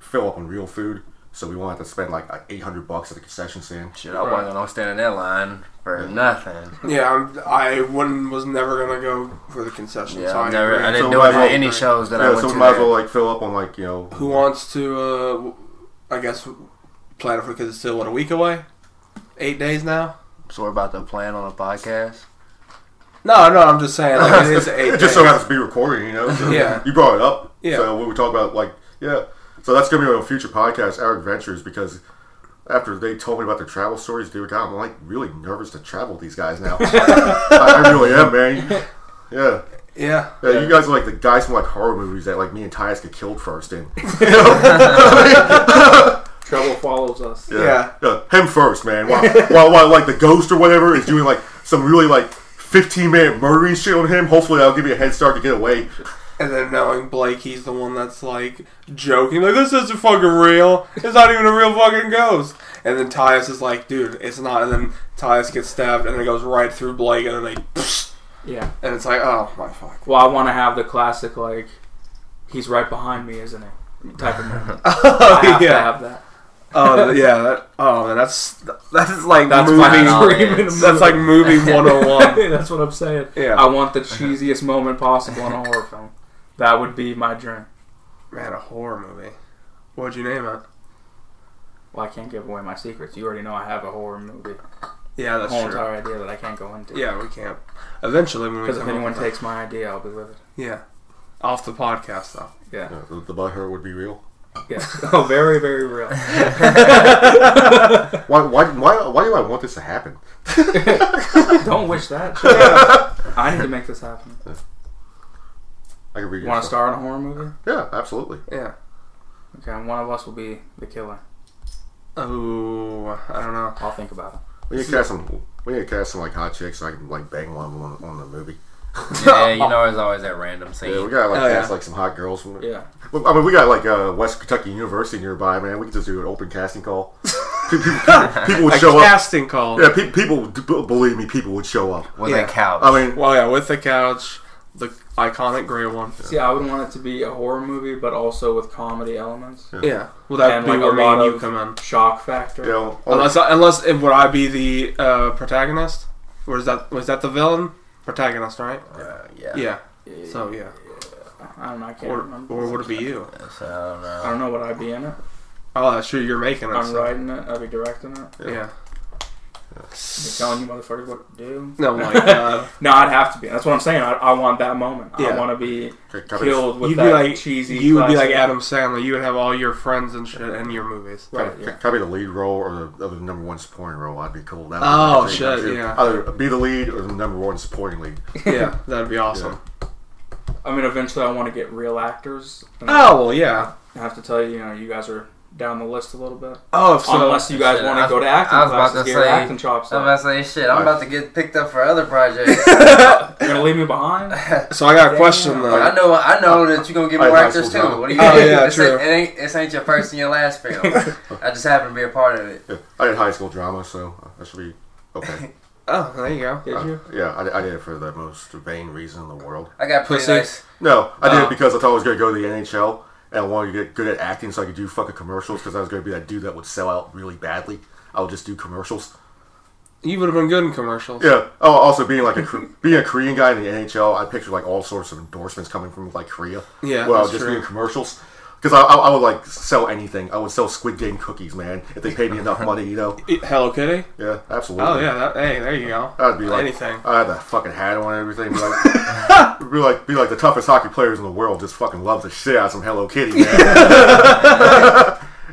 Speaker 4: fill up on real food. So we won't have to spend like eight hundred bucks at the concession stand.
Speaker 5: Shit, I wasn't gonna stand in that line for nothing.
Speaker 3: Yeah, I'm, I wouldn't, was never gonna go for the concession.
Speaker 5: Yeah,
Speaker 3: so I
Speaker 5: I never.
Speaker 3: agree.
Speaker 5: I didn't
Speaker 4: So
Speaker 5: do
Speaker 4: might
Speaker 5: it
Speaker 4: as
Speaker 5: for
Speaker 4: well-
Speaker 5: any shows that I
Speaker 4: Yeah,
Speaker 5: went
Speaker 4: so we
Speaker 5: to.
Speaker 4: might as
Speaker 5: there.
Speaker 4: well like fill up on like you know
Speaker 3: Who wants to? Uh, w- I guess plan it for because it's still what a week away, eight days now.
Speaker 5: So we're about to plan on
Speaker 4: *laughs*
Speaker 5: a podcast. *laughs*
Speaker 3: No, no, I'm just saying like, it is eight.
Speaker 4: it *laughs* just so
Speaker 3: days.
Speaker 4: happens to be recording, you know.
Speaker 3: *laughs*
Speaker 4: So
Speaker 3: Yeah.
Speaker 4: You brought it up.
Speaker 3: Yeah.
Speaker 4: So we were talking about like yeah. So that's gonna be a future podcast, our adventures, because after they told me about their travel stories, dude, God, I'm like really nervous to travel with these
Speaker 3: *laughs*
Speaker 4: guys now. I, I really am, man. Yeah.
Speaker 3: yeah,
Speaker 4: yeah, You guys are like the guys from like horror movies that like me and Tyus get killed
Speaker 3: *laughs*
Speaker 4: first in. You know?
Speaker 2: Trouble follows us.
Speaker 3: Yeah.
Speaker 4: Yeah, Him first, man. While, while, while like the ghost or whatever is doing like some really like 15 minute murdering shit on him. Hopefully, that'll give me a head start to get away.
Speaker 3: and then knowing Blake, he's the one that's like joking, like this isn't fucking real. It's not even a real fucking ghost. And then Tyus is like, dude, it's not. And then Tyus gets stabbed, and it goes right through Blake, and then they,
Speaker 2: Yeah.
Speaker 3: and it's like, oh my fuck.
Speaker 2: Well, I want to have the classic like, he's right behind me, isn't he? Type of moment. I
Speaker 3: *laughs* Oh
Speaker 2: have to
Speaker 3: yeah. *laughs*
Speaker 2: have that.
Speaker 3: Oh yeah. That, oh man, that's that's like
Speaker 2: That's
Speaker 3: movie.
Speaker 2: my
Speaker 5: knowledge.
Speaker 3: *laughs*
Speaker 2: dream in a movie.
Speaker 3: That's like
Speaker 2: *laughs*
Speaker 3: movie 101.
Speaker 2: that's what I'm saying.
Speaker 3: Yeah.
Speaker 2: I want the cheesiest moment possible in a horror film. That would be my dream.
Speaker 3: Man, a horror movie. What'd you name it?
Speaker 2: Well, I can't give away my secrets. You already know I have a horror movie.
Speaker 3: Yeah,
Speaker 2: The
Speaker 3: that's
Speaker 2: whole
Speaker 3: true.
Speaker 2: entire idea that I can't go into.
Speaker 3: Yeah, we can't. Eventually, when we
Speaker 2: Because if
Speaker 3: come up
Speaker 2: anyone
Speaker 3: with
Speaker 2: takes my idea, I'll be with it.
Speaker 3: that- yeah, off the podcast though.
Speaker 2: Yeah.
Speaker 4: Yeah, the, Uh, the butthurt would be real.
Speaker 2: *laughs* Yeah. *laughs* oh, very,
Speaker 3: *laughs*
Speaker 2: very real.
Speaker 4: Why, why, why, why do I want this to happen?
Speaker 2: Don't wish that. shit. I need to make this happen.
Speaker 4: I can read it.
Speaker 2: Want to star in a horror movie?
Speaker 4: Yeah, absolutely.
Speaker 3: Yeah.
Speaker 2: Okay, and one of us will be the killer.
Speaker 3: Oh, I don't know.
Speaker 2: I'll think about it.
Speaker 4: We need to cast some. We need to cast some like hot chicks so I can like bang one of them on, on the movie.
Speaker 5: Yeah, you know, it's always that random scene.
Speaker 4: Yeah, we gotta like
Speaker 3: Oh, yeah.
Speaker 4: cast like some hot girls from.
Speaker 2: Yeah.
Speaker 4: Well, I mean, we got like uh, West Kentucky University nearby, man. We could just do an open
Speaker 3: *laughs*
Speaker 4: casting call. people, people, people would
Speaker 3: A
Speaker 4: show up.
Speaker 3: casting call.
Speaker 4: Yeah, pe- people d- b- believe me. People would show up.
Speaker 5: With
Speaker 3: Yeah.
Speaker 5: a couch.
Speaker 4: I mean,
Speaker 3: Well, yeah, with the couch, the iconic gray one.
Speaker 2: See, I would want it to be a horror movie, but also with comedy elements,
Speaker 3: Yeah. Well, that
Speaker 2: And,
Speaker 3: would be
Speaker 2: like,
Speaker 3: where
Speaker 2: a
Speaker 3: me
Speaker 2: lot
Speaker 3: and you
Speaker 2: of-
Speaker 3: come in.
Speaker 2: shock factor.
Speaker 4: you know, all
Speaker 3: Unless, unless it, would I be the uh, protagonist, or is that was that the villain? Protagonist, right?
Speaker 5: Uh, yeah.
Speaker 3: Yeah. So yeah.
Speaker 2: I don't know. I can't
Speaker 3: Or
Speaker 2: remember.
Speaker 3: or would it be you?
Speaker 5: So, I don't know.
Speaker 2: I don't know what I'd be in it.
Speaker 3: Oh, that's true. You're making it.
Speaker 2: I'm
Speaker 3: so-
Speaker 2: writing it. I'd be directing it. I'd
Speaker 3: Yeah.
Speaker 2: be telling you motherfuckers what to do.
Speaker 3: No, uh, my God.
Speaker 2: No, I'd have to be. That's what I'm saying. I, I want that moment.
Speaker 3: Yeah.
Speaker 2: I want to be
Speaker 4: the-
Speaker 2: killed with
Speaker 3: You'd be
Speaker 2: that
Speaker 3: like
Speaker 2: cheesy.
Speaker 3: You would be like
Speaker 2: classic-
Speaker 3: Adam Sandler. You would have all your friends and shit in your movies.
Speaker 2: Right.
Speaker 4: Could-
Speaker 2: Yeah.
Speaker 4: Could I be the lead role or the, or the number one supporting role? I'd be cool. That would
Speaker 3: Oh,
Speaker 4: be
Speaker 3: shit,
Speaker 4: too.
Speaker 3: yeah.
Speaker 4: Either be the lead or the number one supporting lead.
Speaker 3: *laughs* Yeah, that'd be
Speaker 2: *laughs*
Speaker 3: awesome.
Speaker 2: I mean, eventually, I want to get real actors. And
Speaker 3: Oh well, yeah.
Speaker 2: I have to tell you, you know, you guys are down the list a little bit.
Speaker 3: Oh, if so
Speaker 2: Unless you guys
Speaker 5: Shit,
Speaker 2: want
Speaker 5: I
Speaker 2: to go
Speaker 5: was-
Speaker 2: to acting
Speaker 5: I was about
Speaker 2: classes,
Speaker 5: to
Speaker 2: get your
Speaker 5: say-
Speaker 2: acting chops
Speaker 5: I'm
Speaker 2: up.
Speaker 5: about to say shit. I'm about to get picked up for
Speaker 3: *laughs*
Speaker 5: other projects. *laughs*
Speaker 2: You're gonna leave me behind.
Speaker 3: *laughs* so, I got a question
Speaker 2: Damn.
Speaker 3: though.
Speaker 5: I know. I know that you're gonna give me
Speaker 4: I-
Speaker 5: more
Speaker 4: I
Speaker 5: actors too.
Speaker 4: still don't.
Speaker 5: What do you?
Speaker 3: Oh,
Speaker 5: mean?
Speaker 3: yeah,
Speaker 5: this
Speaker 3: true.
Speaker 5: Ain't, it ain't. This ain't your first and your last film. I just happen to be a part of it.
Speaker 4: Yeah. I did high school drama, so I should be okay.
Speaker 3: *laughs*
Speaker 4: Uh,
Speaker 3: Oh, there you go.
Speaker 2: Did you?
Speaker 4: Yeah, I, I did it for the most vain reason in the world.
Speaker 5: I got pretty
Speaker 3: Pussy.
Speaker 5: nice.
Speaker 4: No, I did
Speaker 3: Oh.
Speaker 4: it because I thought I was going to go to the NHL and I wanted to get good at acting so I could do fucking commercials because I was going to be that dude that would sell out really badly. I would just do commercials.
Speaker 3: You would have been good in commercials.
Speaker 4: Yeah. Oh, also being like a Kor- *laughs* being a Korean guy in the NHL, I picture like all sorts of endorsements coming from like Korea.
Speaker 3: Yeah,
Speaker 4: Well,
Speaker 3: that's
Speaker 4: just
Speaker 3: true.
Speaker 4: doing commercials. Because I, I, I would like sell anything. I would sell Squid Game cookies, man, if they paid
Speaker 3: *laughs*
Speaker 4: me enough money, you know.
Speaker 3: I- E- Hello Kitty.
Speaker 4: Yeah, absolutely.
Speaker 3: Oh yeah. That, hey, there you go.
Speaker 4: I'd be like
Speaker 3: Anything.
Speaker 4: I had that fucking hat on and everything. Be like, be like, be like the toughest hockey players in the world. Just fucking love the shit out of some Hello Kitty, man.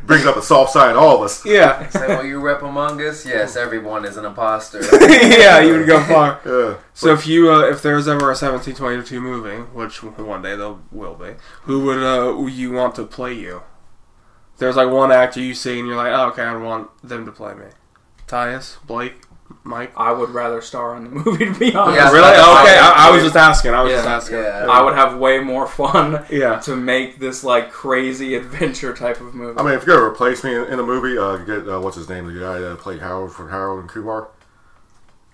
Speaker 4: Brings up the soft side in all of us.
Speaker 3: Yeah. *laughs*
Speaker 5: Say, well, you rep Among Us? Yes, everyone is an imposter.
Speaker 3: yeah, you would go far.
Speaker 4: Yeah.
Speaker 3: So if you uh, if there's ever a 1722 movie, which one day there will be, who would uh, you want to play you? there's like one actor you see and you're like, oh, okay, I want them to play me. Tyus, Blake, Mike. Oh,
Speaker 2: I would rather star in the movie to be honest.
Speaker 5: Yeah.
Speaker 3: really?
Speaker 5: I- I-
Speaker 3: okay, I, I was just asking. I was
Speaker 2: Yeah.
Speaker 3: just asking.
Speaker 5: Yeah.
Speaker 2: I would have way more fun
Speaker 3: Yeah.
Speaker 2: to make this like crazy *laughs* adventure type of movie.
Speaker 4: I mean, if you're gonna replace me in, in a movie, uh, get uh, what's his name, the guy that played Harold from Harold and Kumar.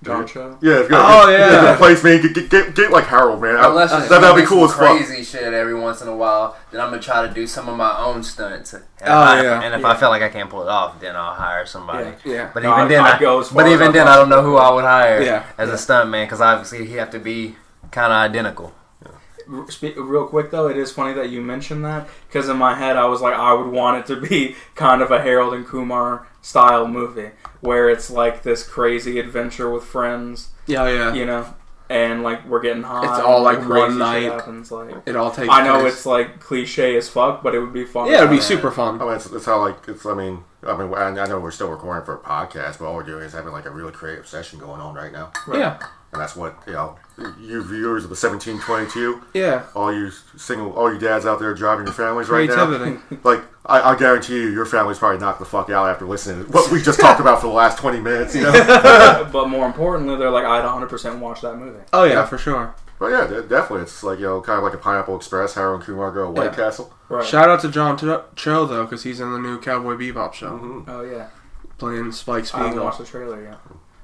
Speaker 2: John Cho.
Speaker 4: Yeah, if you're
Speaker 3: Oh,
Speaker 4: gonna, if you're
Speaker 3: yeah.
Speaker 4: gonna replace me, get, get, get, get like Harold, man. I-
Speaker 5: Unless it's
Speaker 4: that that'd be
Speaker 5: doing
Speaker 4: cool as
Speaker 5: some
Speaker 4: fuck.
Speaker 5: crazy shit every once in a while, then I'm gonna try to do some of my own stunts. And if
Speaker 3: Oh,
Speaker 5: I,
Speaker 3: yeah.
Speaker 5: And if I feel like I can't pull it off, then I'll hire somebody.
Speaker 3: Yeah.
Speaker 5: But
Speaker 2: No,
Speaker 5: even
Speaker 2: I'd-
Speaker 5: then,
Speaker 2: I'd
Speaker 5: I,
Speaker 2: go as far
Speaker 5: but
Speaker 2: as
Speaker 5: even
Speaker 2: I'm
Speaker 5: then, I don't know who I would hire
Speaker 3: Yeah.
Speaker 5: as a stunt man because obviously he have to be kind of identical.
Speaker 2: R- spe- Real quick though, it is funny that you mentioned that because in my head I was like, I would want it to be *laughs* kind of a Harold and Kumar style movie where it's like this crazy adventure with friends,
Speaker 3: Yeah, yeah.
Speaker 2: you know, and like we're getting high.
Speaker 3: It's all, like,
Speaker 2: and
Speaker 3: one
Speaker 2: shit
Speaker 3: night.
Speaker 2: happens. Like
Speaker 3: It all takes.
Speaker 2: I know
Speaker 3: place.
Speaker 2: it's like cliche as fuck, but it would be fun.
Speaker 3: yeah, it'd be
Speaker 2: Yeah. Oh,
Speaker 3: super fun.
Speaker 4: I mean, it's, it's how like it's. I mean, I mean, I, I know we're still recording for a podcast, but all we're doing is having like a really creative session going on right now,
Speaker 3: Yeah,
Speaker 4: and that's what you know. You viewers of the seventeen twenty two,
Speaker 3: yeah.
Speaker 4: all you single, all you dads out there driving your families right
Speaker 3: Creativity.
Speaker 4: now. *laughs* Like, I, I guarantee you, your family's probably knocked the fuck out after listening to what we just talked about for the last twenty minutes. You know,
Speaker 2: *laughs* but more importantly, they're like, I'd 100% watch that movie.
Speaker 3: Oh yeah, for sure.
Speaker 4: *laughs* but yeah, de- definitely, it's like you know, kind of like a Pineapple Express, Harold and Kumar go to White
Speaker 3: Yeah.
Speaker 4: Castle.
Speaker 2: Right.
Speaker 3: Shout out to John Cho- Cho though, because he's in the new Cowboy Bebop show,
Speaker 2: oh, yeah.
Speaker 3: playing Spike
Speaker 2: I haven't
Speaker 3: Spiegel.
Speaker 2: watched the trailer yet.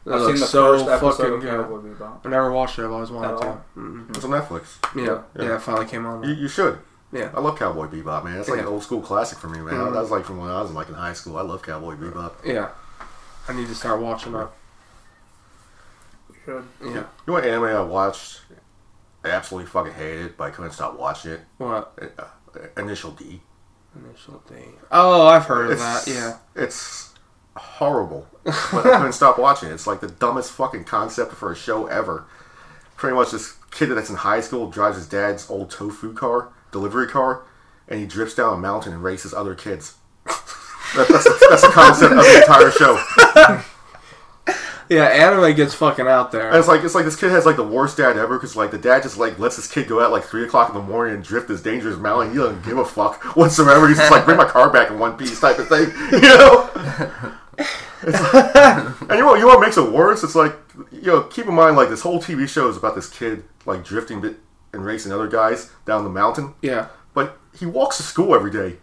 Speaker 3: That
Speaker 2: I've seen
Speaker 3: looks
Speaker 2: the
Speaker 3: so
Speaker 2: first episode
Speaker 3: fucking
Speaker 2: of
Speaker 3: good.
Speaker 2: Cowboy Bebop.
Speaker 3: I never watched it. I've always wanted
Speaker 2: At all.
Speaker 3: to. Mm.
Speaker 4: It's on Netflix.
Speaker 3: Yeah. Yeah. it finally came on.
Speaker 4: You, you should.
Speaker 3: Yeah.
Speaker 4: I love Cowboy Bebop, man. It's like
Speaker 3: Yeah. Mm-hmm.
Speaker 4: an old school classic for me, man. That was like from when I was like in high school. I love Cowboy Bebop.
Speaker 3: Yeah, I need to start watching that.
Speaker 2: Should. *laughs*
Speaker 3: Yeah,
Speaker 4: You know what anime I watched? I absolutely fucking hated it, but I couldn't stop watching it.
Speaker 3: what
Speaker 4: Uh, uh, Initial D.
Speaker 3: initial D? Oh, I've heard of
Speaker 4: It's-
Speaker 3: that. Yeah,
Speaker 4: It's horrible, but I couldn't stop watching it. It's like the dumbest fucking concept for a show ever. Pretty much this kid that's in high school drives his dad's old tofu car, delivery car, and he drifts down a mountain and races other kids. That, that's, that's the concept of the entire show.
Speaker 3: *laughs* yeah. Anime gets fucking out
Speaker 4: And
Speaker 3: there.
Speaker 4: it's like it's like this kid has like the worst dad ever because like the dad just like lets his kid go out like three o'clock in the morning and drift this dangerous mountain. He doesn't give a fuck whatsoever. He's just like bring my car back in one piece type of thing, *laughs* you know. It's like- and you know, what- you know what makes it worse? It's like you know keep in mind like this whole TV show is about this kid like drifting bit and racing other guys down the mountain,
Speaker 3: *laughs* Yeah,
Speaker 4: but he walks to school every day.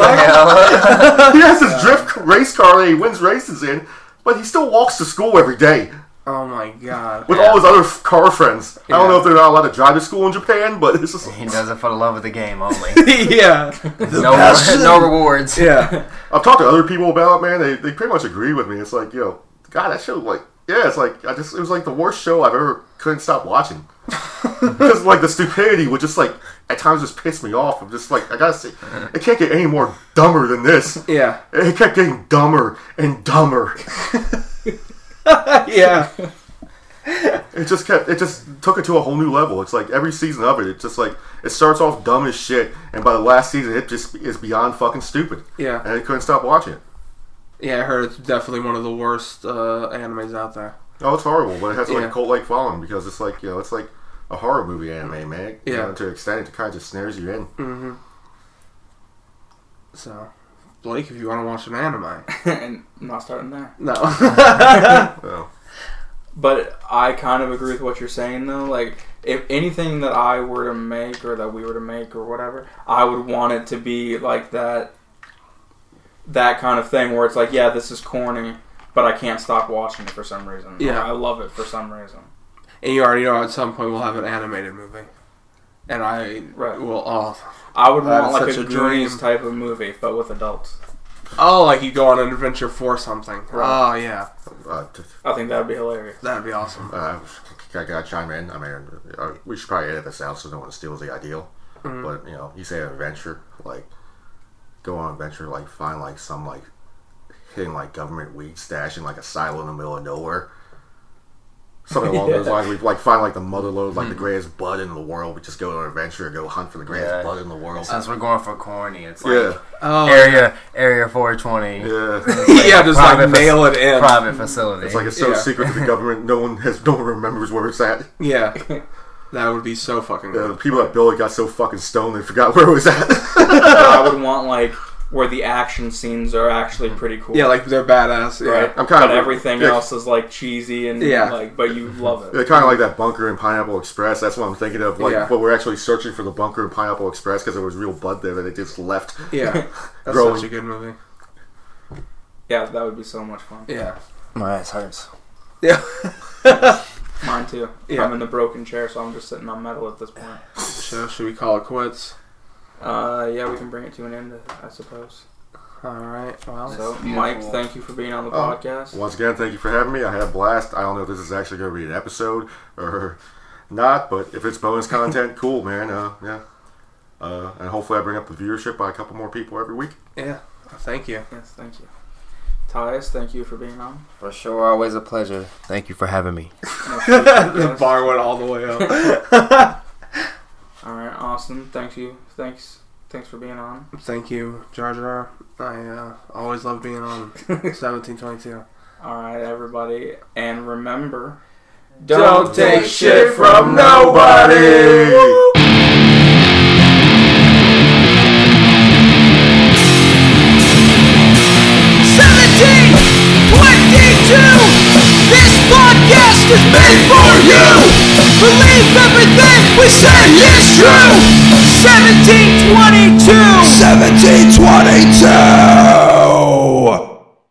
Speaker 4: He has this drift race car that he wins races in, but he still walks to school every day.
Speaker 3: *laughs* Oh my god.
Speaker 4: with all his other f- car friends. I don't know if they're not allowed to drive to school in Japan, but it's just.
Speaker 5: *laughs* he does it for the love of the game only.
Speaker 3: *laughs* yeah. *laughs*
Speaker 5: no, no rewards.
Speaker 3: Yeah.
Speaker 4: I've talked to other people about it, man. They, they pretty much agree with me. It's like, yo, God, that show, like, yeah, it's like, I just, it was like the worst show I've ever couldn't stop watching. Because, like, the stupidity would just, like, at times just piss me off. I'm just like, I gotta say, it can't get any more dumber than this.
Speaker 3: Yeah.
Speaker 4: It kept getting dumber and dumber.
Speaker 3: Yeah.
Speaker 4: It just kept. It just took it to a whole new level. It's like every season of it. It just like it starts off dumb as shit, and by the last season, it just is beyond fucking stupid.
Speaker 3: Yeah.
Speaker 4: and I couldn't stop watching it.
Speaker 3: Yeah, I heard it's definitely one of the worst uh, animes out there.
Speaker 4: Oh, it's horrible, but it has like
Speaker 3: Yeah.
Speaker 4: a cult like following because it's like you know it's like a horror movie anime, man. You
Speaker 3: Yeah.
Speaker 4: know, to an extent, it kind of just snares you in.
Speaker 3: Mm-hmm. So, Blake, if you want to watch an *laughs* anime,
Speaker 2: and I'm not starting there.
Speaker 3: no. *laughs*
Speaker 4: So,
Speaker 2: But I kind of agree with what you're saying, though. Like, if anything that I were to make or that we were to make or whatever, I would want it to be like that. That kind of thing where it's like, yeah, this is corny, but I can't stop watching it for some reason.
Speaker 3: Yeah.
Speaker 2: Or I love it for some reason.
Speaker 3: and you already know at some point we'll have an animated movie, and I
Speaker 2: Right.
Speaker 3: will. Oh,
Speaker 2: I would
Speaker 3: That's
Speaker 2: want like
Speaker 3: such
Speaker 2: a,
Speaker 3: a dream.
Speaker 2: Goonies type of movie, but with adults.
Speaker 3: oh, like you go on an adventure for something.
Speaker 2: Right.
Speaker 3: Oh yeah,
Speaker 4: uh, t-
Speaker 2: I think that would be hilarious.
Speaker 3: that'd be
Speaker 2: *laughs*
Speaker 3: awesome.
Speaker 4: uh, I gotta chime in. I mean, uh, we should probably edit this out so no one steals the ideal.
Speaker 3: Mm-hmm.
Speaker 2: Mm-hmm.
Speaker 4: But you know, you say adventure, like go on adventure, like find like some like hidden like government weed stash in like a silo in the middle of nowhere. Something along those
Speaker 2: Yeah.
Speaker 4: lines. We like find like the mother load, like the greatest bud in the world. We just go on an adventure and go hunt for the greatest
Speaker 5: Yeah.
Speaker 4: bud in the world.
Speaker 5: Since we're going for corny, it's like
Speaker 4: yeah,
Speaker 3: Oh
Speaker 5: area Area 420
Speaker 3: *laughs*
Speaker 4: yeah.
Speaker 3: yeah, just
Speaker 5: Private
Speaker 3: like
Speaker 5: fac-
Speaker 3: mail it in.
Speaker 5: private facility.
Speaker 4: It's like it's so
Speaker 3: Yeah. Mm-hmm.
Speaker 4: secret to the government, no one has, no one remembers where it's at.
Speaker 3: Yeah, That would be so fucking
Speaker 4: Uh,
Speaker 3: good.
Speaker 4: the people at Billy got so fucking stoned they forgot where it was at. *laughs*
Speaker 2: I would want like where the action scenes are actually pretty cool.
Speaker 3: Yeah, like they're badass. Yeah.
Speaker 2: right.
Speaker 4: I'm kinda-
Speaker 2: but everything
Speaker 4: yeah.
Speaker 2: else is like cheesy and
Speaker 3: Yeah.
Speaker 2: like, but you love
Speaker 4: They're
Speaker 2: it.
Speaker 4: kind of like that Bunker and Pineapple Express. That's what I'm thinking of. Like,
Speaker 3: Yeah.
Speaker 4: but we're actually searching for the Bunker and Pineapple Express because there was real blood there that it just left.
Speaker 2: *laughs*
Speaker 3: Yeah. That's
Speaker 4: Growing.
Speaker 3: such a good movie.
Speaker 2: Yeah, that would be so much fun.
Speaker 3: Yeah.
Speaker 5: My ass hurts.
Speaker 3: Yeah.
Speaker 2: Mine too.
Speaker 3: Yeah.
Speaker 2: I'm in the broken chair, so I'm just sitting on metal at this point.
Speaker 3: So should we call it quits?
Speaker 2: Uh, yeah, we can bring it to an end, I suppose.
Speaker 3: All right. Well.
Speaker 2: So,
Speaker 5: That's
Speaker 2: Mike,
Speaker 5: beautiful.
Speaker 2: thank you for being on the
Speaker 4: Oh.
Speaker 2: podcast.
Speaker 4: Once again, thank you for having me. I had a blast. I don't know if this is actually going to be an episode or not, but if it's bonus content, cool, man. Uh, yeah. Uh, and hopefully, I bring up the viewership by a couple more people every week.
Speaker 3: Yeah. Thank you.
Speaker 2: Yes, thank you. Tyus, thank you for being
Speaker 3: *laughs*
Speaker 2: on.
Speaker 5: For sure, always a pleasure. Thank you for having me.
Speaker 3: the bar went all the way up.
Speaker 2: All right, Austin, thank you. Thanks, thanks for being on.
Speaker 3: Thank you, Jar Jar. I uh, always love being *laughs* on 1722.
Speaker 2: All right, everybody, and remember,
Speaker 3: Don't take shit from
Speaker 4: nobody.
Speaker 7: Seventeen, twenty-two. This podcast is made for you. Believe everything we say is true. Seventeen, twenty-two. Seventeen, twenty-two.